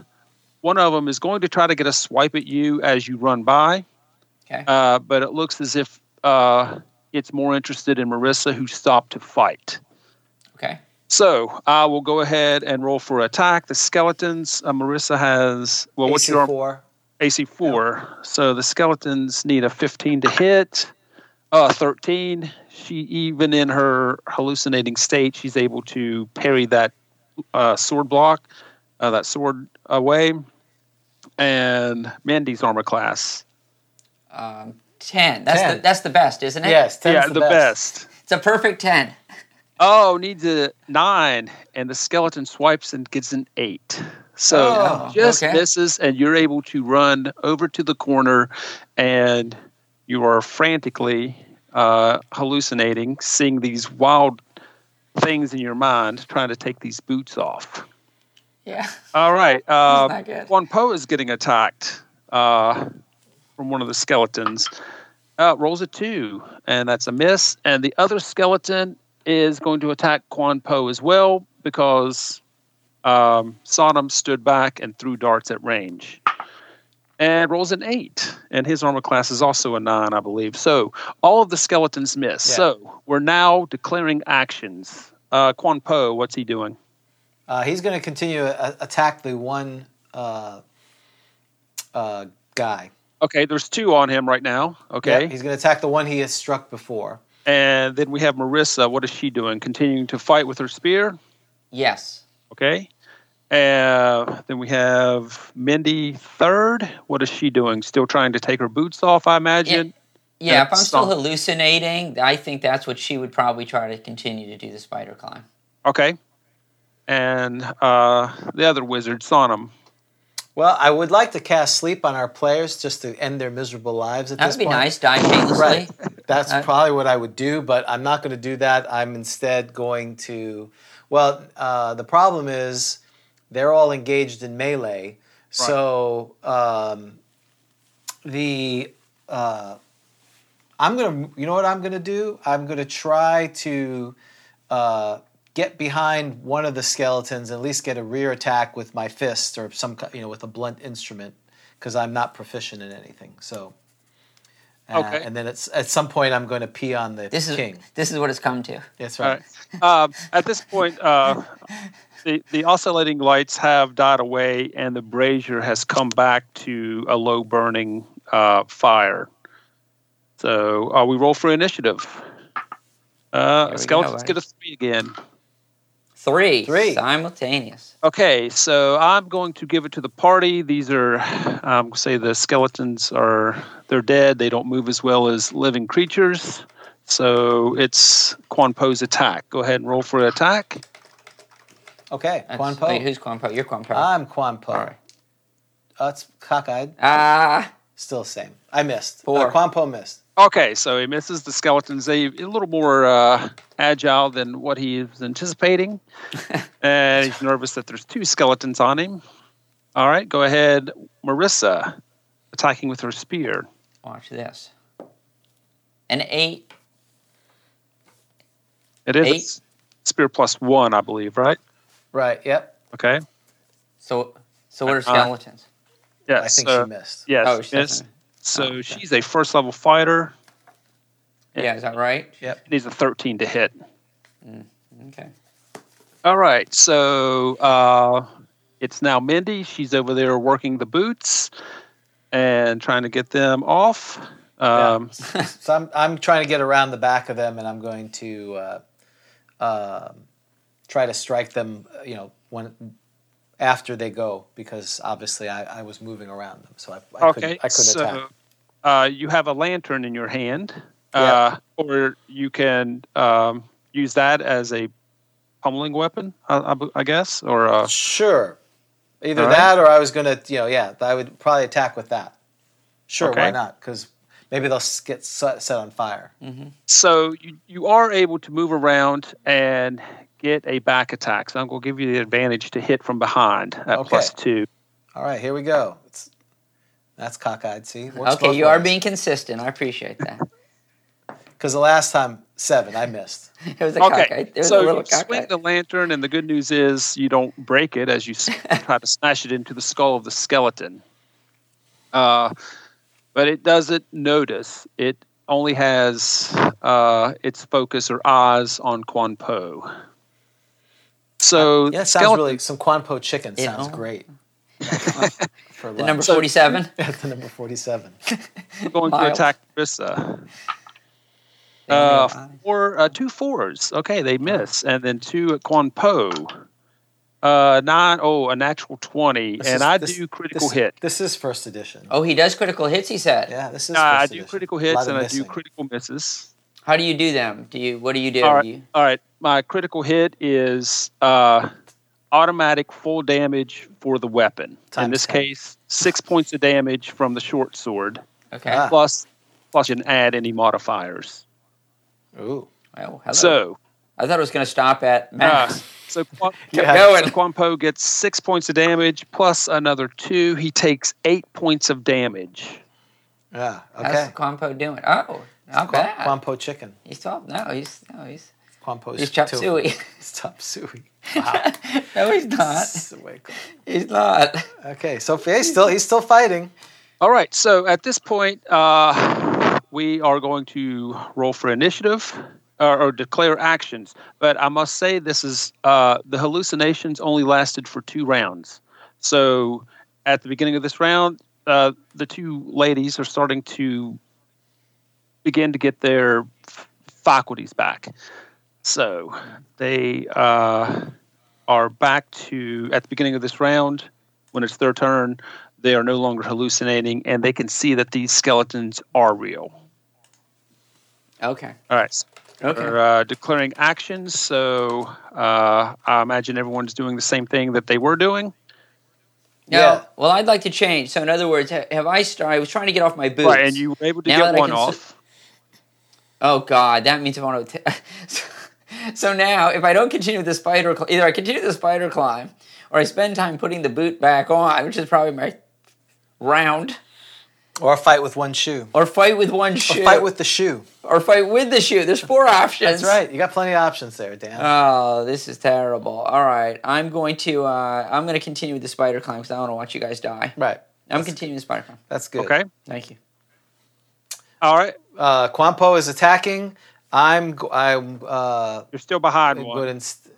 Speaker 4: one of them is going to try to get a swipe at you as you run by,
Speaker 3: Okay.
Speaker 4: uh, but it looks as if uh, it's more interested in Marissa, who stopped to fight.
Speaker 3: okay.
Speaker 4: So I will go ahead and roll for attack. The skeletons, uh, Marissa has, well, what's your arm?
Speaker 2: four?
Speaker 4: AC 4. So the skeletons need a 15 to hit, uh, 13. She, even in her hallucinating state, she's able to parry that uh, sword block, uh, that sword away. And Mandy's armor class.
Speaker 3: Ten. That's the
Speaker 2: Ten.
Speaker 3: that's the best, isn't it?
Speaker 2: Yes. ten's
Speaker 4: yeah, the, best.
Speaker 3: It's a perfect ten.
Speaker 4: Oh, needs a nine, and the skeleton swipes and gets an eight. So
Speaker 3: Oh,
Speaker 4: just
Speaker 3: okay.
Speaker 4: misses, and you're able to run over to the corner, and you are frantically uh, hallucinating, seeing these wild things in your mind, trying to take these boots off.
Speaker 3: Yeah.
Speaker 4: All right, uh,
Speaker 3: not good.
Speaker 4: Juan Po is getting attacked uh, from one of the skeletons. Uh, rolls a two, and that's a miss. And the other skeleton is going to attack Quan Po as well because um, Sodom stood back and threw darts at range. And rolls an eight, and his armor class is also a nine, I believe. So all of the skeletons miss.
Speaker 2: Yeah.
Speaker 4: So we're now declaring actions. Uh, Quan Po, what's he doing?
Speaker 2: Uh, he's going to continue to attack the one uh, uh, guy.
Speaker 4: Okay, there's two on him right now. Okay.
Speaker 2: Yep, he's going to attack the one he has struck before.
Speaker 4: And then we have Marissa. What is she doing? Continuing to fight with her spear.
Speaker 3: Yes.
Speaker 4: Okay. Uh, then we have Mindy third. What is she doing? Still trying to take her boots off, I imagine.
Speaker 3: Yeah. If I'm
Speaker 4: That's
Speaker 3: still
Speaker 4: some-
Speaker 3: hallucinating, I think that's what she would probably try to continue to do the spider climb.
Speaker 4: Okay. And uh, the other wizard, Sonam.
Speaker 2: Well, I would like to cast sleep on our players just to end their miserable lives at
Speaker 3: That
Speaker 2: this
Speaker 3: would be
Speaker 2: point.
Speaker 3: nice. Die painlessly.
Speaker 2: Right. That's
Speaker 3: Uh,
Speaker 2: probably what I would do, but I'm not going to do that. I'm instead going to. Well, uh, the problem is they're all engaged in melee. So um, the. Uh, I'm going to. You know what I'm going to do? I'm going to try to. Uh, Get behind one of the skeletons and at least get a rear attack with my fist or some, ki- you know, with a blunt instrument because I'm not proficient in anything. So uh,
Speaker 4: Okay.
Speaker 2: And then it's, at some point, I'm going to pee on the
Speaker 3: This is
Speaker 2: king.
Speaker 3: this is what it's come to.
Speaker 2: That's
Speaker 4: All
Speaker 2: right.
Speaker 4: right. Um, at this point, uh, the the oscillating lights have died away, and the brazier has come back to a low burning uh, fire. So uh, we roll for initiative.
Speaker 3: we
Speaker 4: Uh,
Speaker 3: go,
Speaker 4: skeletons
Speaker 3: right.
Speaker 4: get a three again.
Speaker 3: Three.
Speaker 2: Three.
Speaker 3: Simultaneous.
Speaker 4: Okay, so I'm going to give it to the party. These are, um, say, the skeletons are they're dead. They don't move as well as living creatures. So it's Quan Po's attack. Go ahead and roll for attack.
Speaker 2: Okay,
Speaker 3: That's-
Speaker 2: Quan Po. Ah.
Speaker 3: wait, who's Quan Po? You're Quan Po.
Speaker 2: I'm Quan Po.
Speaker 3: All right.
Speaker 2: Uh, it's cockeyed.
Speaker 3: Ah.
Speaker 2: Still same. I missed.
Speaker 3: Four.
Speaker 2: Uh, Quan Po missed.
Speaker 4: Okay, so he misses the skeletons. They a little more uh, agile than what he is anticipating, and he's nervous that there's two skeletons on him. All right, go ahead, Marissa, attacking with her spear.
Speaker 3: Watch this. An eight.
Speaker 4: It is
Speaker 3: Eight.
Speaker 4: spear plus one, I believe, right?
Speaker 2: Right, yep.
Speaker 4: Okay,
Speaker 3: So so what are
Speaker 4: Uh,
Speaker 3: skeletons?
Speaker 2: I
Speaker 4: Yes,
Speaker 2: think
Speaker 4: uh,
Speaker 2: she missed.
Speaker 4: Yes,
Speaker 3: Oh, she
Speaker 4: miss.
Speaker 3: definitely-
Speaker 4: So
Speaker 3: oh, okay.
Speaker 4: she's a first level fighter.
Speaker 3: Yeah, is that right?
Speaker 2: Yep.
Speaker 4: Needs a 13 to hit.
Speaker 3: Okay.
Speaker 4: All right. So uh, it's now Mindy. She's over there working the boots and trying to get them off. Um,
Speaker 2: So I'm, I'm trying to get around the back of them, and I'm going to uh, uh, try to strike them. uh, You know, when after they go, because obviously I, I was moving around them, so I, I
Speaker 4: okay.
Speaker 2: couldn't, I couldn't
Speaker 4: so
Speaker 2: attack.
Speaker 4: Uh, you have a lantern in your hand,
Speaker 2: Yeah.
Speaker 4: uh, or you can um, use that as a pummeling weapon, I, I bu- I guess. Or uh,
Speaker 2: Sure, either
Speaker 4: All right.
Speaker 2: that or I was gonna, you know, yeah, I would probably attack with that. Sure,
Speaker 4: Okay.
Speaker 2: why not? Because maybe they'll s- get set, set on fire.
Speaker 4: so you, you are able to move around and get a back attack. So I'm going to give you the advantage to hit from behind at
Speaker 2: Okay.
Speaker 4: plus two.
Speaker 2: All right, here we go. It's, that's cockeyed. See,
Speaker 3: okay, you are being consistent. I appreciate that. [LAUGHS]
Speaker 2: because the last time seven, I missed.
Speaker 3: It was a
Speaker 4: Okay,
Speaker 3: cockeyed. It was
Speaker 4: so
Speaker 3: a little
Speaker 4: you swing
Speaker 3: cockeyed.
Speaker 4: the lantern, and the good news is you don't break it as
Speaker 3: [LAUGHS]
Speaker 4: you s- try to smash it into the skull of the skeleton. Uh, but it doesn't notice. It only has uh, its focus or eyes on Quan Po. So
Speaker 2: Yeah,
Speaker 4: the
Speaker 2: it sounds
Speaker 4: skeleton-
Speaker 2: really some Quan Po chicken
Speaker 3: Yeah.
Speaker 2: sounds
Speaker 3: [LAUGHS]
Speaker 2: great. For
Speaker 3: The
Speaker 2: lunch. [LAUGHS]
Speaker 3: number
Speaker 4: So-
Speaker 3: 47.
Speaker 2: the number forty-seven.
Speaker 4: going to
Speaker 3: Mild.
Speaker 4: attack Rissa.
Speaker 3: They have no
Speaker 4: Uh,
Speaker 3: eyes.
Speaker 4: four, uh, two fours. Okay, they miss, and then two at Quan Po. Uh, nine. Oh, a natural twenty,
Speaker 2: This
Speaker 4: and
Speaker 2: is-
Speaker 4: I
Speaker 2: this-
Speaker 4: do critical
Speaker 2: this,
Speaker 4: hit.
Speaker 2: This is first edition.
Speaker 3: Oh, he does critical hits, he said.
Speaker 2: Yeah, this is.
Speaker 4: Uh, I
Speaker 2: first
Speaker 4: do
Speaker 2: edition.
Speaker 4: critical
Speaker 2: A
Speaker 4: hits
Speaker 2: lot of
Speaker 4: and I
Speaker 2: missing.
Speaker 4: do critical misses.
Speaker 3: How do you do them? Do you what do you do?
Speaker 4: All right,
Speaker 3: You,
Speaker 4: all right. My critical hit is uh, automatic full damage for the weapon. In
Speaker 2: Times
Speaker 4: this
Speaker 2: 10.
Speaker 4: case,
Speaker 2: [LAUGHS]
Speaker 4: six points of damage from the short sword,
Speaker 3: okay.
Speaker 2: Ah.
Speaker 4: plus plus you can add any modifiers.
Speaker 2: Ooh,
Speaker 3: Oh, hello.
Speaker 4: So
Speaker 3: I thought it was going to stop at
Speaker 4: Uh,
Speaker 2: Ah.
Speaker 3: max.
Speaker 4: so
Speaker 2: [LAUGHS]
Speaker 4: Quan,
Speaker 3: Keep
Speaker 4: yeah,
Speaker 3: going.
Speaker 4: so Quan Po gets six points of damage plus another two. He takes eight points of damage.
Speaker 2: yeah,
Speaker 3: How's
Speaker 2: okay.
Speaker 3: Quampo doing? Oh, not
Speaker 2: Quan,
Speaker 3: bad.
Speaker 2: Quan Po chicken.
Speaker 3: He's top. No, he's no, he's
Speaker 2: Quan Po's
Speaker 3: he's chop
Speaker 2: too- [LAUGHS]
Speaker 3: suey. [LAUGHS]
Speaker 2: It's chop suey. Wow.
Speaker 3: no,
Speaker 2: [LAUGHS]
Speaker 3: he's [LAUGHS] not.
Speaker 2: That's the way it goes.
Speaker 3: He's not.
Speaker 2: okay, so he's still he's still fighting.
Speaker 4: All right. So at this point, uh, we are going to roll for initiative uh, or, or declare actions. But I must say, this is uh, the hallucinations only lasted for two rounds. So at the beginning of this round, uh, the two ladies are starting to begin to get their f- faculties back. So they uh, are back to at the beginning of this round. When it's their turn, they are no longer hallucinating, and they can see that these skeletons are real.
Speaker 3: Okay.
Speaker 4: All right. so
Speaker 3: Okay.
Speaker 4: We're uh, declaring actions, so uh, I imagine everyone's doing the same thing that they were doing.
Speaker 3: No.
Speaker 2: Yeah.
Speaker 3: Well, I'd like to change. So, in other words, ha- have I started? I was trying to get off my boots.
Speaker 4: Right, and you were able to
Speaker 3: Now
Speaker 4: get
Speaker 3: that I
Speaker 4: one
Speaker 3: can s-
Speaker 4: off.
Speaker 3: Oh God, that means I want to. atta- [LAUGHS] so now, if I don't continue the spider, cl- either I continue the spider climb, or I spend time putting the boot back on, which is probably my round,
Speaker 2: Or fight with one shoe.
Speaker 3: or fight with one shoe,
Speaker 2: Or fight with the shoe.
Speaker 3: or fight with the shoe. There's four options.
Speaker 2: That's right. You got plenty of options there, Dan.
Speaker 3: Oh, this is terrible. All right, I'm going to uh, I'm going to continue with the spider climb because I want to watch you guys die.
Speaker 2: right.
Speaker 3: I'm continuing the spider climb.
Speaker 2: That's good.
Speaker 4: Okay.
Speaker 3: Thank you.
Speaker 4: All right.
Speaker 2: Uh, Quan Po is attacking. I'm go- I'm uh,
Speaker 4: You're still behind
Speaker 2: would
Speaker 4: one.
Speaker 2: inst-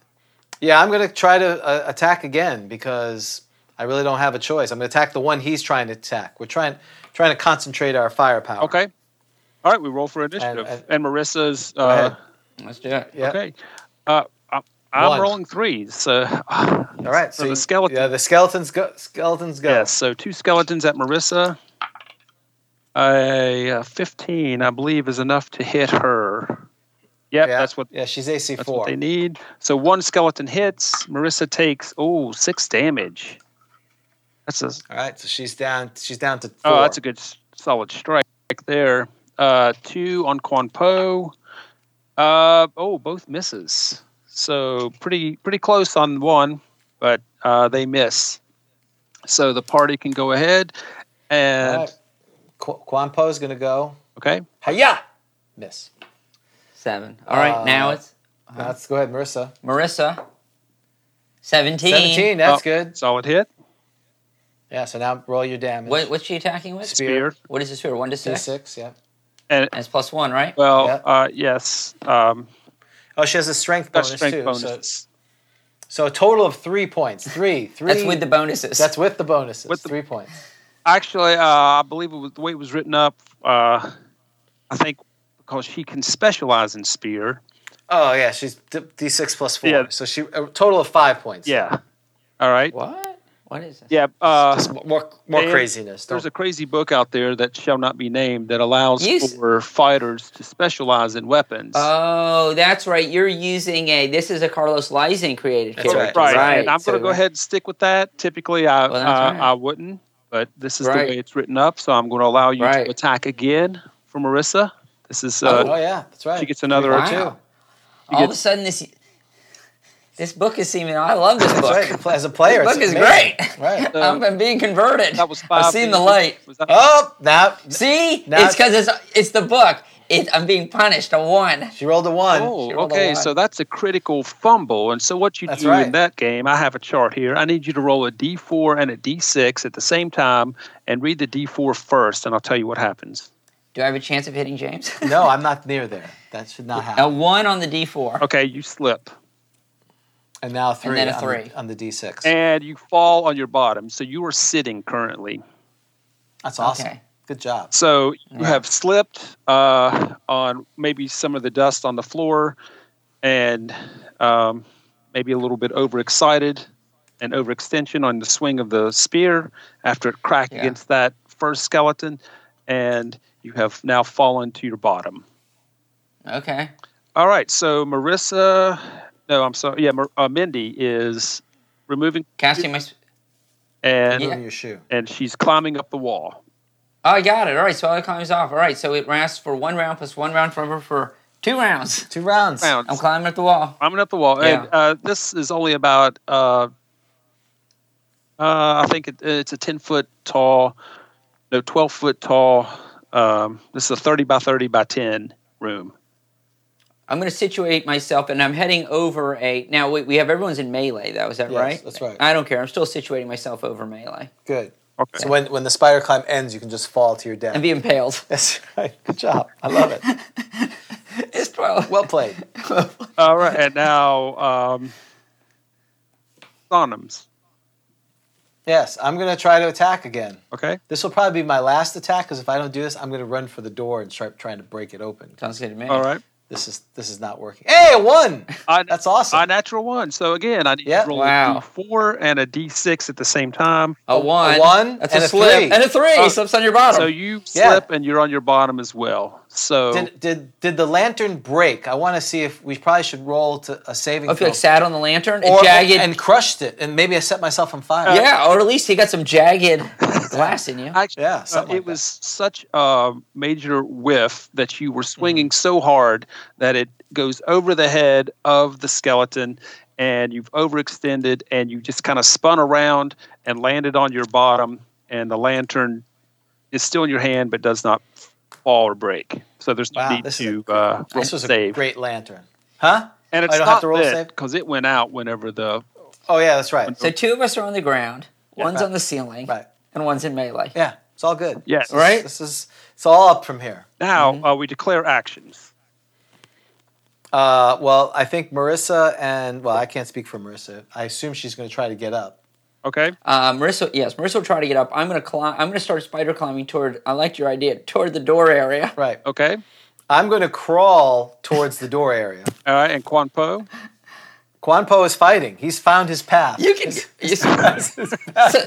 Speaker 2: yeah, I'm going to try to uh, attack again because I really don't have a choice. I'm going to attack the one he's trying to attack. We're trying trying to concentrate our firepower.
Speaker 4: Okay. All right. We roll for initiative,
Speaker 2: and-
Speaker 3: uh,
Speaker 4: and, Marissa's.
Speaker 2: ahead.
Speaker 4: Uh,
Speaker 3: Let's do it.
Speaker 2: Yeah.
Speaker 4: Okay. Uh, I, I'm
Speaker 2: One.
Speaker 4: rolling threes. So,
Speaker 2: All right.
Speaker 4: So
Speaker 2: So,
Speaker 4: the
Speaker 2: you-
Speaker 4: skeleton-
Speaker 2: Yeah, the skeletons go. Skeletons go.
Speaker 4: yes. So two skeletons at Marissa. A uh, 15, I believe, is enough to hit her. Yep,
Speaker 2: Yeah,
Speaker 4: that's what
Speaker 2: Yeah, she's AC
Speaker 4: that's
Speaker 2: four.
Speaker 4: what they need. So one skeleton hits. Marissa takes oh six damage. That's a
Speaker 2: All right. So she's down. She's down to. Four.
Speaker 4: oh that's a good s- solid strike there. Uh, two on Quan Po. Uh, oh, both misses. So pretty pretty close on one, but uh, they miss. So the party can go ahead
Speaker 2: All
Speaker 4: and
Speaker 2: right. Qu- Quan Po's going to go.
Speaker 4: okay.
Speaker 2: Hiya! Miss.
Speaker 3: Seven. All right,
Speaker 2: Uh,
Speaker 3: now it's
Speaker 2: Now let's go ahead, Marissa.
Speaker 3: Marissa. 17.
Speaker 4: Oh.
Speaker 2: Seventeen. That's good.
Speaker 4: Solid hit.
Speaker 2: Yeah, so now roll your damage.
Speaker 3: What, what's she attacking with?
Speaker 2: Spear.
Speaker 4: Spear.
Speaker 3: What is the spear? One to
Speaker 2: D
Speaker 3: six.
Speaker 2: six, yeah.
Speaker 4: And
Speaker 3: And it's plus one, right?
Speaker 4: well,
Speaker 2: Yeah.
Speaker 4: uh, yes, um,
Speaker 2: Oh, she has a strength
Speaker 4: got
Speaker 2: bonus
Speaker 4: strength
Speaker 2: too.
Speaker 4: bonuses.
Speaker 2: So, so a total of three points. [LAUGHS] Three, three.
Speaker 3: That's with the bonuses.
Speaker 2: That's with the bonuses.
Speaker 4: With the-
Speaker 2: three points.
Speaker 4: Actually, uh, I believe it was, the way it was written up. Uh, I think because she can specialize in spear.
Speaker 2: Oh yeah, she's D six plus four.
Speaker 4: Yeah.
Speaker 2: So she a total of five points.
Speaker 4: Yeah. All right.
Speaker 3: what? What is this?
Speaker 4: Yeah. Uh,
Speaker 2: Just more more
Speaker 4: And
Speaker 2: craziness.
Speaker 4: there's
Speaker 2: Don't,
Speaker 4: a crazy book out there that shall not be named that allows
Speaker 3: Yes.
Speaker 4: for fighters to specialize in weapons.
Speaker 3: Oh, that's right. You're using a. This is a Carlos Lysing created
Speaker 2: That's
Speaker 3: character.
Speaker 4: right. And I'm
Speaker 3: So
Speaker 4: going to go ahead and stick with that. Typically, I
Speaker 3: Well, that's
Speaker 4: uh,
Speaker 3: right.
Speaker 4: I wouldn't, but this is
Speaker 3: Right.
Speaker 4: the way it's written up. So I'm going to allow you
Speaker 3: Right.
Speaker 4: to attack again for Marissa. This is uh,
Speaker 2: oh yeah, that's right.
Speaker 4: she gets another
Speaker 3: Wow.
Speaker 4: two.
Speaker 3: All
Speaker 4: get-
Speaker 3: of a sudden, this this book is seeming. I love this book.
Speaker 2: That's right. As a player, it's
Speaker 3: This [LAUGHS] book is
Speaker 2: amazing.
Speaker 3: great.
Speaker 2: Right.
Speaker 3: I'm, I'm being converted. [LAUGHS]
Speaker 4: That was five.
Speaker 3: I've seen the
Speaker 4: people.
Speaker 3: light.
Speaker 4: Was that-
Speaker 2: [LAUGHS] Oh, now
Speaker 3: See,
Speaker 2: Now-
Speaker 3: it's because it's it's the book. It, I'm being punished. A one.
Speaker 2: she rolled a one.
Speaker 4: Oh,
Speaker 3: She rolled a
Speaker 4: okay.
Speaker 3: one.
Speaker 4: So that's a critical fumble. And so what you
Speaker 2: That's
Speaker 4: do
Speaker 2: right.
Speaker 4: in that game, I have a chart here. I need you to roll a D4 and a D6 at the same time and read the D4 first, and I'll tell you what happens.
Speaker 3: Do I have a chance of hitting James? [LAUGHS]
Speaker 2: No, I'm not near there. That should not happen.
Speaker 3: a one on the D4.
Speaker 4: Okay, you slip
Speaker 2: And now three.
Speaker 3: then a
Speaker 2: on the-
Speaker 3: three.
Speaker 2: on the D six.
Speaker 4: and you fall on your bottom. So you are sitting currently.
Speaker 2: That's awesome.
Speaker 3: Okay.
Speaker 2: Good job.
Speaker 4: So you
Speaker 3: Yeah.
Speaker 4: have slipped uh, on maybe some of the dust on the floor and um, maybe a little bit overexcited and overextension on the swing of the spear after it cracked
Speaker 3: Yeah.
Speaker 4: against that first skeleton. And you have now fallen to your bottom.
Speaker 3: Okay.
Speaker 4: All right. So Marissa, no, I'm sorry. Yeah, Mar- uh, Mindy is removing
Speaker 3: Casting my. sp-
Speaker 4: and
Speaker 3: Yeah.
Speaker 2: Remove your shoe.
Speaker 4: and she's climbing up the wall.
Speaker 3: Oh, I got it. All right, so I climbs off. All right, so it lasts for one round plus one round for for two rounds.
Speaker 2: Two rounds.
Speaker 4: Round.
Speaker 3: I'm climbing up the wall.
Speaker 4: climbing up the wall.
Speaker 3: Yeah.
Speaker 4: And uh, this is only about, uh, uh, I think it, it's a 10 foot tall, no, 12 foot tall. Um, this is a 30 by 30 by 10 room.
Speaker 3: I'm going to situate myself, and I'm heading over a. Now we, we have everyone's in melee, though. Is that
Speaker 2: Yes,
Speaker 3: right?
Speaker 2: that's right.
Speaker 3: I don't care. I'm still situating myself over melee
Speaker 2: Good.
Speaker 4: Okay.
Speaker 2: So when, when the spider climb ends, you can just fall to your death.
Speaker 3: and be impaled. [LAUGHS]
Speaker 2: That's right. Good job. I love it.
Speaker 3: it's twelve.
Speaker 2: Well played.
Speaker 4: All right. And now, um, Sonams.
Speaker 2: Yes, I'm going to try to attack again.
Speaker 4: Okay.
Speaker 2: This will probably be my last attack because if I don't do this, I'm going to run for the door and start trying to break it open.
Speaker 3: sounds good to me.
Speaker 4: All right.
Speaker 2: This is this is not working. Hey, a one.
Speaker 4: I,
Speaker 2: That's awesome.
Speaker 4: I natural one. So again, I need
Speaker 2: Yeah.
Speaker 4: to roll
Speaker 3: Wow.
Speaker 4: a D4 and a D6 at the same time.
Speaker 3: A one.
Speaker 2: one
Speaker 3: That's
Speaker 2: and
Speaker 3: a
Speaker 2: a
Speaker 3: slip.
Speaker 2: three.
Speaker 3: And a three
Speaker 4: Oh.
Speaker 3: slips on your bottom.
Speaker 4: So you
Speaker 2: Yeah.
Speaker 4: slip and you're on your bottom as well. So
Speaker 2: Did, did did the lantern break? I want to see if we probably should roll to a saving
Speaker 3: I feel
Speaker 2: throw.
Speaker 3: like sat on the lantern,
Speaker 2: or,
Speaker 3: and jagged.
Speaker 2: and crushed it, and maybe I set myself on fire.
Speaker 3: yeah, or at least he got some jagged glass in you.
Speaker 4: Actually,
Speaker 2: Yeah,
Speaker 4: uh, it
Speaker 2: something like
Speaker 4: was such a major whiff that you were
Speaker 2: Mm-hmm.
Speaker 4: swinging so hard that it goes over the head of the skeleton, and you've overextended, and you just kind of spun around and landed on your bottom, and the lantern is still in your hand but does not fall or break. So there's no
Speaker 2: Wow,
Speaker 4: need
Speaker 2: this is
Speaker 4: to uh, roll
Speaker 2: This was a
Speaker 4: save.
Speaker 2: great lantern, huh?
Speaker 4: and it's
Speaker 2: I don't
Speaker 4: not
Speaker 2: have to roll a save?
Speaker 4: because it went out whenever the
Speaker 2: Oh yeah, that's right.
Speaker 3: So two of us are on the ground, one's
Speaker 2: Right.
Speaker 3: on the ceiling,
Speaker 2: Right.
Speaker 3: and one's in melee.
Speaker 2: Yeah, it's all good.
Speaker 4: Yes.
Speaker 2: This is-
Speaker 3: Right?
Speaker 2: This is it's all up from here.
Speaker 4: now
Speaker 2: Mm-hmm.
Speaker 4: uh, we declare actions.
Speaker 2: Uh, well, I think Marissa and well, I can't speak for Marissa. I assume she's going to try to get up.
Speaker 4: Okay.
Speaker 3: Uh, Marissa, yes, Marissa will try to get up. I'm gonna climb. I'm gonna start spider climbing toward. I liked your idea toward the door area.
Speaker 2: Right.
Speaker 4: Okay.
Speaker 2: I'm going to crawl towards the door area.
Speaker 4: All right. And Quan Po.
Speaker 2: Quan Po is fighting. He's found his path.
Speaker 3: You can. [LAUGHS] You, so,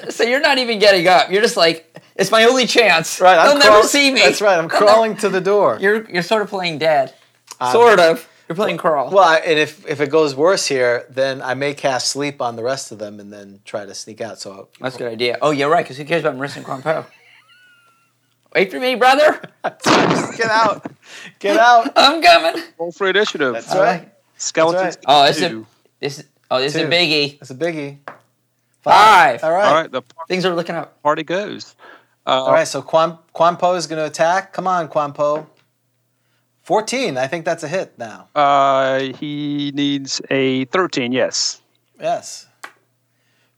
Speaker 3: so you're not even getting up. You're just like it's my only
Speaker 2: [LAUGHS]
Speaker 3: chance.
Speaker 2: right. I'm
Speaker 3: They'll
Speaker 2: crawl-
Speaker 3: never see me.
Speaker 2: That's right. I'm crawling to the door. Uh,
Speaker 3: You're you're sort of playing dead.
Speaker 2: Um,
Speaker 3: sort of. You're playing crawl.
Speaker 2: Well, I, and if if it goes worse here, then I may cast sleep on the rest of them and then try to sneak out. So [LAUGHS]
Speaker 3: That's a good idea. Oh, you're right. Because who cares about Marissa and Quampo? Wait for me, brother.
Speaker 2: get out, get
Speaker 3: [LAUGHS]
Speaker 2: out.
Speaker 3: I'm coming.
Speaker 4: Roll for initiative.
Speaker 2: That's right.
Speaker 4: Skeletons.
Speaker 2: That's
Speaker 3: Oh, this is
Speaker 4: two.
Speaker 3: a, this. is- Oh, this is
Speaker 2: Two.
Speaker 3: a biggie.
Speaker 2: That's a biggie.
Speaker 3: Five.
Speaker 2: All right.
Speaker 4: All right, the
Speaker 3: Things are looking up.
Speaker 4: party goes. Uh,
Speaker 2: All right, so Quan, Quan Po is going to attack. Come on, Quan Po. 14. I think that's a hit now.
Speaker 4: uh, he needs a 13, yes.
Speaker 2: Yes.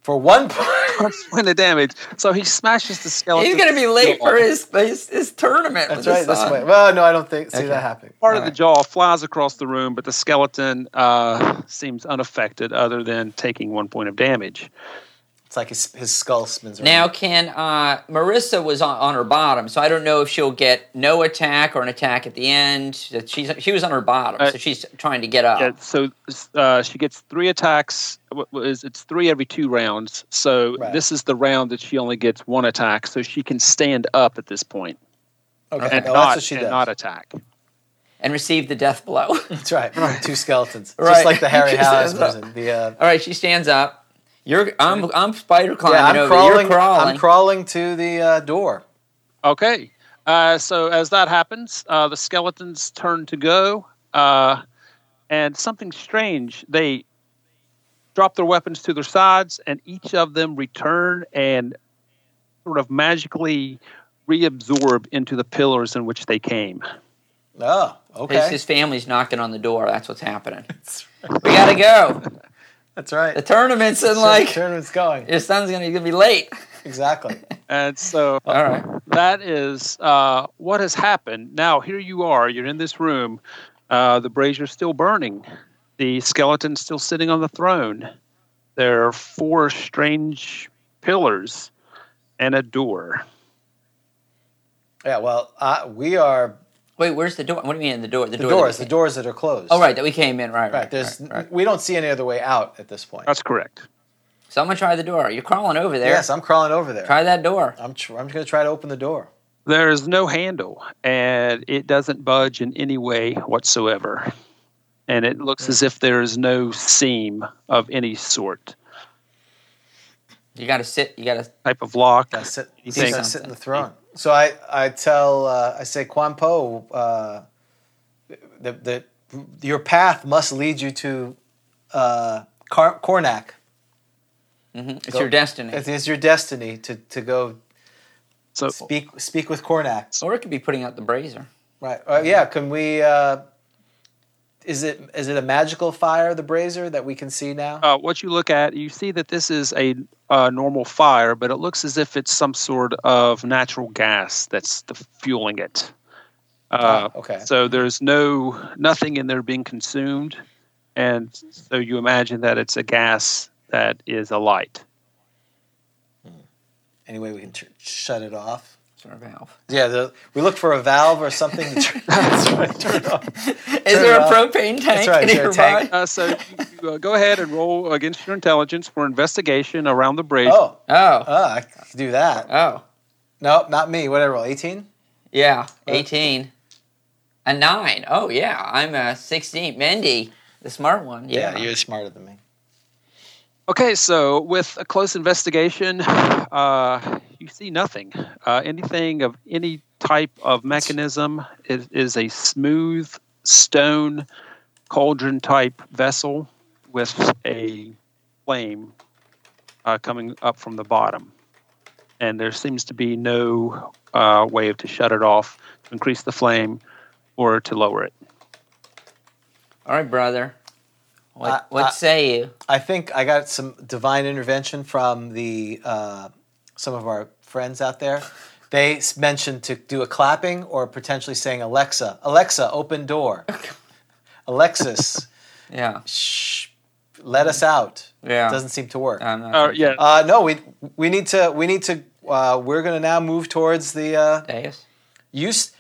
Speaker 2: for one [LAUGHS] point.
Speaker 4: [LAUGHS] First point of damage. So he smashes the skeleton.
Speaker 3: He's going to be late for his his, his tournament.
Speaker 2: That's
Speaker 3: with
Speaker 2: right.
Speaker 3: his
Speaker 2: This
Speaker 3: son.
Speaker 2: way. Well, no, I don't think see
Speaker 3: Okay.
Speaker 2: that happening.
Speaker 4: Part of
Speaker 3: All
Speaker 4: the
Speaker 3: right.
Speaker 4: jaw flies across the room, but the skeleton uh, seems unaffected, other than taking one point of damage.
Speaker 2: It's like his, his skull spins around.
Speaker 3: Now, can uh, Marissa was on, on her bottom, so I don't know if she'll get no attack or an attack at the end. That She's she was on her bottom,
Speaker 4: Uh,
Speaker 3: so she's trying to get up.
Speaker 4: Yeah, so uh, she gets three attacks. wh- wh- is- It's three every two rounds. So
Speaker 2: Right.
Speaker 4: this is the round that she only gets one attack. So she can stand up at this point
Speaker 2: okay,
Speaker 4: and,
Speaker 2: well,
Speaker 4: not,
Speaker 2: that's what she
Speaker 4: and
Speaker 2: does.
Speaker 4: not attack.
Speaker 3: and receive the death blow. [LAUGHS] All
Speaker 2: That's right. Two skeletons,
Speaker 3: Right.
Speaker 2: just like the [LAUGHS] Harry
Speaker 3: She
Speaker 2: Hallis
Speaker 3: stands up.
Speaker 2: version. The uh,
Speaker 3: right, she stands up. You're I'm I'm spider climbing
Speaker 2: yeah, I'm
Speaker 3: over.
Speaker 2: crawling,
Speaker 3: You're crawling.
Speaker 2: I'm crawling to the uh, door.
Speaker 4: Okay. Uh, so as that happens, uh, the skeletons turn to go, uh, and something strange. They drop their weapons to their sides, and each of them return and sort of magically reabsorb into the pillars in which they came.
Speaker 2: Oh,
Speaker 3: His,
Speaker 2: okay.
Speaker 3: his family's knocking on the door. [LAUGHS] That's what's happening. we gotta go.
Speaker 2: That's right.
Speaker 3: The tournament's in
Speaker 2: So the
Speaker 3: like
Speaker 2: tournament's going
Speaker 3: your son's gonna, gonna be late.
Speaker 2: exactly.
Speaker 4: And so
Speaker 2: Oh.
Speaker 3: All right.
Speaker 4: that is uh, what has happened. Now, here you are. You're in this room. Uh, the brazier's still burning. The skeleton's still sitting on the throne. There are four strange pillars and a door.
Speaker 2: Yeah. Well, uh, we are
Speaker 3: Wait, where's the door? What do you mean the door?
Speaker 2: the
Speaker 3: The, door.
Speaker 2: doors.
Speaker 3: that
Speaker 2: The
Speaker 3: we came-
Speaker 2: doors that are closed.
Speaker 3: Oh, right, that we came in. Right, right.
Speaker 2: Right. There's
Speaker 3: right, right.
Speaker 2: we don't see any other way out at this point.
Speaker 4: That's correct.
Speaker 3: So I'm gonna try the door. You're crawling over there.
Speaker 2: Yes, I'm crawling over there.
Speaker 3: Try that door.
Speaker 2: I'm tr- I'm going to try to open the door.
Speaker 4: There is no handle, and it doesn't budge in any way whatsoever. And it looks as if there is no seam of any sort,
Speaker 3: You gotta sit. You gotta.
Speaker 4: type of lock.
Speaker 2: I sit,
Speaker 4: You
Speaker 2: so I
Speaker 4: think-
Speaker 2: sit in the throne. So I, I tell, uh, I say, Quan Po, uh, the, the, your path must lead you to uh, Car- Karnak.
Speaker 3: mm-hmm, It's your destiny.
Speaker 2: It is your destiny to, to go
Speaker 4: So,
Speaker 2: speak speak with Karnak.
Speaker 3: or it could be putting out the brazier.
Speaker 2: Right. Uh, yeah. Can we? Uh, is it is it a magical fire, the brazier that we can see now?
Speaker 4: uh, what you look at, you see that this is a uh, normal fire, but it looks as if it's some sort of natural gas that's the fueling it. Uh,
Speaker 2: Ah, okay.
Speaker 4: So there's no nothing in there being consumed, and so you imagine that it's a gas that is a light.
Speaker 2: Any way we can tr- shut it off?
Speaker 3: Sort
Speaker 2: [LAUGHS]
Speaker 3: of valve.
Speaker 2: Yeah. The, we look for a valve or something to turn, [LAUGHS] turn it off.
Speaker 3: Is
Speaker 2: Turn
Speaker 3: there
Speaker 2: it
Speaker 3: a
Speaker 2: off.
Speaker 3: propane tank
Speaker 2: That's right, is there a
Speaker 3: nearby?
Speaker 2: tank?
Speaker 4: Uh, so you, you, uh, go ahead and roll against your intelligence for investigation around the bridge.
Speaker 2: Oh,
Speaker 3: Oh,
Speaker 2: oh, I could do that.
Speaker 3: oh,
Speaker 2: Nope, not me. What did I roll? 18? Uh,
Speaker 3: yeah. Eighteen. A nine. Oh yeah, I'm a sixteen. Mendy, the smart one. Yeah.
Speaker 2: you're smarter than me.
Speaker 4: Okay, so with a close investigation, uh, you see nothing. Uh, anything of any type of mechanism it is a smooth stone cauldron type vessel with a flame uh, coming up from the bottom. And there seems to be no uh, way to shut it off, to increase the flame, or to lower it.
Speaker 3: All right, brother. What,
Speaker 2: Uh,
Speaker 3: what
Speaker 2: uh,
Speaker 3: say you?
Speaker 2: I think I got some divine intervention from the uh, some of our friends out there. They s- mentioned to do a clapping or potentially saying Alexa, Alexa, open door. [LAUGHS] Alexis,
Speaker 3: Yeah.
Speaker 2: shh, let us out.
Speaker 3: Yeah.
Speaker 2: Doesn't seem to work.
Speaker 3: I'm not
Speaker 4: Uh, yeah,
Speaker 2: Uh, no, we we need to we need to uh, we're gonna now move towards the uh,
Speaker 3: Deus.
Speaker 2: You, s-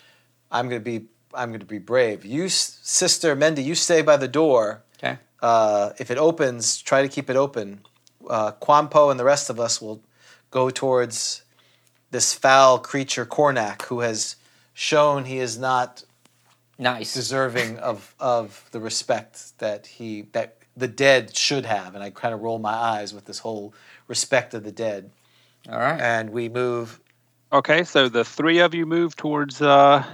Speaker 2: I'm gonna be, I'm gonna be brave. You, s- sister Mendy, you stay by the door.
Speaker 3: Okay.
Speaker 2: Uh, if it opens, try to keep it open. Uh, Quampo and the rest of us will go towards this foul creature Cornak, who has shown he is not
Speaker 3: Nice.
Speaker 2: deserving of of the respect that he that the dead should have. And I kind of roll my eyes with this whole respect of the dead.
Speaker 3: All right.
Speaker 2: And we move.
Speaker 4: Okay, so the three of you move towards uh,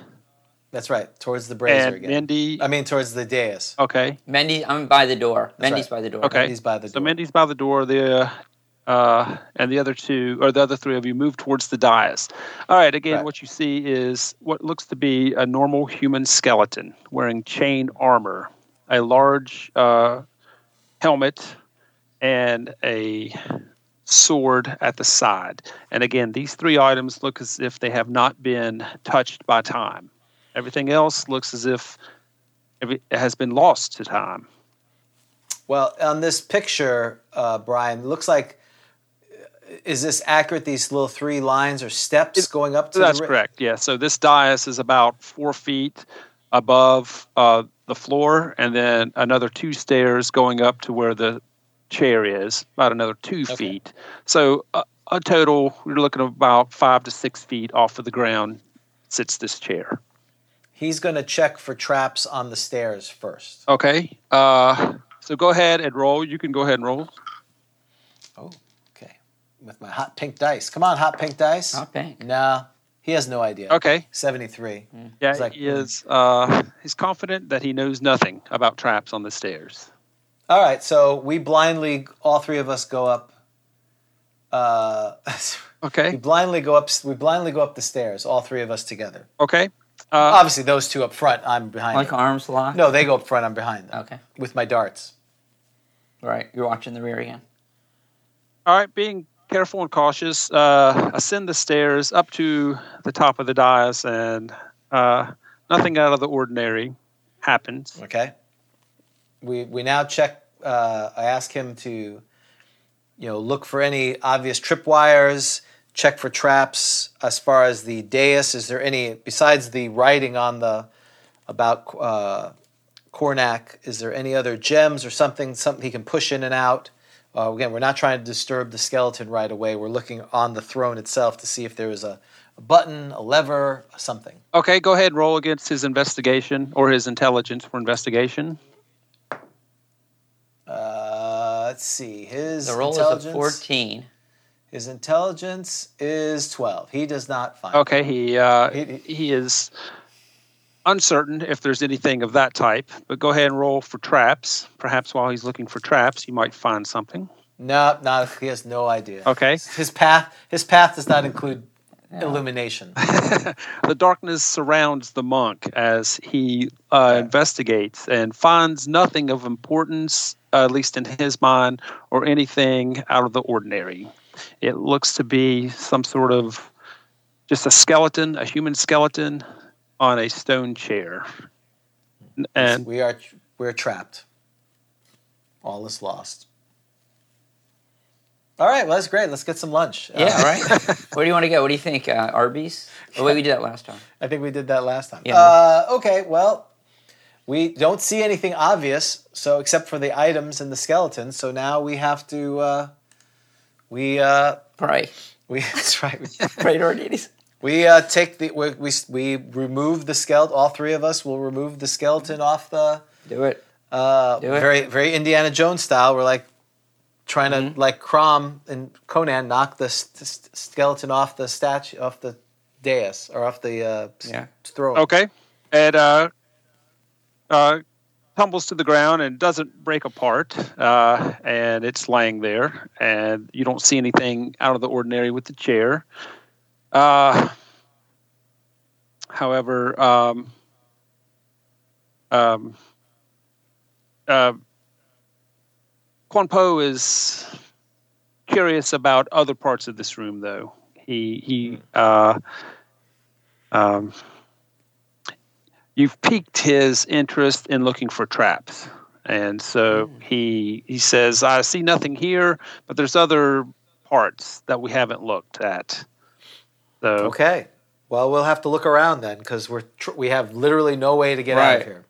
Speaker 2: That's right, towards the brazier
Speaker 4: and
Speaker 2: again.
Speaker 4: Mindy.
Speaker 2: I mean, towards the dais.
Speaker 4: Okay,
Speaker 3: Mendy, I'm by the door.
Speaker 2: That's
Speaker 3: Mendy's
Speaker 2: right.
Speaker 3: by the door.
Speaker 4: okay.
Speaker 2: Mindy's by the
Speaker 4: so
Speaker 2: door.
Speaker 4: Mindy's by the door. The uh, uh, and the other two or the other three of you move towards the dais. All right. Again,
Speaker 2: Right.
Speaker 4: what you see is what looks to be a normal human skeleton wearing chain armor, a large uh, helmet, and a sword at the side. And again, these three items look as if they have not been touched by time. Everything else looks as if it has been lost to time.
Speaker 2: Well, on this picture, uh, Brian, it looks like is this accurate? These little three lines or steps going up to
Speaker 4: That's
Speaker 2: the ri-
Speaker 4: correct. Yeah. So this dais is about four feet above uh, the floor, and then another two stairs going up to where the chair is, about another two feet. So uh, a total, we're looking at about five to six feet off of the ground sits this chair.
Speaker 2: He's going to check for traps on the stairs first.
Speaker 4: Okay. Uh, so go ahead and roll. You can go ahead and roll.
Speaker 2: Oh, okay. With my hot pink dice. Come on, hot pink dice.
Speaker 3: Hot pink.
Speaker 2: Nah, he has no idea.
Speaker 4: Okay. Hmm.
Speaker 2: 73.
Speaker 4: Yeah,
Speaker 2: It's like-
Speaker 4: he is. Uh, he's confident that he knows nothing about traps on the stairs.
Speaker 2: All right, so we blindly, all three of us go up. Uh, [LAUGHS] we
Speaker 4: Okay.
Speaker 2: blindly go up. We blindly go up the stairs, all three of us together.
Speaker 4: Okay. Uh,
Speaker 2: Obviously, those two up front. I'm behind.
Speaker 3: Like
Speaker 2: them.
Speaker 3: arms locked.
Speaker 2: No, they go up front. I'm behind them.
Speaker 3: Okay.
Speaker 2: With my darts.
Speaker 3: Right. You're watching the rear again.
Speaker 4: All right, being careful and cautious, uh, ascend the stairs up to the top of the dais, and uh, nothing out of the ordinary happens.
Speaker 2: Okay. We we now check. Uh, I ask him to, you know, look for any obvious tripwires. Check for traps. As far as the dais, is there any besides the writing on the about uh, Cornac? Is there any other gems or something? Something he can push in and out. Uh, again, we're not trying to disturb the skeleton right away. We're looking on the throne itself to see if there is a, a button, a lever, something.
Speaker 4: Okay, go ahead and roll against his investigation or his intelligence for investigation.
Speaker 2: Uh, let's see. His
Speaker 3: The roll is a
Speaker 2: intelligence.
Speaker 3: 14.
Speaker 2: His intelligence is 12. He does not find it.
Speaker 4: Okay, he uh,
Speaker 2: He-
Speaker 4: he is uncertain if there's anything of that type, but go ahead and roll for traps. Perhaps while he's looking for traps, you might find something.
Speaker 2: No, not he has no idea.
Speaker 4: Okay.
Speaker 2: His path his path does not include illumination.
Speaker 4: The darkness surrounds the monk as he uh, investigates and finds nothing of importance, uh, at least in his mind, or anything out of the ordinary. It looks to be some sort of just a skeleton, a human skeleton on a stone chair. [LAUGHS] And
Speaker 2: we are we're trapped. All is lost. All right, well that's great. Let's get some lunch. Uh,
Speaker 3: Yeah,
Speaker 2: [LAUGHS]
Speaker 3: right? Where do you want to go? What do you think? Uh, Arby's? Oh, wait, we did that last time.
Speaker 2: I think we did that last time.
Speaker 3: Yeah.
Speaker 2: Uh, okay, well, we don't see anything obvious, so except for the items and the skeleton. So now we have to uh, we uh,
Speaker 3: Pray.
Speaker 2: we [LAUGHS] that's right. We,
Speaker 3: Pray to our deities.
Speaker 2: We uh, take the we, we we remove the skeleton. All three of us will remove the skeleton off the
Speaker 3: Do it.
Speaker 2: uh,
Speaker 3: Do it.
Speaker 2: very very Indiana Jones style. We're like trying
Speaker 3: Mm-hmm.
Speaker 2: to like Crom and Conan knock the s- s- skeleton off the statue off the dais or off the uh, s-
Speaker 3: Yeah.
Speaker 2: throne.
Speaker 4: okay, it uh, uh, tumbles to the ground and doesn't break apart, uh, and it's laying there, and you don't see anything out of the ordinary with the chair. Uh, however, um, um, uh, Quan Po is curious about other parts of this room, though. He he.
Speaker 2: Hmm.
Speaker 4: Uh, um, you've piqued his interest in looking for traps. And so
Speaker 2: Hmm.
Speaker 4: he he says, I see nothing here, but there's other parts that we haven't looked at. So
Speaker 2: Okay. Well, we'll have to look around then because we're tr- we have literally no way to get out of
Speaker 3: Right.
Speaker 2: here.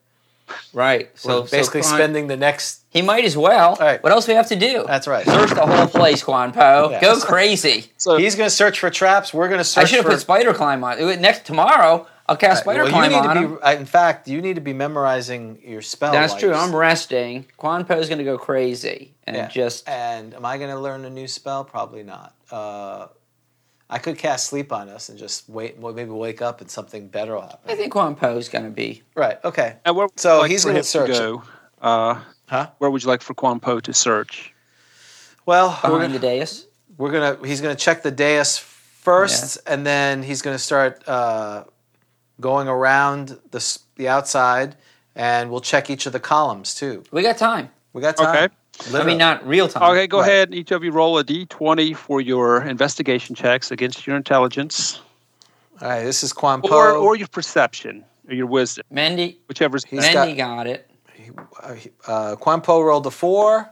Speaker 3: Right. So
Speaker 2: So basically,
Speaker 3: so Quan-
Speaker 2: spending the next.
Speaker 3: He might as well.
Speaker 2: right.
Speaker 3: What else we have to do?
Speaker 2: That's right.
Speaker 3: Search the whole place, Quan Po.
Speaker 2: Yeah.
Speaker 3: Go crazy.
Speaker 4: so
Speaker 2: He's going to search for traps. We're going to search.
Speaker 3: I should have
Speaker 2: for, Uh,
Speaker 3: put spider climb on. Ooh, Next tomorrow, I'll cast spider
Speaker 2: Well, you
Speaker 3: climb
Speaker 2: need
Speaker 3: on
Speaker 2: to
Speaker 3: him.
Speaker 2: be- I- In fact, you need to be memorizing your spell.
Speaker 3: That's true.
Speaker 2: lights.
Speaker 3: I'm resting. Quan Po's going to go crazy and
Speaker 2: Yeah. Uh,
Speaker 3: just.
Speaker 2: and am I going to learn a new spell? Probably not. Uh, I could cast sleep on us and just wait. Well, maybe wake up and something better will
Speaker 3: I
Speaker 2: happen.
Speaker 3: think Quan Po's going to be.
Speaker 2: Right. Okay.
Speaker 4: and where would
Speaker 2: So
Speaker 4: you like
Speaker 2: he's
Speaker 4: for
Speaker 2: gonna
Speaker 4: him
Speaker 2: search
Speaker 4: go? Uh,
Speaker 2: Huh?
Speaker 4: where would you like for Quan Po to search?
Speaker 2: Well, we're
Speaker 3: behind
Speaker 2: gonna,
Speaker 3: the dais.
Speaker 2: we're gonna. He's gonna check the dais first, and then he's gonna start uh, going around the s- the outside, and we'll check each of the columns too.
Speaker 3: We got time.
Speaker 2: We got time.
Speaker 4: Okay.
Speaker 3: I mean, not real time.
Speaker 4: Okay, go
Speaker 2: Right.
Speaker 4: ahead. Each of you roll a d20 for your investigation checks against your intelligence
Speaker 2: All right, this is Quan
Speaker 4: or,
Speaker 2: Po.
Speaker 4: or your perception or your wisdom,
Speaker 3: Mendy,
Speaker 4: whichever's.
Speaker 2: He's
Speaker 3: Mendy got it.
Speaker 2: uh, Quan Po rolled a four.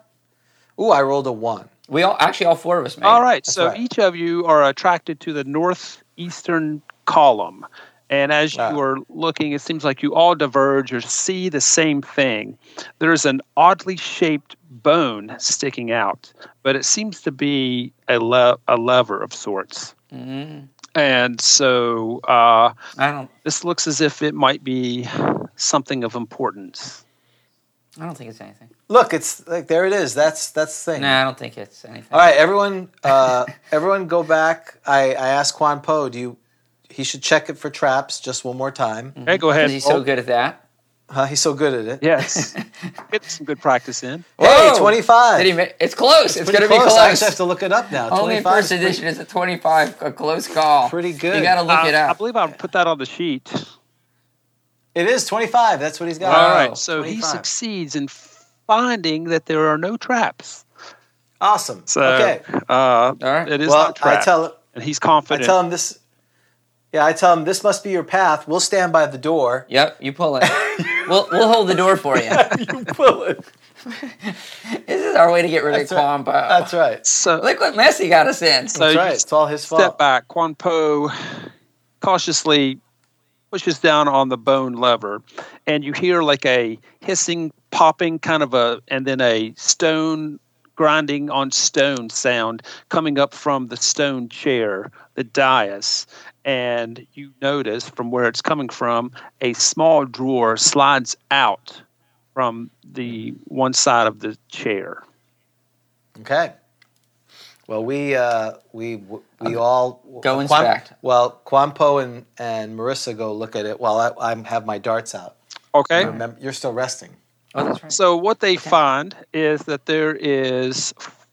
Speaker 2: Ooh, I rolled a one.
Speaker 3: We all actually all four of us made.
Speaker 4: All
Speaker 3: it.
Speaker 4: right, so
Speaker 2: right.
Speaker 4: each of you are attracted to the northeastern column. And as
Speaker 2: Ah.
Speaker 4: you are looking, it seems like you all diverge or see the same thing. There's an oddly shaped bone sticking out, but it seems to be a, le- a lever of sorts. And so uh,
Speaker 3: Mm-hmm. I don't.
Speaker 4: this looks as if it might be something of importance.
Speaker 3: I don't think it's anything.
Speaker 2: Look, it's like there it is. That's that's the thing.
Speaker 3: No, I don't think it's anything.
Speaker 2: All right, everyone, uh, [LAUGHS] everyone, go back. I, I asked Quan Po, do you? He should check it for traps just one more time.
Speaker 4: Okay, go ahead. Oh,
Speaker 3: Because he's so
Speaker 4: roll.
Speaker 3: good at that.
Speaker 2: Huh, he's so good at it. [LAUGHS]
Speaker 4: Yes, get some good practice in.
Speaker 2: Hey,
Speaker 3: Whoa!
Speaker 2: twenty five.
Speaker 3: Did he ma- it's close. It's,
Speaker 2: Pretty
Speaker 3: going to be
Speaker 2: close.
Speaker 3: close.
Speaker 2: I actually have to look it up now.
Speaker 3: Only
Speaker 2: 25 's
Speaker 3: first edition is a 25, a close call.
Speaker 2: Pretty good.
Speaker 3: You got to look
Speaker 4: I-
Speaker 3: it up.
Speaker 4: Uh, I believe I put that on the sheet.
Speaker 2: It is 25. That's what he's got.
Speaker 4: All
Speaker 3: Wow.
Speaker 4: right, so he
Speaker 2: 25.
Speaker 4: succeeds in finding that there are no traps.
Speaker 2: Awesome.
Speaker 4: So
Speaker 2: okay.
Speaker 4: uh,
Speaker 3: right.
Speaker 4: it is
Speaker 2: Well,
Speaker 4: not
Speaker 2: I
Speaker 4: trapped.
Speaker 2: tell
Speaker 4: and he's
Speaker 2: I
Speaker 4: confident.
Speaker 2: tell him this. Yeah, I tell him this must be your path. We'll stand by the
Speaker 4: [LAUGHS]
Speaker 2: door.
Speaker 3: Yep, you pull
Speaker 2: [LAUGHS]
Speaker 3: it. we'll we'll hold the door for you.
Speaker 2: you pull it.
Speaker 3: This is our way to get rid
Speaker 2: That's
Speaker 3: of
Speaker 2: right.
Speaker 3: Quambo.
Speaker 2: That's right.
Speaker 4: so
Speaker 3: Look what Messi got us in.
Speaker 4: So
Speaker 2: That's
Speaker 4: you
Speaker 2: right.
Speaker 4: just
Speaker 2: It's all his fault.
Speaker 4: step back. Quan Po cautiously pushes down on the bone lever, and you hear like a hissing, popping kind of a, and then a stone grinding on stone sound coming up from the stone chair, the dais. And you notice from where it's coming from, a small drawer slides out from the one side of the chair.
Speaker 2: Okay. Well, we uh, we we all
Speaker 3: Uh, Go
Speaker 2: Quan-
Speaker 3: inspect.
Speaker 2: Well, Quampo and and Marissa go look at it while I, I have my darts out.
Speaker 4: Okay.
Speaker 2: Remember, you're still resting.
Speaker 3: Oh, that's right.
Speaker 4: So what they find is that there is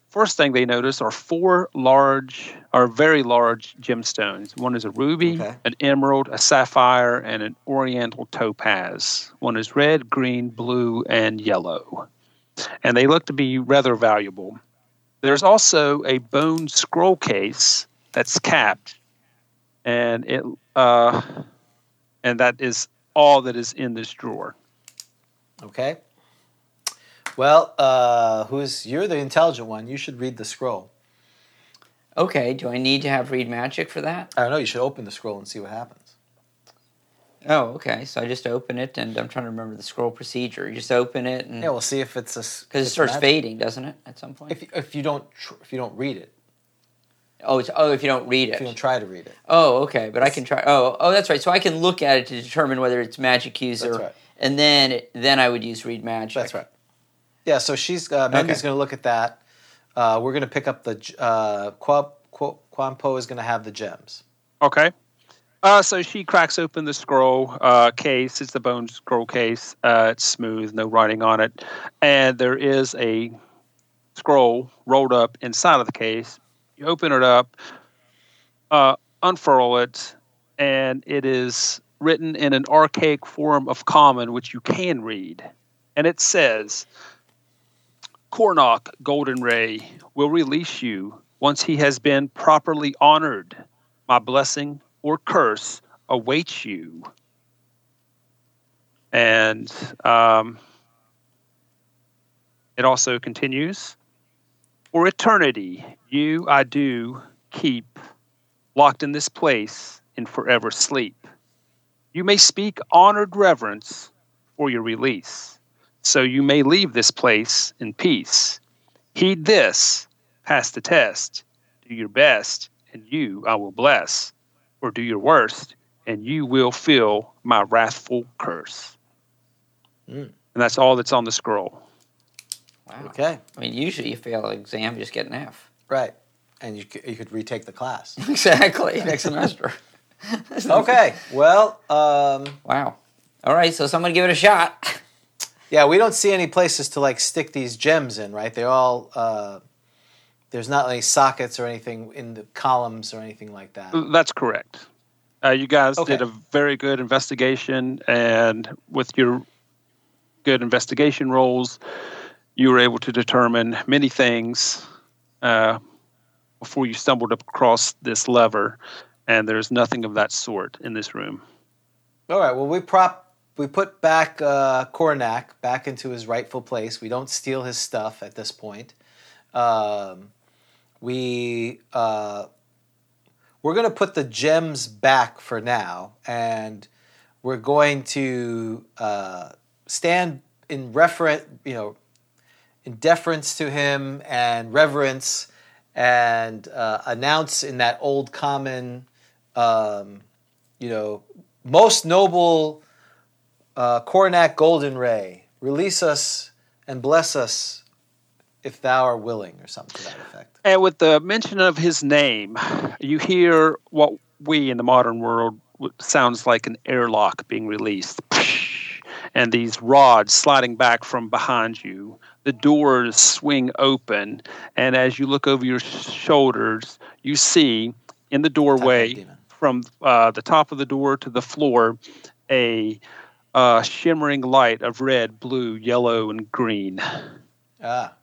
Speaker 4: first thing they notice are four large or very large gemstones. One is a ruby,
Speaker 2: Okay.
Speaker 4: an emerald, a sapphire, and an oriental topaz. One is red, green, blue, and yellow. And they look to be rather valuable. There's also a bone scroll case that's capped and it uh, and that is all that is in this drawer.
Speaker 2: Okay. Well, uh, who's you're the intelligent one. You should read the scroll.
Speaker 3: Okay, do I need to have read magic for that?
Speaker 2: I don't know. You should open the scroll and see what happens.
Speaker 3: Oh, okay. So I just open it, and I'm trying to remember the scroll procedure. You just open it, and
Speaker 2: Yeah, we'll see if it's a s-
Speaker 3: because Mm. it
Speaker 2: it's
Speaker 3: starts
Speaker 2: magic.
Speaker 3: fading, doesn't it, at some point?
Speaker 2: If if you don't tr- if you don't read it,
Speaker 3: oh, it's, oh, if you don't read
Speaker 2: if you
Speaker 3: it.
Speaker 2: don't try to read it.
Speaker 3: oh, okay. But I can try. Oh, oh, that's right. So I can look at it to determine whether it's magic user,
Speaker 2: That's right.
Speaker 3: and then it, then I would use read magic.
Speaker 2: That's right. Yeah, so she's uh, Mendy's
Speaker 3: Okay.
Speaker 2: going to look at that. Uh, we're going to pick up the j- uh, Qua, Qua, Quan Po is going to have the gems.
Speaker 4: Okay. Uh, so she cracks open the scroll uh, case. It's the bone scroll case. Uh, it's smooth, no writing on it. And there is a scroll rolled up inside of the case. You open it up, uh, unfurl it, and it is written in an archaic form of common, which you can read. And it says, Cornock Golden Ray will release you once he has been properly honored. My blessing or curse awaits you. And um, it also continues For eternity, you I do keep locked in this place in forever sleep. You may speak honored reverence for your release, so you may leave this place in peace. Heed this, pass the test, do your best, and you I will bless, or do your worst, and you will feel my wrathful curse.
Speaker 2: Mm.
Speaker 4: And that's all that's on the scroll.
Speaker 3: Wow.
Speaker 2: Okay,
Speaker 3: I mean, usually you fail an exam, you just get an F. [LAUGHS]
Speaker 2: right. And you, c- you could retake the class.
Speaker 3: Exactly. Next semester.
Speaker 2: [LAUGHS]
Speaker 3: [LAUGHS]
Speaker 2: okay, well, um,
Speaker 3: Wow. All right. So someone give it a shot. [LAUGHS]
Speaker 2: yeah, we don't see any places to like stick these gems in, right? They're all, uh, there's not any sockets or anything in the columns or anything like that.
Speaker 4: That's correct. Uh, you guys
Speaker 2: Okay.
Speaker 4: did a very good investigation, and with your good investigation rolls, you were able to determine many things uh, before you stumbled across this lever, and there's nothing of that sort in this room.
Speaker 2: All right. Well, we prop we put back uh, Kornak back into his rightful place. We don't steal his stuff at this point. Um, we uh, we're going to put the gems back for now, and we're going to uh, stand in reference, you know, in deference to him and reverence, and uh, announce in that old common, um, you know, most noble uh, Coronac Golden Ray, release us and bless us if thou are willing, or something to that effect.
Speaker 4: And with the mention of his name, you hear what we in the modern world w- sounds like an airlock being released, [LAUGHS] and these rods sliding back from behind you. The doors swing open, and as you look over your shoulders, you see in the doorway
Speaker 2: demon.
Speaker 4: from uh, the top of the door to the floor a uh, shimmering light of red, blue, yellow, and green.
Speaker 2: Ah,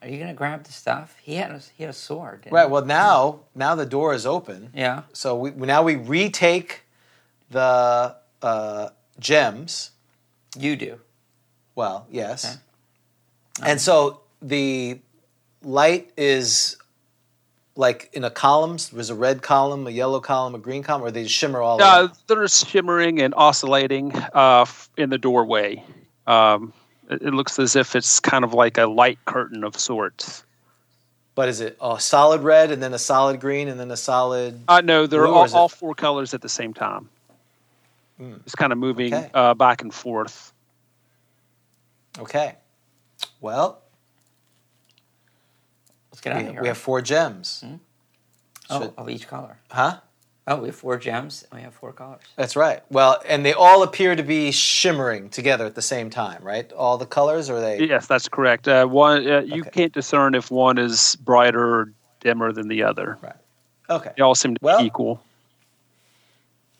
Speaker 3: Are you gonna grab the stuff? He had a, he had a sword. didn't
Speaker 2: right.
Speaker 3: he?
Speaker 2: Well, now now the door is open.
Speaker 3: Yeah.
Speaker 2: So we now we retake the uh, gems.
Speaker 3: You do.
Speaker 2: Well, yes.
Speaker 3: Okay.
Speaker 2: And so the light is like in a columns. There's a red column, a yellow column, a green column, or they shimmer all
Speaker 4: Uh,
Speaker 2: around.
Speaker 4: they're shimmering and oscillating uh, f- in the doorway. Um, it, it looks as if it's kind of like a light curtain of sorts.
Speaker 2: But is it a solid red and then a solid green and then a solid?
Speaker 4: Uh, no, they're
Speaker 2: Blue, or is it- Hmm.
Speaker 4: all, all four colors at the same time. It's kind of moving
Speaker 2: Okay.
Speaker 4: uh, back and forth.
Speaker 2: Okay. Well,
Speaker 3: Let's get out
Speaker 2: we,
Speaker 3: of here.
Speaker 2: we have four gems.
Speaker 3: oh,
Speaker 2: should-
Speaker 3: of each color.
Speaker 2: Huh?
Speaker 3: Oh, we have four gems and we have four colors.
Speaker 2: That's right. Well, and they all appear to be shimmering together at the same time, right? All the colors, or they?
Speaker 4: Yes, that's correct. Uh, one, uh, you
Speaker 2: Okay.
Speaker 4: can't discern if one is brighter or dimmer than the other.
Speaker 2: Right. Okay.
Speaker 4: They all seem to
Speaker 2: Well-
Speaker 4: be equal.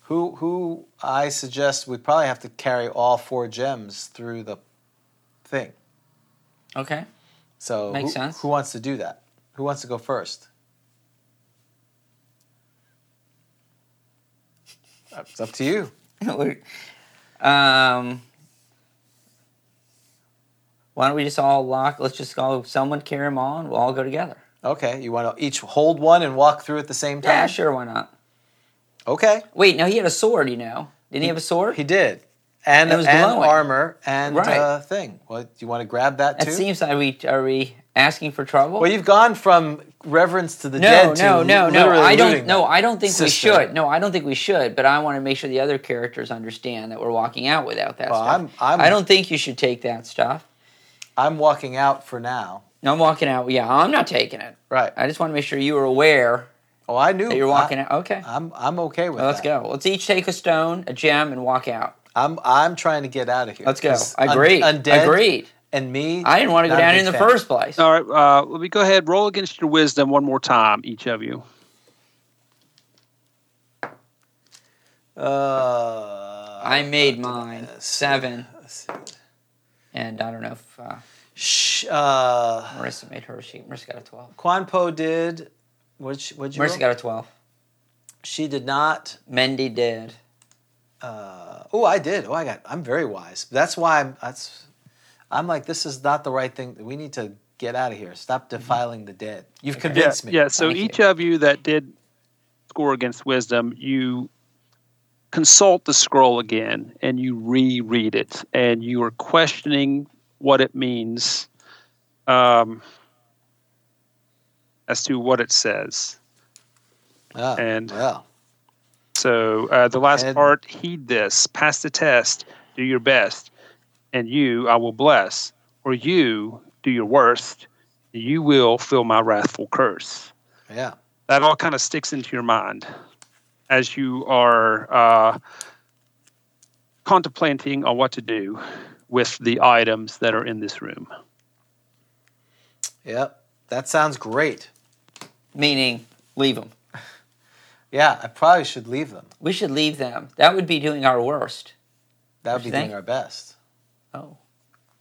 Speaker 2: Who who I suggest we probably have to carry all four gems through the thing.
Speaker 3: Okay.
Speaker 2: So
Speaker 3: Makes
Speaker 2: who,
Speaker 3: sense.
Speaker 2: who wants to do that? Who wants to go first? It's up to you.
Speaker 3: [LAUGHS] We're- um, why don't we just all lock? Let's just go. Someone carry them all, and we'll all go together.
Speaker 2: Okay, you want to each hold one and walk through at the same time?
Speaker 3: Yeah, sure. Why not?
Speaker 2: Okay,
Speaker 3: Wait, no, he had a sword. You know, didn't he, have a sword?
Speaker 2: he did, and
Speaker 3: It was
Speaker 2: and
Speaker 3: glowing.
Speaker 2: armor and
Speaker 3: Right.
Speaker 2: uh, thing. Well, do you want to grab that
Speaker 3: that
Speaker 2: too?
Speaker 3: seems like we are we asking for trouble?
Speaker 2: well, you've gone from reverence to the
Speaker 3: no,
Speaker 2: dead to
Speaker 3: no, no, no.
Speaker 2: literally
Speaker 3: I
Speaker 2: looting
Speaker 3: don't. No,
Speaker 2: them.
Speaker 3: I don't think
Speaker 2: sister.
Speaker 3: we should. No, I don't think we should. But I want to make sure the other characters understand that we're walking out without that
Speaker 2: Well,
Speaker 3: stuff.
Speaker 2: I'm- I'm-
Speaker 3: I don't think you should take that stuff.
Speaker 2: I'm walking out for now.
Speaker 3: No, I'm walking out. Yeah, I'm not taking it.
Speaker 2: Right.
Speaker 3: I just want to make sure you are aware
Speaker 2: Oh, I knew
Speaker 3: that you're
Speaker 2: I-
Speaker 3: walking out. Okay.
Speaker 2: I'm I'm okay with
Speaker 3: Well, let's
Speaker 2: that.
Speaker 3: go. Let's each take a stone, a gem, and walk out.
Speaker 2: I'm I'm trying to get out of here.
Speaker 3: Let's go.
Speaker 2: 'Cause un-
Speaker 3: Agreed.
Speaker 2: undead
Speaker 3: Agreed.
Speaker 2: and me.
Speaker 3: I didn't want to go
Speaker 2: not a
Speaker 3: down
Speaker 2: big
Speaker 3: in the
Speaker 2: fan.
Speaker 3: first place.
Speaker 4: All right, uh, let me go ahead. Roll against your wisdom one more time, each of you.
Speaker 2: Uh,
Speaker 3: I made mine
Speaker 2: Let's see.
Speaker 3: seven,
Speaker 2: let's see.
Speaker 3: and I don't know if uh,
Speaker 2: Sh- uh,
Speaker 3: Marissa made hers. She Marissa got a twelve.
Speaker 2: Quan Po did. What she, what'd you?
Speaker 3: Marissa
Speaker 2: roll?
Speaker 3: got a twelve.
Speaker 2: She did not.
Speaker 3: Mendy did.
Speaker 2: Uh, oh, I did. Oh, I got. I'm very wise. That's why I'm. That's. I'm like this is not the right thing. We need to get out of here.
Speaker 3: Mm-hmm.
Speaker 2: Stop defiling the dead. You've convinced me.
Speaker 4: Yeah, so
Speaker 3: Thank
Speaker 4: each
Speaker 3: you.
Speaker 4: of you that did score against wisdom, you consult the scroll again and you reread it and you are questioning what it means um, as to what it says.
Speaker 2: Oh,
Speaker 4: and-
Speaker 2: well,
Speaker 4: So uh, the last
Speaker 2: And-
Speaker 4: part heed this, pass the test, do your best, and you I will bless, or you do your worst, you will feel my wrathful curse.
Speaker 2: yeah.
Speaker 4: that all kind of sticks into your mind as you are uh, contemplating on what to do with the items that are in this room.
Speaker 2: Yep. That sounds great.
Speaker 3: Meaning, leave them.
Speaker 2: Yeah, I probably should leave them.
Speaker 3: We should leave them. That would be doing our worst.
Speaker 2: That would be
Speaker 3: you
Speaker 2: doing
Speaker 3: think?
Speaker 2: our best.
Speaker 3: Oh,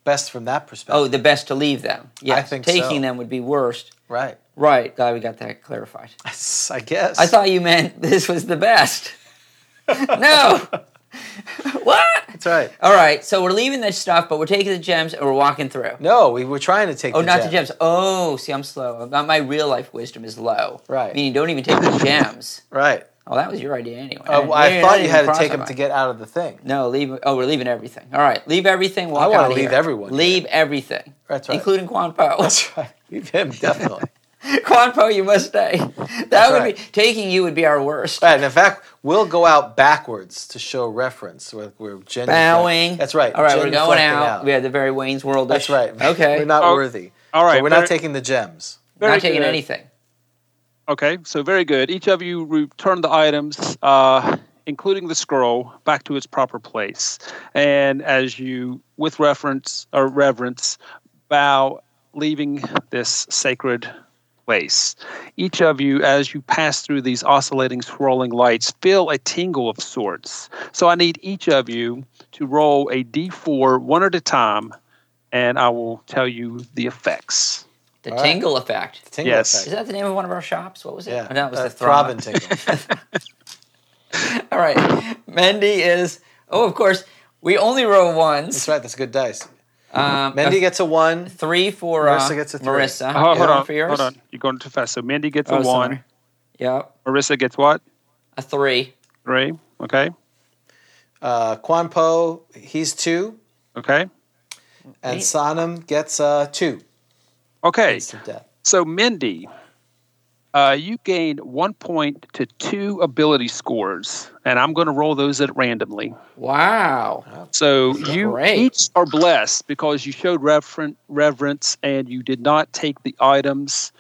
Speaker 2: best from that perspective.
Speaker 3: Oh, the best to leave them. Yes.
Speaker 2: think
Speaker 3: taking
Speaker 2: so.
Speaker 3: them would be worst.
Speaker 2: right. [LAUGHS]
Speaker 3: Right. Glad we got that clarified.
Speaker 2: I guess.
Speaker 3: I thought you meant this was
Speaker 2: [LAUGHS]
Speaker 3: the best. no. what?
Speaker 2: that's right.
Speaker 3: All right. So we're leaving this stuff, but we're taking the gems and we're walking through.
Speaker 2: No, we were trying to take.
Speaker 3: Oh,
Speaker 2: the
Speaker 3: not
Speaker 2: gem.
Speaker 3: the gems. Oh, see, I'm slow. Not my real life wisdom is low.
Speaker 2: Right.
Speaker 3: Meaning, don't even take the gems.
Speaker 2: Right.
Speaker 3: Oh, that was your idea anyway.
Speaker 2: Uh, well, I
Speaker 3: Yeah,
Speaker 2: thought
Speaker 3: didn't
Speaker 2: you had to
Speaker 3: cross
Speaker 2: take
Speaker 3: that
Speaker 2: them to
Speaker 3: line.
Speaker 2: get out of the thing.
Speaker 3: No, leave. Oh, we're leaving everything. All right, leave everything. Walk
Speaker 2: I wanna
Speaker 3: outta
Speaker 2: leave
Speaker 3: here.
Speaker 2: everyone here.
Speaker 3: Leave everything.
Speaker 2: That's right.
Speaker 3: Including Quan Po.
Speaker 2: That's right. [LAUGHS] Leave him definitely.
Speaker 3: [LAUGHS] Quan Po, you must stay. That would
Speaker 2: right.
Speaker 3: be taking you would be our worst.
Speaker 2: right. And in fact, we'll go out backwards to show reference. We're, we're gen-
Speaker 3: Bowing.
Speaker 2: uh, That's right.
Speaker 3: All right, we're going
Speaker 2: genuflecting
Speaker 3: out. We had the very Wayne's World.
Speaker 2: That's right.
Speaker 3: [LAUGHS] Okay.
Speaker 2: we're not
Speaker 4: Oh,
Speaker 2: worthy.
Speaker 4: all right,
Speaker 2: So we're not
Speaker 4: very-
Speaker 2: taking the gems.
Speaker 3: Not
Speaker 4: Very
Speaker 3: taking
Speaker 4: good.
Speaker 3: anything.
Speaker 4: Okay, so very good. Each of you return the items, uh, including the scroll, back to its proper place. And as you, with reference or reverence, bow, leaving this sacred place, each of you, as you pass through these oscillating, swirling lights, feel a tingle of sorts. So I need each of you to roll a d4 one at a time, and I will tell you the effects.
Speaker 3: The
Speaker 2: All right.
Speaker 3: tingle effect.
Speaker 2: Tingle
Speaker 4: Yes.
Speaker 3: Is
Speaker 2: effect.
Speaker 3: that the name of one of our shops? What was it?
Speaker 2: Yeah.
Speaker 3: Oh, that was
Speaker 2: Uh,
Speaker 3: the throb.
Speaker 2: throbbing
Speaker 3: [LAUGHS]
Speaker 2: tingle.
Speaker 3: All right. Mendy is. Oh, of course. We only roll
Speaker 2: That's
Speaker 3: ones.
Speaker 2: right. That's good dice.
Speaker 3: Um,
Speaker 2: Mendy gets a one.
Speaker 3: three for
Speaker 2: Marissa
Speaker 3: uh,
Speaker 2: gets a three.
Speaker 3: Marissa.
Speaker 4: Oh,
Speaker 3: One
Speaker 4: hold on,
Speaker 3: for yours?
Speaker 4: hold on. You're going too fast. So Mindy gets
Speaker 3: Oh,
Speaker 4: a one.
Speaker 3: sorry. Yep.
Speaker 4: Marissa gets what?
Speaker 3: A three.
Speaker 4: Three. Okay.
Speaker 2: Uh, Quan Po, he's two,
Speaker 4: Okay.
Speaker 2: and
Speaker 3: Neat.
Speaker 2: Sonam gets uh, two.
Speaker 4: Okay.
Speaker 2: Instant death.
Speaker 4: So Mindy, uh, you gain one point to two ability scores, and I'm going to roll those at randomly.
Speaker 3: Wow.
Speaker 2: Oh,
Speaker 4: So you
Speaker 3: Great.
Speaker 4: each are blessed because you showed reverent, reverence and you did not take the items.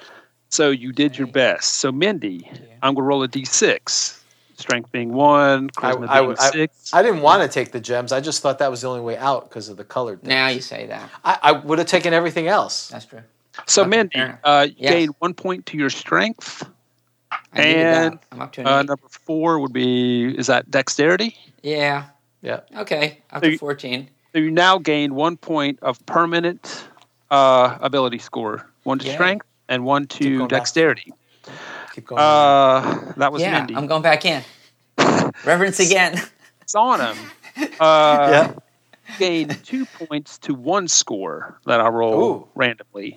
Speaker 4: So you did your best. So Mindy, I'm going to roll a d6. Strength being one,
Speaker 2: I,
Speaker 4: charisma
Speaker 2: I,
Speaker 4: being
Speaker 2: I,
Speaker 4: six.
Speaker 2: I didn't want to take the gems. I just thought that was the only way out because of the colored. Thing.
Speaker 3: Now you say that.
Speaker 2: I, I would have taken everything else.
Speaker 3: That's true.
Speaker 4: So,
Speaker 3: Okay,
Speaker 4: Mindy,
Speaker 3: fair.
Speaker 4: uh, you
Speaker 3: Yes.
Speaker 4: gain one point to your strength.
Speaker 3: I needed
Speaker 4: And,
Speaker 3: that. I'm up to an
Speaker 4: Uh,
Speaker 3: eight.
Speaker 4: number four would be is that dexterity?
Speaker 3: Yeah.
Speaker 2: Yeah.
Speaker 3: Okay. Up
Speaker 4: So
Speaker 3: to
Speaker 4: you-
Speaker 3: 14.
Speaker 4: So you now gain one point of permanent uh, ability score, one to
Speaker 3: Yay.
Speaker 4: strength and one
Speaker 2: Keep
Speaker 4: to
Speaker 2: going back.
Speaker 4: dexterity.
Speaker 2: Keep going.
Speaker 4: Uh, that was
Speaker 3: Yeah.
Speaker 4: Mindy.
Speaker 3: I'm going back
Speaker 2: [LAUGHS]
Speaker 3: in. Reverence again.
Speaker 4: It's on him. Uh,
Speaker 2: yeah.
Speaker 4: Gain two points to one score that I roll
Speaker 2: Ooh.
Speaker 4: randomly.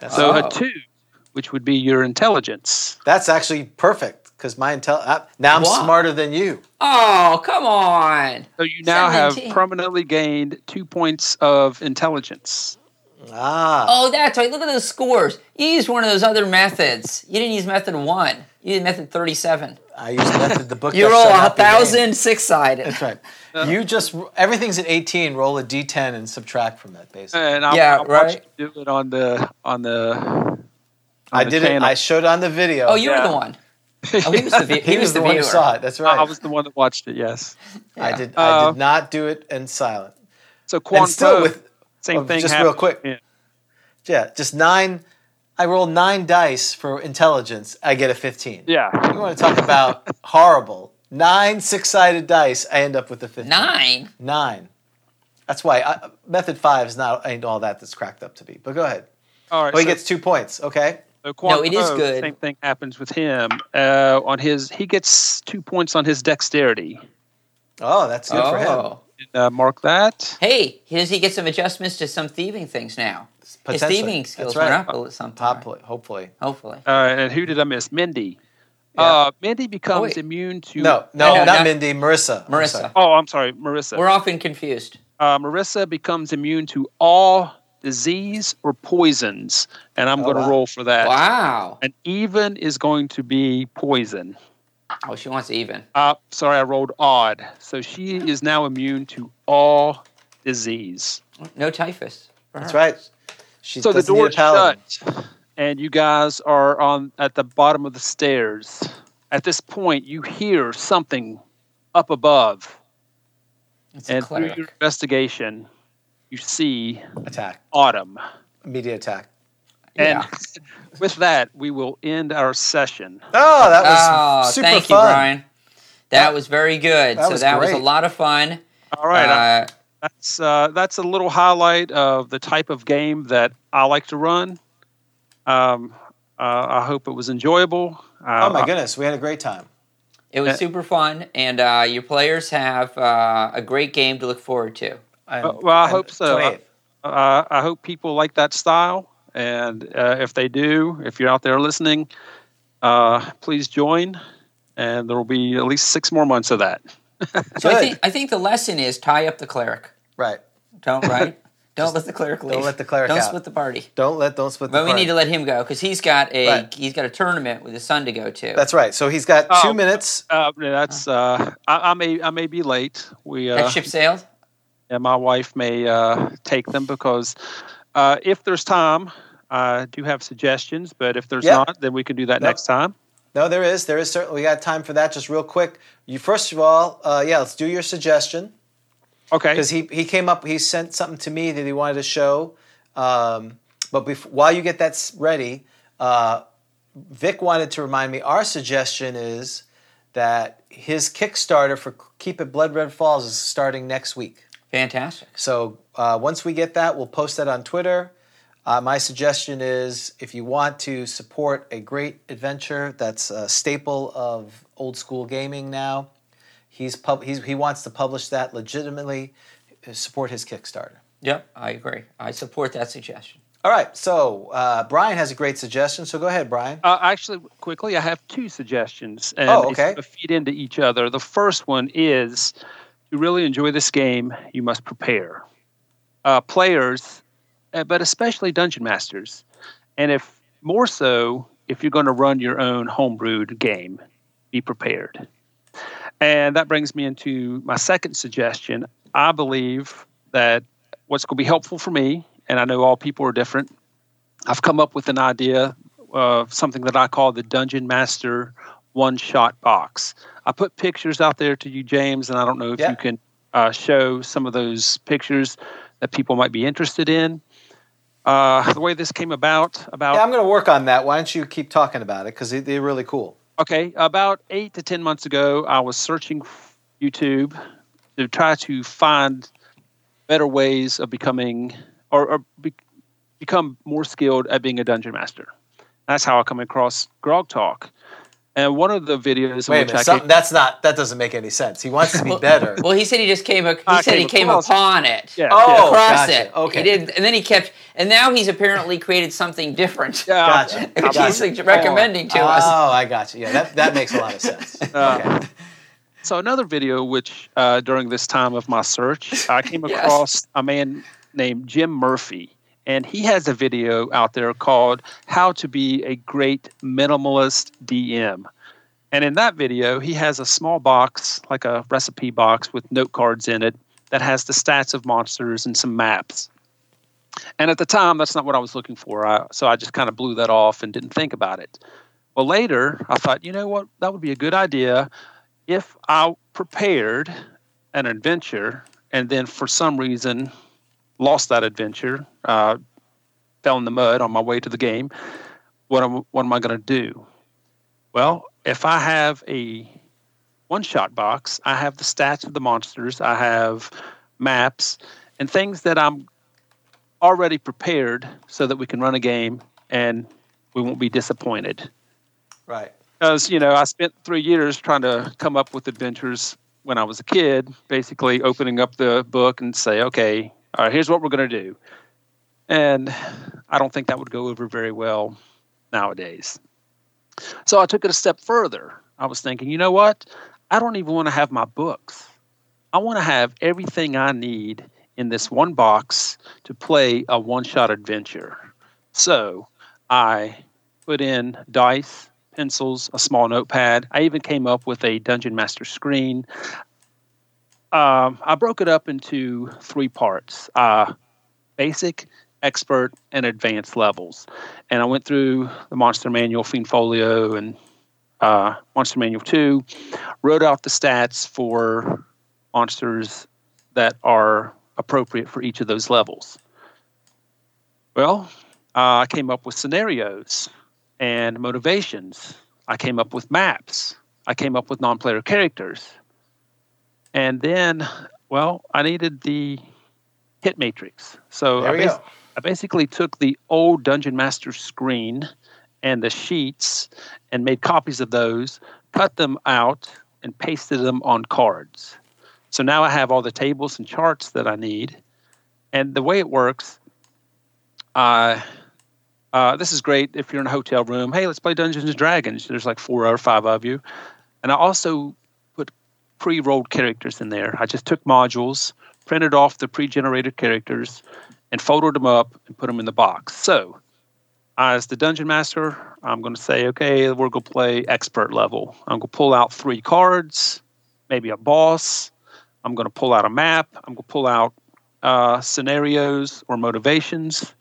Speaker 2: That's,
Speaker 4: So
Speaker 3: Oh.
Speaker 4: a two, which would be your intelligence.
Speaker 2: that's actually perfect because my intel. I, now I'm
Speaker 3: Wow.
Speaker 2: smarter than you.
Speaker 3: Oh, come on.
Speaker 4: So you now have
Speaker 3: 17.
Speaker 4: permanently gained two points of intelligence.
Speaker 2: Ah.
Speaker 3: Oh, that's right. Look at those scores. You used one of those other methods. You didn't use method one. You did method 37.
Speaker 2: I used method the book.
Speaker 3: You
Speaker 2: that
Speaker 3: roll
Speaker 2: shall
Speaker 3: a
Speaker 2: not be named.
Speaker 3: thousand six sided.
Speaker 2: That's right. you just everything's at 18. Roll a d10 and subtract from that. Basically,
Speaker 4: And I'll,
Speaker 3: Yeah,
Speaker 4: I'll watch
Speaker 3: right.
Speaker 4: you do it on the on the. on
Speaker 2: I
Speaker 4: the
Speaker 2: did it.
Speaker 4: channel.
Speaker 2: I showed on the video.
Speaker 3: [LAUGHS] Oh, you
Speaker 4: Yeah.
Speaker 3: were the one. Oh, he was
Speaker 4: [LAUGHS]
Speaker 3: the, vi-
Speaker 2: [LAUGHS] He, was the, one who
Speaker 3: viewer.
Speaker 2: saw it. That's
Speaker 4: I-
Speaker 2: right.
Speaker 4: I was the one that watched it. Yes.
Speaker 2: I
Speaker 3: Yeah.
Speaker 2: did. I
Speaker 4: Uh,
Speaker 2: did not do it in silent.
Speaker 4: So Quan
Speaker 2: and still
Speaker 4: Po,
Speaker 2: with
Speaker 4: same
Speaker 2: oh,
Speaker 4: thing.
Speaker 2: just
Speaker 4: happened.
Speaker 2: real quick.
Speaker 4: Yeah.
Speaker 2: yeah, just nine. I rolled nine dice for intelligence. I get a 15.
Speaker 4: Yeah.
Speaker 2: You want to talk about horrible? Nine six-sided dice. I end up with a 15.
Speaker 3: Nine.
Speaker 2: Nine. That's why I, method five is not ain't all that that's cracked up to be. But go ahead.
Speaker 4: All right.
Speaker 2: Oh, he
Speaker 4: so,
Speaker 2: gets two points. Okay.
Speaker 4: so Quan
Speaker 3: No, it is
Speaker 4: Po,
Speaker 3: good.
Speaker 4: Same thing happens with him. Uh, on his, he gets two points on his dexterity.
Speaker 2: Oh, that's good for him.
Speaker 3: Oh.
Speaker 4: Uh, mark that.
Speaker 3: Hey, does he get some adjustments to some thieving things now? His
Speaker 2: Potentially.
Speaker 3: thieving
Speaker 2: That's
Speaker 3: skills
Speaker 2: right.
Speaker 3: went up a- sometime.
Speaker 2: Hopefully, hopefully.
Speaker 3: Hopefully.
Speaker 4: Uh, and who did I miss? Mindy.
Speaker 2: Yeah.
Speaker 4: Uh, Mindy becomes
Speaker 3: wait.
Speaker 4: immune to.
Speaker 2: No, no,
Speaker 3: No,
Speaker 2: not,
Speaker 3: not-
Speaker 2: Mindy. Marissa. I'm
Speaker 3: Marissa.
Speaker 2: sorry.
Speaker 4: Oh, I'm sorry, Marissa.
Speaker 3: We're often confused.
Speaker 4: uh, Marissa becomes immune to all disease or poisons, and I'm
Speaker 2: Oh,
Speaker 4: going to
Speaker 2: wow.
Speaker 4: roll for that.
Speaker 3: Wow.
Speaker 4: And even is going to be poison.
Speaker 3: Oh, she wants even.
Speaker 4: Uh, sorry, I rolled odd. So she is now immune to all disease.
Speaker 3: No typhus. for
Speaker 2: That's
Speaker 3: her.
Speaker 2: right. She
Speaker 4: So the
Speaker 2: doesn't need
Speaker 4: door
Speaker 2: a paladin.
Speaker 4: shut, and you guys are on at the bottom of the stairs. At this point, you hear something up above,
Speaker 3: It's
Speaker 4: and
Speaker 3: a
Speaker 4: through your
Speaker 3: cleric.
Speaker 4: investigation, you see
Speaker 2: Attack.
Speaker 4: autumn.
Speaker 2: Media attack.
Speaker 4: And
Speaker 3: Yeah.
Speaker 4: [LAUGHS] with that, we will end our session.
Speaker 2: Oh, that was
Speaker 3: Oh,
Speaker 2: super
Speaker 3: thank
Speaker 2: fun.
Speaker 3: you, Brian. That was very good.
Speaker 2: That
Speaker 3: so
Speaker 2: was
Speaker 3: that was a
Speaker 2: great.
Speaker 3: lot of fun.
Speaker 4: All right. I'm-
Speaker 3: Uh,
Speaker 4: that's uh, that's a little highlight of the type of game that I like to run. Um, uh, I hope it was enjoyable. Uh,
Speaker 2: oh my goodness, we had a great time.
Speaker 3: It was super fun, and uh, your players have uh, a great game to look forward to.
Speaker 2: And-
Speaker 4: Uh, well, I
Speaker 2: and
Speaker 4: hope so.
Speaker 2: 28.
Speaker 4: uh, I hope people like that style. And uh, if they do, if you're out there listening, uh, please join. And there will be at least six more months of that.
Speaker 3: So I
Speaker 2: Good.
Speaker 3: think I think the lesson is tie up the cleric.
Speaker 2: Right.
Speaker 3: Don't
Speaker 2: [LAUGHS]
Speaker 3: right. don't let the cleric leave.
Speaker 2: let the cleric
Speaker 3: Don't
Speaker 2: out.
Speaker 3: split the party.
Speaker 2: Don't let don't split.
Speaker 3: But
Speaker 2: the
Speaker 3: we
Speaker 2: party.
Speaker 3: need to let him go because he's got a
Speaker 2: Right.
Speaker 3: he's got a tournament with his son to go to.
Speaker 2: That's right. So he's got two
Speaker 4: Oh.
Speaker 2: minutes.
Speaker 4: Uh, that's uh, I, I may I may be late. We
Speaker 3: that
Speaker 4: uh,
Speaker 3: ship sailed.
Speaker 4: and my wife may uh, take them because uh, if there's time, I do have suggestions. But if there's
Speaker 2: Yeah.
Speaker 4: not, then we can do that next time.
Speaker 2: No, there is. There is certainly. We got time for that. Just real quick. You first of all, uh, yeah. Let's do your suggestion.
Speaker 4: Okay.
Speaker 2: because he he came up he sent something to me that he wanted to show um, but bef- while you get that s- ready uh, vic wanted to remind me our suggestion is that his kickstarter for keep it blood red falls is starting next week
Speaker 3: Fantastic.
Speaker 2: so uh, once we get that, we'll post that on Twitter. Uh, my suggestion is if you want to support a great adventure that's a staple of old school gaming now, he's pub- he's, he wants to publish that legitimately, uh, support his Kickstarter.
Speaker 3: Yep, I agree. I support that suggestion.
Speaker 2: All right, so uh, Brian has a great suggestion, so go ahead, Brian.
Speaker 4: Uh, actually, quickly, I have two suggestions, and
Speaker 2: Oh, okay.
Speaker 4: they feed into each other. The first one is: to really enjoy this game, you must prepare. Uh, players, uh, but especially dungeon masters, and if more so, if you're going to run your own homebrewed game, be prepared. And that brings me into my second suggestion. I believe that what's going to be helpful for me, and I know all people are different, I've come up with an idea of something that I call the Dungeon Master one shot box. I put pictures out there to you, James, and I don't know if
Speaker 2: Yeah.
Speaker 4: you can uh, show some of those pictures that people might be interested in. Uh, the way this came about, about
Speaker 2: Yeah, I'm going to work on that. Why don't you keep talking about it? Because they're really cool.
Speaker 4: Okay, about eight to ten months ago, I was searching YouTube to try to find better ways of becoming or, or be, become more skilled at being a dungeon master. That's how I come across Grog Talk, and one of the
Speaker 2: Wait
Speaker 4: videos in
Speaker 2: a
Speaker 4: which I
Speaker 2: minute,
Speaker 4: came-
Speaker 2: something, that's not that doesn't make any sense. He wants to be better.
Speaker 3: [LAUGHS] Well, he said he just came. ac- He
Speaker 4: I
Speaker 3: said
Speaker 4: Ah, came
Speaker 3: he came
Speaker 4: across-
Speaker 3: upon it.
Speaker 4: Yeah,
Speaker 2: Oh,
Speaker 3: across
Speaker 2: gotcha.
Speaker 3: it.
Speaker 2: Okay.
Speaker 3: He did, and then he kept. And now he's apparently created something different. [LAUGHS]
Speaker 4: yeah,
Speaker 2: Gotcha.
Speaker 4: I'm-
Speaker 3: Which
Speaker 4: I'm-
Speaker 3: he's like, recommending to
Speaker 2: oh,
Speaker 3: us.
Speaker 2: I got you. Yeah, that, that makes a lot of sense.
Speaker 4: Uh,
Speaker 2: okay.
Speaker 4: So another video, which uh, during this time of my search, I came
Speaker 3: Yes.
Speaker 4: across a man named Jim Murphy, and he has a video out there called "How to Be a Great Minimalist DM." And in that video, he has a small box, like a recipe box with note cards in it, that has the stats of monsters and some maps. And at the time, that's not what I was looking for. I, so I just kind of blew that off and didn't think about it. Well, later, I thought, you know what? That would be a good idea if I prepared an adventure and then for some reason lost that adventure, uh, fell in the mud on my way to the game, what am, what am I going to do? Well, if I have a one shot box, I have the stats of the monsters, I have maps, and things that I'm already prepared so that we can run a game and we won't be disappointed
Speaker 2: Right.
Speaker 4: because you know I spent three years trying to come up with adventures when I was a kid. Basically, opening up the book and say, "Okay, all right, here's what we're going to do," and I don't think that would go over very well nowadays. So I took it a step further. I was thinking, you know what? I don't even want to have my books. I want to have everything I need in this one box to play a one-shot adventure. So I put in dice, pencils, a small notepad. I even came up with a Dungeon Master screen. Um, I broke it up into three parts uh, basic, expert, and advanced levels. And I went through the Monster Manual, Fiend Folio, and uh, Monster Manual 2, wrote out the stats for monsters that are appropriate for each of those levels. Well, uh, I came up with scenarios and motivations. I came up with maps. I came up with non player characters. And then Well, I needed the hit matrix. So
Speaker 2: There
Speaker 4: I,
Speaker 2: we
Speaker 4: bas-
Speaker 2: go.
Speaker 4: I basically took the old Dungeon Master screen and the sheets and made copies of those, cut them out, and pasted them on cards. So now I have all the tables and charts that I need. And the way it works, uh, uh, this is great if you're in a hotel room. Hey, let's play Dungeons and Dragons. There's like four or five of you. And I also put pre rolled characters in there. I just took modules, printed off the pre generated characters, and folded them up and put them in the box. So, as the dungeon master, I'm going to say, okay, we're going to play expert level. I'm going to pull out three cards, maybe a boss. I'm going to pull out a map. I'm going to pull out uh, scenarios or motivations.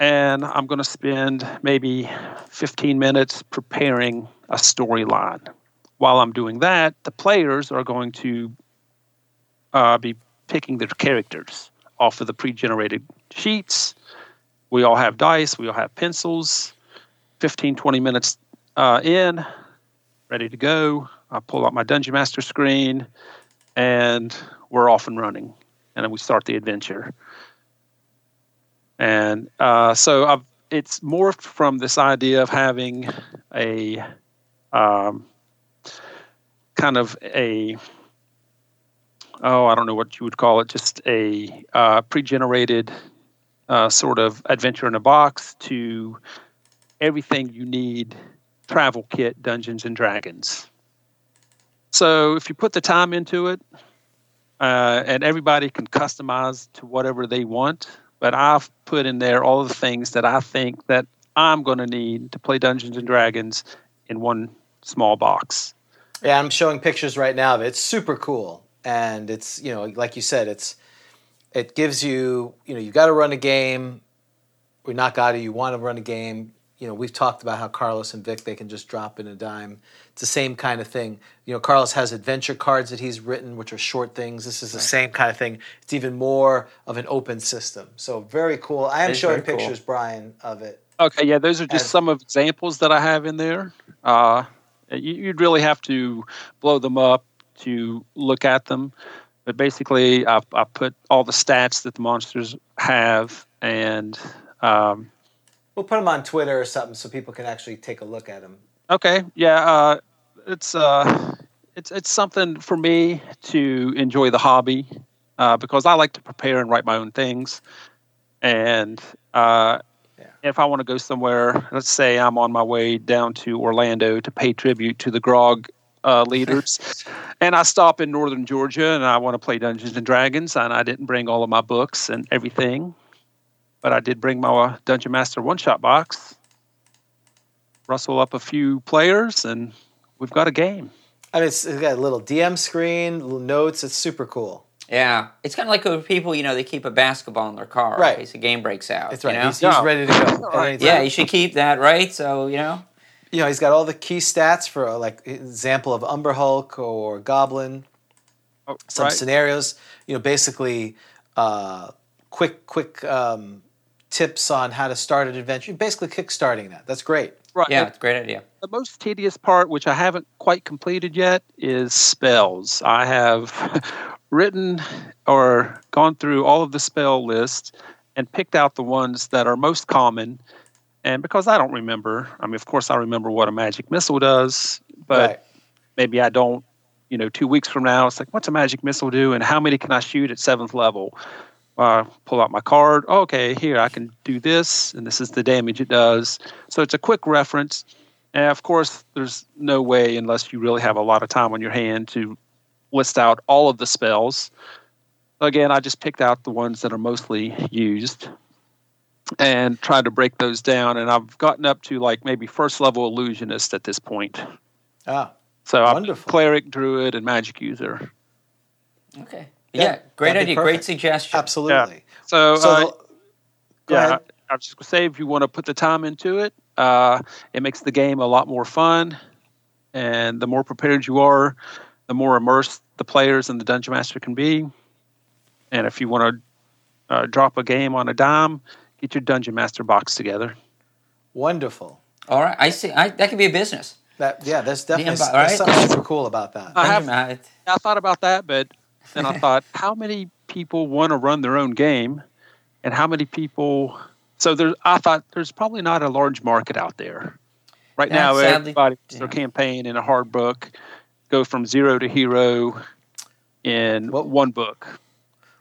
Speaker 4: And I'm going to spend maybe 15 minutes preparing a storyline while I'm doing that, the players are going to uh, be picking their characters off of the pre generated sheets. We all have dice, we all have pencils. 15, 20 minutes uh, in, ready to go. I pull out my Dungeon Master screen, and we're off and running. And then we start the adventure. And uh, so I've, it's morphed from this idea of having a um, kind of a oh i don't know what you would call it just a uh, pre-generated uh, sort of adventure in a box to everything you need travel kit dungeons and dragons so if you put the time into it uh, and everybody can customize to whatever they want but i've put in there all the things that i think that i'm going to need to play dungeons and dragons in one small box
Speaker 2: Yeah, I'm showing pictures right now of it. It's super cool, and it's you know, like you said, it's it gives you you know you got to run a game. We're not got to. You want to run a game. You know, we've talked about how Carlos and Vic they can just drop in a dime. It's the same kind of thing. You know, Carlos has adventure cards that he's written, which are short things. This is the same kind of thing. It's even more of an open system. So very cool. I am
Speaker 3: It's
Speaker 2: showing
Speaker 3: very cool.
Speaker 2: pictures, Brian, of it.
Speaker 4: Okay, yeah, those are just
Speaker 2: As-
Speaker 4: some of examples that I have in there. Uh, you, you'd really have to blow them up to look at them, but basically, I, I put all the stats that the monsters have, and um,
Speaker 2: We'll put them on Twitter or something so people can actually take a look at them.
Speaker 4: okay, yeah, uh, it's uh, it's it's something for me to enjoy the hobby uh, because I like to prepare and write my own things, and uh, if I want to go somewhere, let's say I'm on my way down to Orlando to pay tribute to the Grog uh, leaders, and I stop in northern Georgia and I want to play Dungeons and Dragons, and I didn't bring all of my books and everything, but I did bring my uh, Dungeon Master one shot box, rustle up a few players, and we've got a game.
Speaker 2: I mean, it's, it's got a little DM screen, little notes. It's super cool.
Speaker 3: Yeah, it's kind of like when people, you know, they keep a basketball in their car
Speaker 2: Right.
Speaker 3: in case a game breaks out.
Speaker 2: That's right.
Speaker 3: You know?
Speaker 2: He's, he's
Speaker 4: Yeah.
Speaker 2: ready to go.
Speaker 4: Right.
Speaker 2: And he's-
Speaker 3: yeah, you should keep that, right? So you know,
Speaker 2: you know, he's got all the key stats for uh, like example of Umber Hulk or Goblin.
Speaker 4: Oh,
Speaker 2: Some
Speaker 4: right?
Speaker 2: scenarios, you know, basically uh, quick quick um, tips on how to start an adventure. Basically, kickstarting that. That's great.
Speaker 4: right.
Speaker 3: yeah, it's a great idea.
Speaker 4: the most tedious part, which I haven't quite completed yet, is spells. I have [LAUGHS] written or gone through all of the spell lists and picked out the ones that are most common. And because I don't remember, I mean, of course, I remember what a magic missile does, but
Speaker 2: Right.
Speaker 4: maybe I don't, you know, two weeks from now, it's like, what's a magic missile do? And how many can I shoot at seventh level? Uh, pull out my card. Oh, okay, here, I can do this, and this is the damage it does. So it's a quick reference. And of course, there's no way, unless you really have a lot of time on your hand, to list out all of the spells. Again, I just picked out the ones that are mostly used and tried to break those down. And I've gotten up to like maybe first level illusionist at this point.
Speaker 2: Ah,
Speaker 4: So I'm
Speaker 2: Wonderful.
Speaker 4: cleric, druid, and magic user.
Speaker 3: Okay.
Speaker 2: Yeah,
Speaker 3: Yeah, great
Speaker 2: that'd be
Speaker 3: idea. Great
Speaker 2: perfect.
Speaker 3: suggestion.
Speaker 2: absolutely.
Speaker 4: So,
Speaker 2: So,
Speaker 4: uh,
Speaker 2: the- go
Speaker 4: yeah,
Speaker 2: ahead.
Speaker 4: I, I was just gonna say if you want to put the time into it, uh, it makes the game a lot more fun, and the more prepared you are, the more immersed the players and the dungeon master can be. And if you want to uh, drop a game on a dime, get your dungeon master box together.
Speaker 2: wonderful.
Speaker 3: All right, I see. I, that could be a business.
Speaker 2: That yeah, there's definitely
Speaker 3: but-
Speaker 2: there's
Speaker 3: right?
Speaker 2: something super cool about that.
Speaker 4: I have-
Speaker 3: Dungeon ma-
Speaker 4: I thought about that, but And I thought, how many people want to run their own game, and how many people? So there, I thought there's probably not a large market out there right
Speaker 3: That
Speaker 4: now.
Speaker 3: sadly-
Speaker 4: everybody puts their
Speaker 3: yeah.
Speaker 4: campaign in a hard book, go from zero to hero in
Speaker 2: Well-
Speaker 4: one book.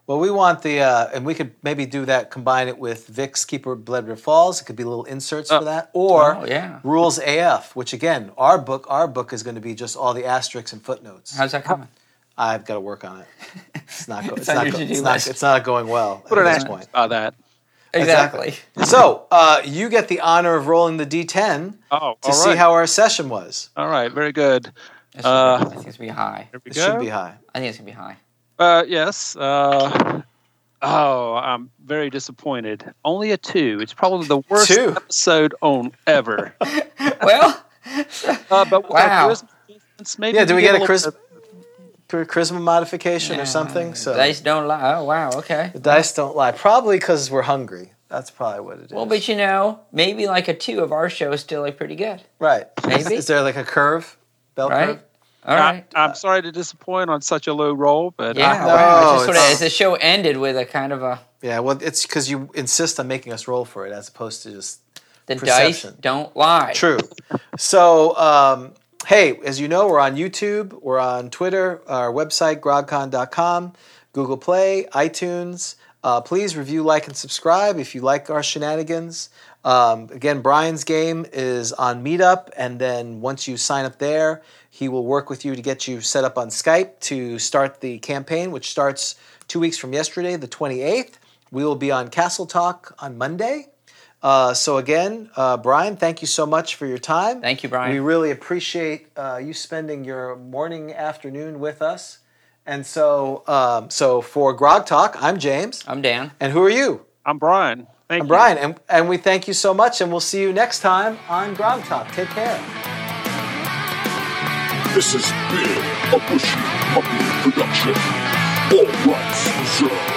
Speaker 2: Well, we want the, uh, and we could maybe do that, combine it with Vic's Keeper of Bloodred Falls. It could be little inserts for
Speaker 4: Oh.
Speaker 2: that. Or
Speaker 3: Oh, yeah.
Speaker 2: Rules AF, which again, our book, our book is going to be just all the asterisks and footnotes.
Speaker 3: How's that coming?
Speaker 2: I've got to work on it. It's
Speaker 3: [LAUGHS]
Speaker 2: not, go- it's,
Speaker 3: on
Speaker 2: not
Speaker 3: your
Speaker 2: go-
Speaker 3: to-do
Speaker 2: it's, not,
Speaker 3: list.
Speaker 2: it's not going well
Speaker 4: What
Speaker 2: at
Speaker 4: an
Speaker 2: this
Speaker 4: ass
Speaker 2: point.
Speaker 4: by that.
Speaker 3: Exactly.
Speaker 2: So uh, you get the honor of rolling the D10
Speaker 4: Oh,
Speaker 2: to
Speaker 4: all
Speaker 2: see
Speaker 4: right.
Speaker 2: how our session was.
Speaker 4: All right, very good.
Speaker 3: That should be-
Speaker 4: Uh,
Speaker 3: I think it's gonna be high.
Speaker 4: There we
Speaker 2: It
Speaker 4: go.
Speaker 2: should be high.
Speaker 3: I think it's gonna be high.
Speaker 4: Uh, yes. Uh, oh, I'm very disappointed. Only a two. It's probably the worst
Speaker 2: Two.
Speaker 4: episode on ever.
Speaker 2: [LAUGHS]
Speaker 3: Well,
Speaker 4: Uh, but
Speaker 3: Wow.
Speaker 2: Yeah, do we get a
Speaker 4: crisp?
Speaker 2: charisma, charisma modification
Speaker 3: yeah,
Speaker 2: or something? So
Speaker 3: dice uh, don't lie. Oh wow. Okay.
Speaker 2: The dice don't lie. Probably because we're hungry. That's probably what it is.
Speaker 3: Well, but you know, maybe like a two of our show is still like pretty good,
Speaker 2: right. Is,
Speaker 3: Maybe.
Speaker 2: is there like a curve? Bell
Speaker 3: right?
Speaker 2: curve?
Speaker 3: All right.
Speaker 4: I, am sorry to disappoint on such a low roll, but
Speaker 3: yeah.
Speaker 4: I,
Speaker 2: No,
Speaker 3: wow. It's just sort of
Speaker 2: it's-
Speaker 3: as the show ended with a kind of a
Speaker 2: Yeah, well, it's because you insist on making us roll for it as opposed to just.
Speaker 3: the
Speaker 2: Perception.
Speaker 3: dice don't lie.
Speaker 2: True. so, um, hey, as you know, we're on YouTube, we're on Twitter, our website, grogcon.com, Google Play, iTunes. Uh, please review, like, and subscribe if you like our shenanigans. Um, again, Brian's game is on Meetup, and then once you sign up there, he will work with you to get you set up on Skype to start the campaign, which starts two weeks from yesterday, the 28th. We will be on Castle Talk on Monday. Uh, so again, uh, Brian, thank you so much for your time.
Speaker 3: Thank you, Brian.
Speaker 2: We really appreciate uh, you spending your morning afternoon with us. And so, um, so for Grog Talk, I'm James,
Speaker 3: I'm Dan.
Speaker 2: and who are you?
Speaker 4: am Brian. Thank
Speaker 2: I'm
Speaker 4: you.
Speaker 2: Brian, and, and we thank you so much, and we'll see you next time on Grog Talk. Take care.
Speaker 1: This has been a Bushy Puppy production. All rights reserved.